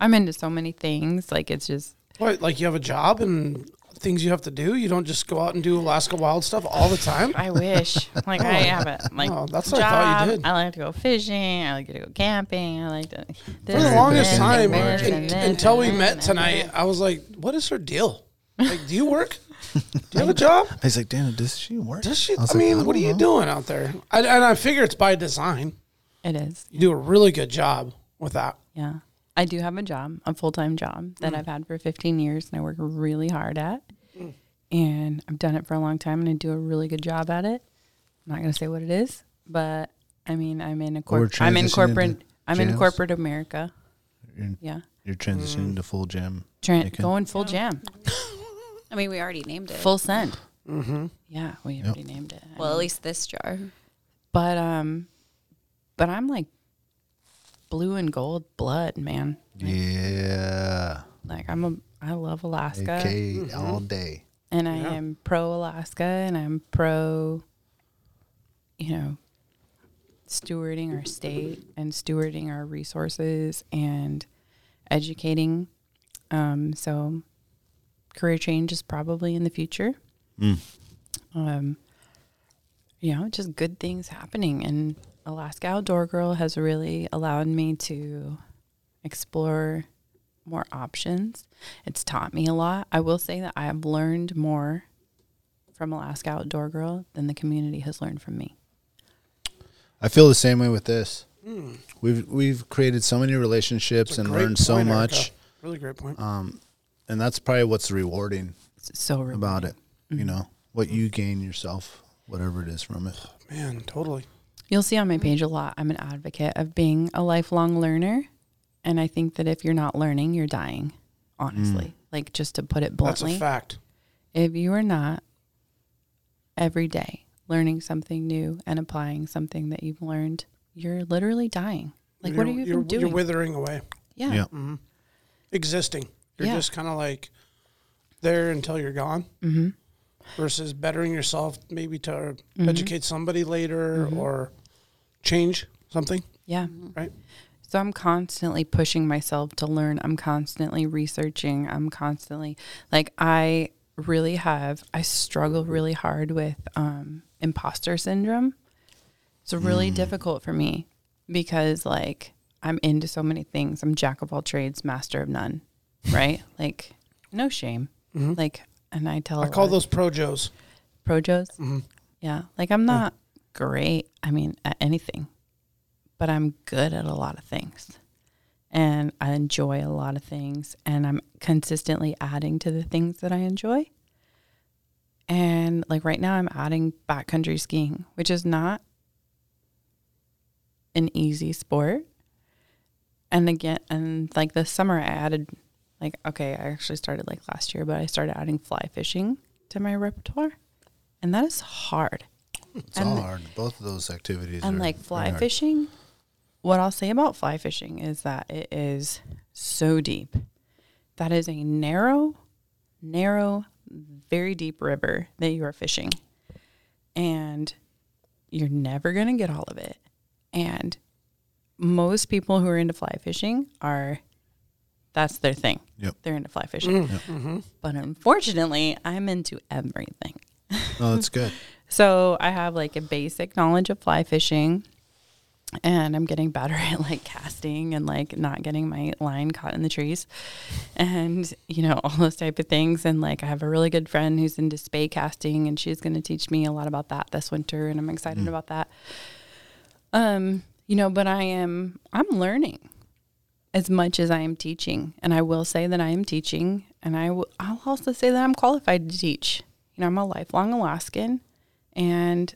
Speaker 5: I'm into so many things. Like it's just
Speaker 4: What? Like you have a job and things you have to do. You don't just go out and do Alaska wild stuff all the time.
Speaker 5: I wish. like I have it. Like
Speaker 4: Oh, that's
Speaker 5: job.
Speaker 4: what I thought you did.
Speaker 5: I like to go fishing. I like to go camping. I like to.
Speaker 4: For the longest time,
Speaker 5: and
Speaker 4: un-
Speaker 5: this and
Speaker 4: until we
Speaker 5: that
Speaker 4: met
Speaker 5: and
Speaker 4: tonight, I was like, "What is her deal? Like, do you work? Do you have a job?
Speaker 2: He's like, damn, does she work?
Speaker 4: Does she? I,
Speaker 2: was like,
Speaker 4: mean,
Speaker 2: don't
Speaker 4: what are you
Speaker 2: know.
Speaker 4: doing out there?" I, and I figure it's by design.
Speaker 5: It is.
Speaker 4: You do a really good job with that.
Speaker 5: Yeah. I do have a job, a full time job that I've had for 15 years and I work really hard at. And I've done it for a long time and I do a really good job at it. I'm not going to say what it is, but I mean, I'm in a
Speaker 2: we're
Speaker 5: corporate, I'm in
Speaker 2: transitioning
Speaker 5: corporate,
Speaker 2: into
Speaker 5: I'm in
Speaker 2: jams?
Speaker 5: corporate America.
Speaker 2: You're-
Speaker 5: Yeah.
Speaker 2: You're transitioning
Speaker 4: Mm.
Speaker 2: to full gym.
Speaker 5: Trent,
Speaker 2: Making-
Speaker 5: going full jam,
Speaker 7: I mean, we already named it.
Speaker 5: full send. Yeah. We already named it.
Speaker 7: well, at least this jar.
Speaker 5: But, um, but I'm like blue and gold blood, man.
Speaker 4: Mm.
Speaker 2: Yeah.
Speaker 5: Like I'm a, I love Alaska.
Speaker 2: Okay,
Speaker 4: Mm-hmm.
Speaker 2: all day.
Speaker 5: and I am pro Alaska and I'm pro, you know, stewarding our state and stewarding our resources and educating. Um, so, career change is probably in the future. Um, you know, just good things happening. And Alaska Outdoor Girl has really allowed me to explore more options. It's taught me a lot. I will say that I have learned more from Alaska Outdoor Girl than the community has learned from me.
Speaker 2: I feel the same way with this. We've we've created so many relationships
Speaker 4: Mm. It's a
Speaker 2: and
Speaker 4: great
Speaker 2: learned so
Speaker 4: point,
Speaker 2: much, Uh,
Speaker 4: Erica. Really great point.
Speaker 2: and that's probably what's rewarding
Speaker 5: It's so rewarding.
Speaker 2: about it.
Speaker 4: Mm-hmm.
Speaker 2: You know, what you gain yourself, whatever it is from it.
Speaker 4: Man, totally.
Speaker 5: You'll see on my page a lot. I'm an advocate of being a lifelong learner, and I think that if you're not learning, you're dying. Honestly, like just to put it
Speaker 4: That's a
Speaker 5: bluntly,
Speaker 4: fact.
Speaker 5: if you are not every day learning something new and applying something that you've learned, you're literally dying. Like, what are
Speaker 4: You're-
Speaker 5: you
Speaker 4: you're,
Speaker 5: even doing?
Speaker 4: You're withering away,
Speaker 5: yeah.
Speaker 2: Yeah.
Speaker 4: Mm. existing. You're
Speaker 5: Yeah.
Speaker 4: just kind of like there until you're gone. Mm-hmm. Versus bettering yourself, maybe to
Speaker 5: Mm-hmm.
Speaker 4: educate somebody later or change something.
Speaker 5: Yeah.
Speaker 4: Right.
Speaker 5: So I'm constantly pushing myself to learn. I'm constantly researching. I'm constantly like I really have I struggle really hard with um imposter syndrome. It's really
Speaker 4: Hmm.
Speaker 5: difficult for me because like I'm into so many things. I'm jack of all trades, master of none. Right? like no shame. Like and I tell
Speaker 4: Mm-hmm. I
Speaker 5: a
Speaker 4: call
Speaker 5: lot of
Speaker 4: those projos.
Speaker 5: projos. Yeah, like I'm not great. I mean, at anything, but I'm good at a lot of things, and I enjoy a lot of things, and I'm consistently adding to the things that I enjoy. And like right now, I'm adding backcountry skiing, which is not an easy sport. And again, and like this summer, I added, like, okay, I actually started like last year, but I started adding fly fishing to my repertoire and that is hard.
Speaker 2: It's
Speaker 5: And-
Speaker 2: all hard. Both of those activities.
Speaker 5: And
Speaker 2: are
Speaker 5: like
Speaker 2: very
Speaker 5: fly
Speaker 2: hard.
Speaker 5: fishing, what I'll say about fly fishing is that it is so deep. That is a narrow, narrow, very deep river that you are fishing. And you're never going to get all of it. And most people who are into fly fishing are, that's their thing.
Speaker 2: Yep. Mm.
Speaker 5: They're into fly fishing. But unfortunately, I'm into everything.
Speaker 2: No, that's good.
Speaker 5: So I have like a basic knowledge of fly fishing and I'm getting better at like casting and like not getting my line caught in the trees and you know all those type of things and like I have a really good friend who's into spay casting and she's going to teach me a lot about that this winter and I'm excited about that. Um you know but I am I'm learning as much as I am teaching. And I will say that I am teaching, and I will I'll also say that I'm qualified to teach. You know, I'm a lifelong Alaskan, and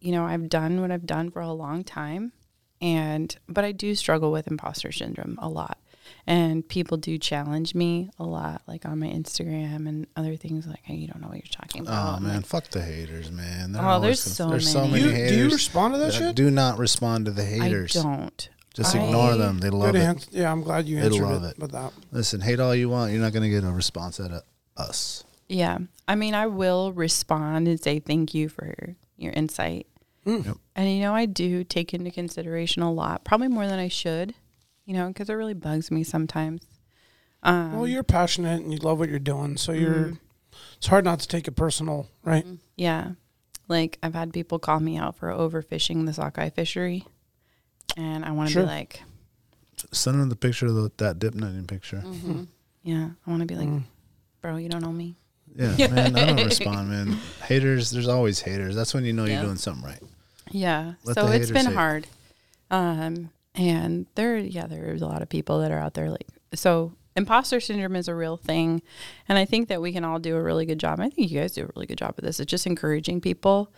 Speaker 5: you know I've done what I've done for a long time, and but I do struggle with imposter syndrome a lot. And people do challenge me a lot, like on my Instagram and other things, like, hey, you don't know what you're talking about.
Speaker 2: Oh,
Speaker 5: I'm
Speaker 2: man,
Speaker 5: like,
Speaker 2: fuck the haters, man. They're
Speaker 5: Oh,
Speaker 2: always
Speaker 5: there's
Speaker 2: gonna-
Speaker 5: so
Speaker 2: there's so many
Speaker 5: many.
Speaker 4: You- do you
Speaker 2: haters
Speaker 4: respond to that
Speaker 2: that
Speaker 4: shit?
Speaker 2: Do not respond to the haters.
Speaker 5: I don't.
Speaker 2: Just ignore them. They love
Speaker 4: Good
Speaker 2: it.
Speaker 4: answer. Yeah, I'm glad you
Speaker 2: They
Speaker 4: answered
Speaker 2: love
Speaker 4: it,
Speaker 2: it.
Speaker 4: with that.
Speaker 2: Listen, hate all you want. You're not going to get a response out of us.
Speaker 5: Yeah. I mean, I will respond and say thank you for your insight.
Speaker 4: Mm.
Speaker 2: Yep.
Speaker 5: And, you know, I do take into consideration a lot, probably more than I should, you know, because it really bugs me sometimes. Um,
Speaker 4: well, you're passionate and you love what you're doing, so you're.
Speaker 5: Mm-hmm.
Speaker 4: It's hard not to take it personal, right?
Speaker 5: Yeah. Like, I've had people call me out for overfishing the sockeye fishery. And I want to
Speaker 4: Sure.
Speaker 5: be like,
Speaker 2: Send them the picture of the, that dip netting picture.
Speaker 5: yeah, I want to be like,
Speaker 4: Mm.
Speaker 5: bro, you don't know me.
Speaker 2: Yeah, man, I don't respond, man. Haters, there's always haters. That's when you know you're doing something right.
Speaker 5: Yeah.
Speaker 2: Let
Speaker 5: so
Speaker 2: the
Speaker 5: it's
Speaker 2: haters
Speaker 5: been
Speaker 2: hate.
Speaker 5: hard. Um, and there, yeah, there's a lot of people that are out there like, so imposter syndrome is a real thing. And I think that we can all do a really good job. I think you guys do a really good job of this. It's just encouraging people.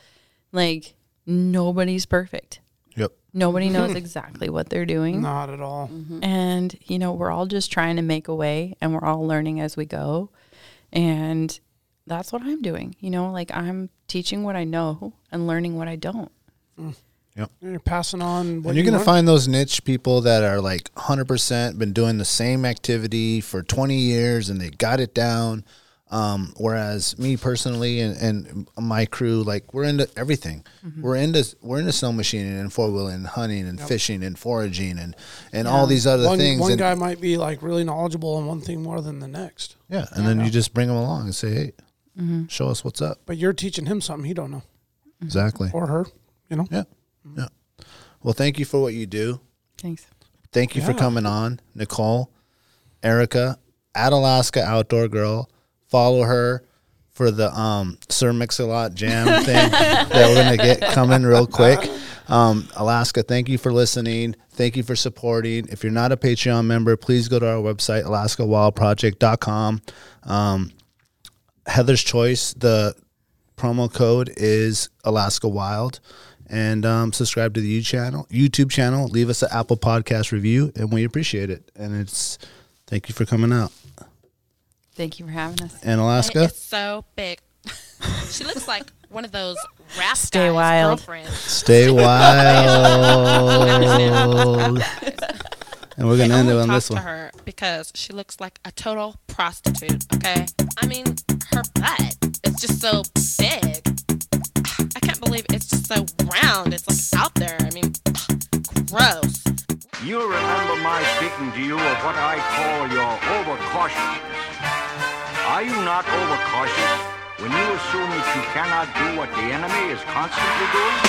Speaker 5: Like, nobody's perfect.
Speaker 2: Yep.
Speaker 5: Nobody knows exactly what they're doing.
Speaker 4: Not at all.
Speaker 5: Mm-hmm. And, you know, we're all just trying to make a way and we're all learning as we go. And that's what I'm doing. You know, like I'm teaching what I know and learning what I don't.
Speaker 4: You're passing on. What
Speaker 2: and you're going to
Speaker 4: learn.
Speaker 2: find those niche people that are like 100% been doing the same activity for 20 years and they got it down. Um, whereas me personally and, and my crew, like we're into everything.
Speaker 4: Mm-hmm.
Speaker 2: We're into we're into snow machining and four wheeling and hunting and fishing and foraging and and all these other
Speaker 4: one,
Speaker 2: things.
Speaker 4: one
Speaker 2: and,
Speaker 4: guy might be like really knowledgeable on one thing more than the next,
Speaker 2: yeah, and then you just bring them along and say, hey,
Speaker 4: Mm-hmm.
Speaker 2: show us what's up.
Speaker 4: but you're teaching him something he don't know
Speaker 2: Exactly.
Speaker 4: Mm-hmm. or Mm-hmm. her. You know.
Speaker 2: Yeah. Yeah. Well, thank you for what you do.
Speaker 5: Thanks.
Speaker 2: Thank you for
Speaker 4: Yeah.
Speaker 2: coming on, Nicole, Erica, at Alaska Outdoor Girl. Follow her for the um, Sir Mix-a-Lot jam thing that we're gonna get coming real quick. Um, Alaska, thank you for listening. Thank you for supporting. If you're not a Patreon member, please go to our website, alaskawildproject.com. Um, Heather's Choice, the promo code is Alaska Wild. And um, subscribe to the YouTube channel. YouTube channel. Leave us an Apple Podcast review, and we appreciate it. And it's thank you for coming out.
Speaker 5: Thank you for having us.
Speaker 2: And Alaska,
Speaker 6: It's so big. she looks like one of those rap
Speaker 5: Stay
Speaker 6: guys'
Speaker 5: wild.
Speaker 6: girlfriends.
Speaker 2: stay Oh. wild. and we're gonna
Speaker 6: I
Speaker 2: end it
Speaker 6: only
Speaker 2: on
Speaker 6: talk
Speaker 2: this
Speaker 6: to
Speaker 2: one.
Speaker 6: her because she looks like a total prostitute. Okay, I mean her butt is just so big. I can't believe it's just so round. It's like out there. I mean, gross.
Speaker 9: You remember my speaking to you of what I call your overcautiousness. Are you not overcautious when you assume that you cannot do what the enemy is constantly doing?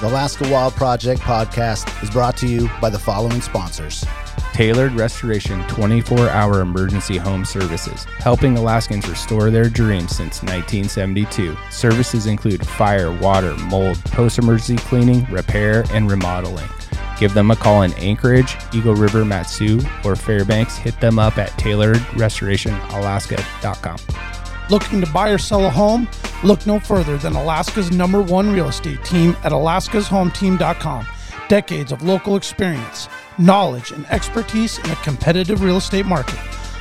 Speaker 2: The Alaska Wild Project podcast is brought to you by the following sponsors.
Speaker 3: Tailored Restoration 24 hour emergency home services, helping Alaskans restore their dreams since 1972. Services include fire, water, mold, post emergency cleaning, repair, and remodeling. Give them a call in Anchorage, Eagle River, Matsu, or Fairbanks. Hit them up at tailoredrestorationalaska.com.
Speaker 4: Looking to buy or sell a home? Look no further than Alaska's number one real estate team at alaskashometeam.com. Decades of local experience, knowledge, and expertise in a competitive real estate market.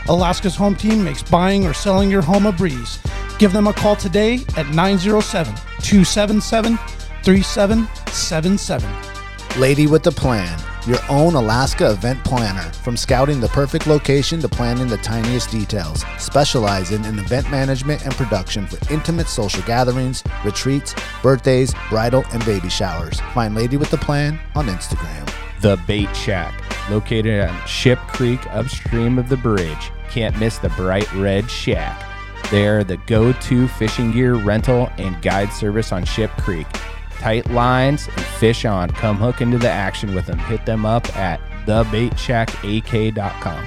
Speaker 4: Alaska's Home Team makes buying or selling your home a breeze. Give them a call today at 907 277 3777.
Speaker 2: Lady with the Plan, your own Alaska event planner. From scouting the perfect location to planning the tiniest details, specializing in event management and production for intimate social gatherings, retreats, birthdays, bridal, and baby showers. Find Lady with the Plan on Instagram.
Speaker 3: The Bait Shack, located on Ship Creek upstream of the bridge. Can't miss the bright red shack. They're the go to fishing gear rental and guide service on Ship Creek. Tight lines and fish on. Come hook into the action with them. Hit them up at thebaitshackak.com.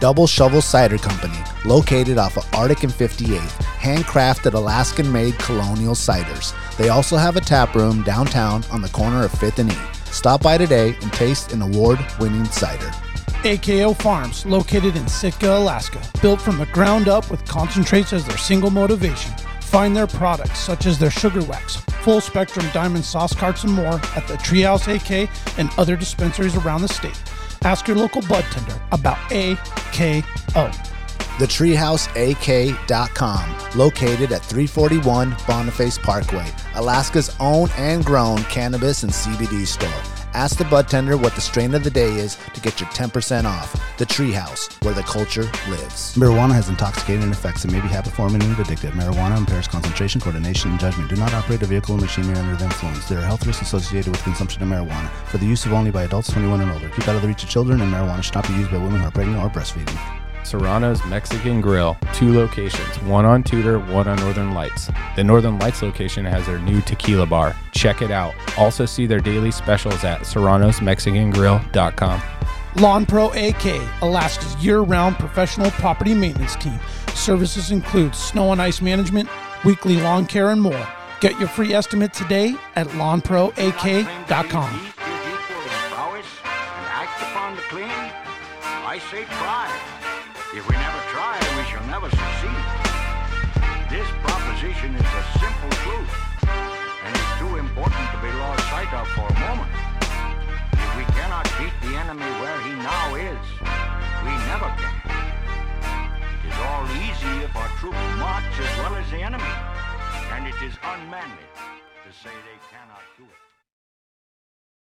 Speaker 2: Double Shovel Cider Company, located off of Arctic and 58th, handcrafted Alaskan made colonial ciders. They also have a tap room downtown on the corner of 5th and E. Stop by today and taste an award winning cider.
Speaker 4: AKO Farms, located in Sitka, Alaska, built from the ground up with concentrates as their single motivation. Find their products, such as their sugar wax, full spectrum diamond sauce carts, and more at the Treehouse AK and other dispensaries around the state. Ask your local bud tender about AKO.
Speaker 2: thetreehouseak.com, located at 341 Boniface Parkway, Alaska's own and grown cannabis and CBD store.
Speaker 10: Ask the bud tender what the strain of the day is to get your 10% off. The Treehouse, where the culture lives.
Speaker 2: Marijuana has intoxicating effects and may be habit-forming and addictive. Marijuana impairs concentration, coordination, and judgment. Do not operate a vehicle or machinery under the influence. There are health risks associated with consumption of marijuana. For the use of only by adults 21 and older. Keep out of the reach of children, and marijuana should not be used by women who are pregnant or breastfeeding.
Speaker 3: Serrano's Mexican Grill, two locations, one on Tudor, one on Northern Lights. The Northern Lights location has their new tequila bar. Check it out. Also see their daily specials at serranosmexicangrill.com.
Speaker 4: Lawn Pro AK, Alaska's year round professional property maintenance team. Services include snow and ice management, weekly lawn care, and more. Get your free estimate today at lawnproak.com.
Speaker 5: Eat is equal in prowess and act upon the clean. I say try. If we never try, we shall never succeed. This proposition is a simple truth, and it's too important to be lost sight of for a moment. If we cannot beat the enemy where he now is, we never can. It is all easy if our troops march as well as the enemy, and it is unmanly to say they cannot do it.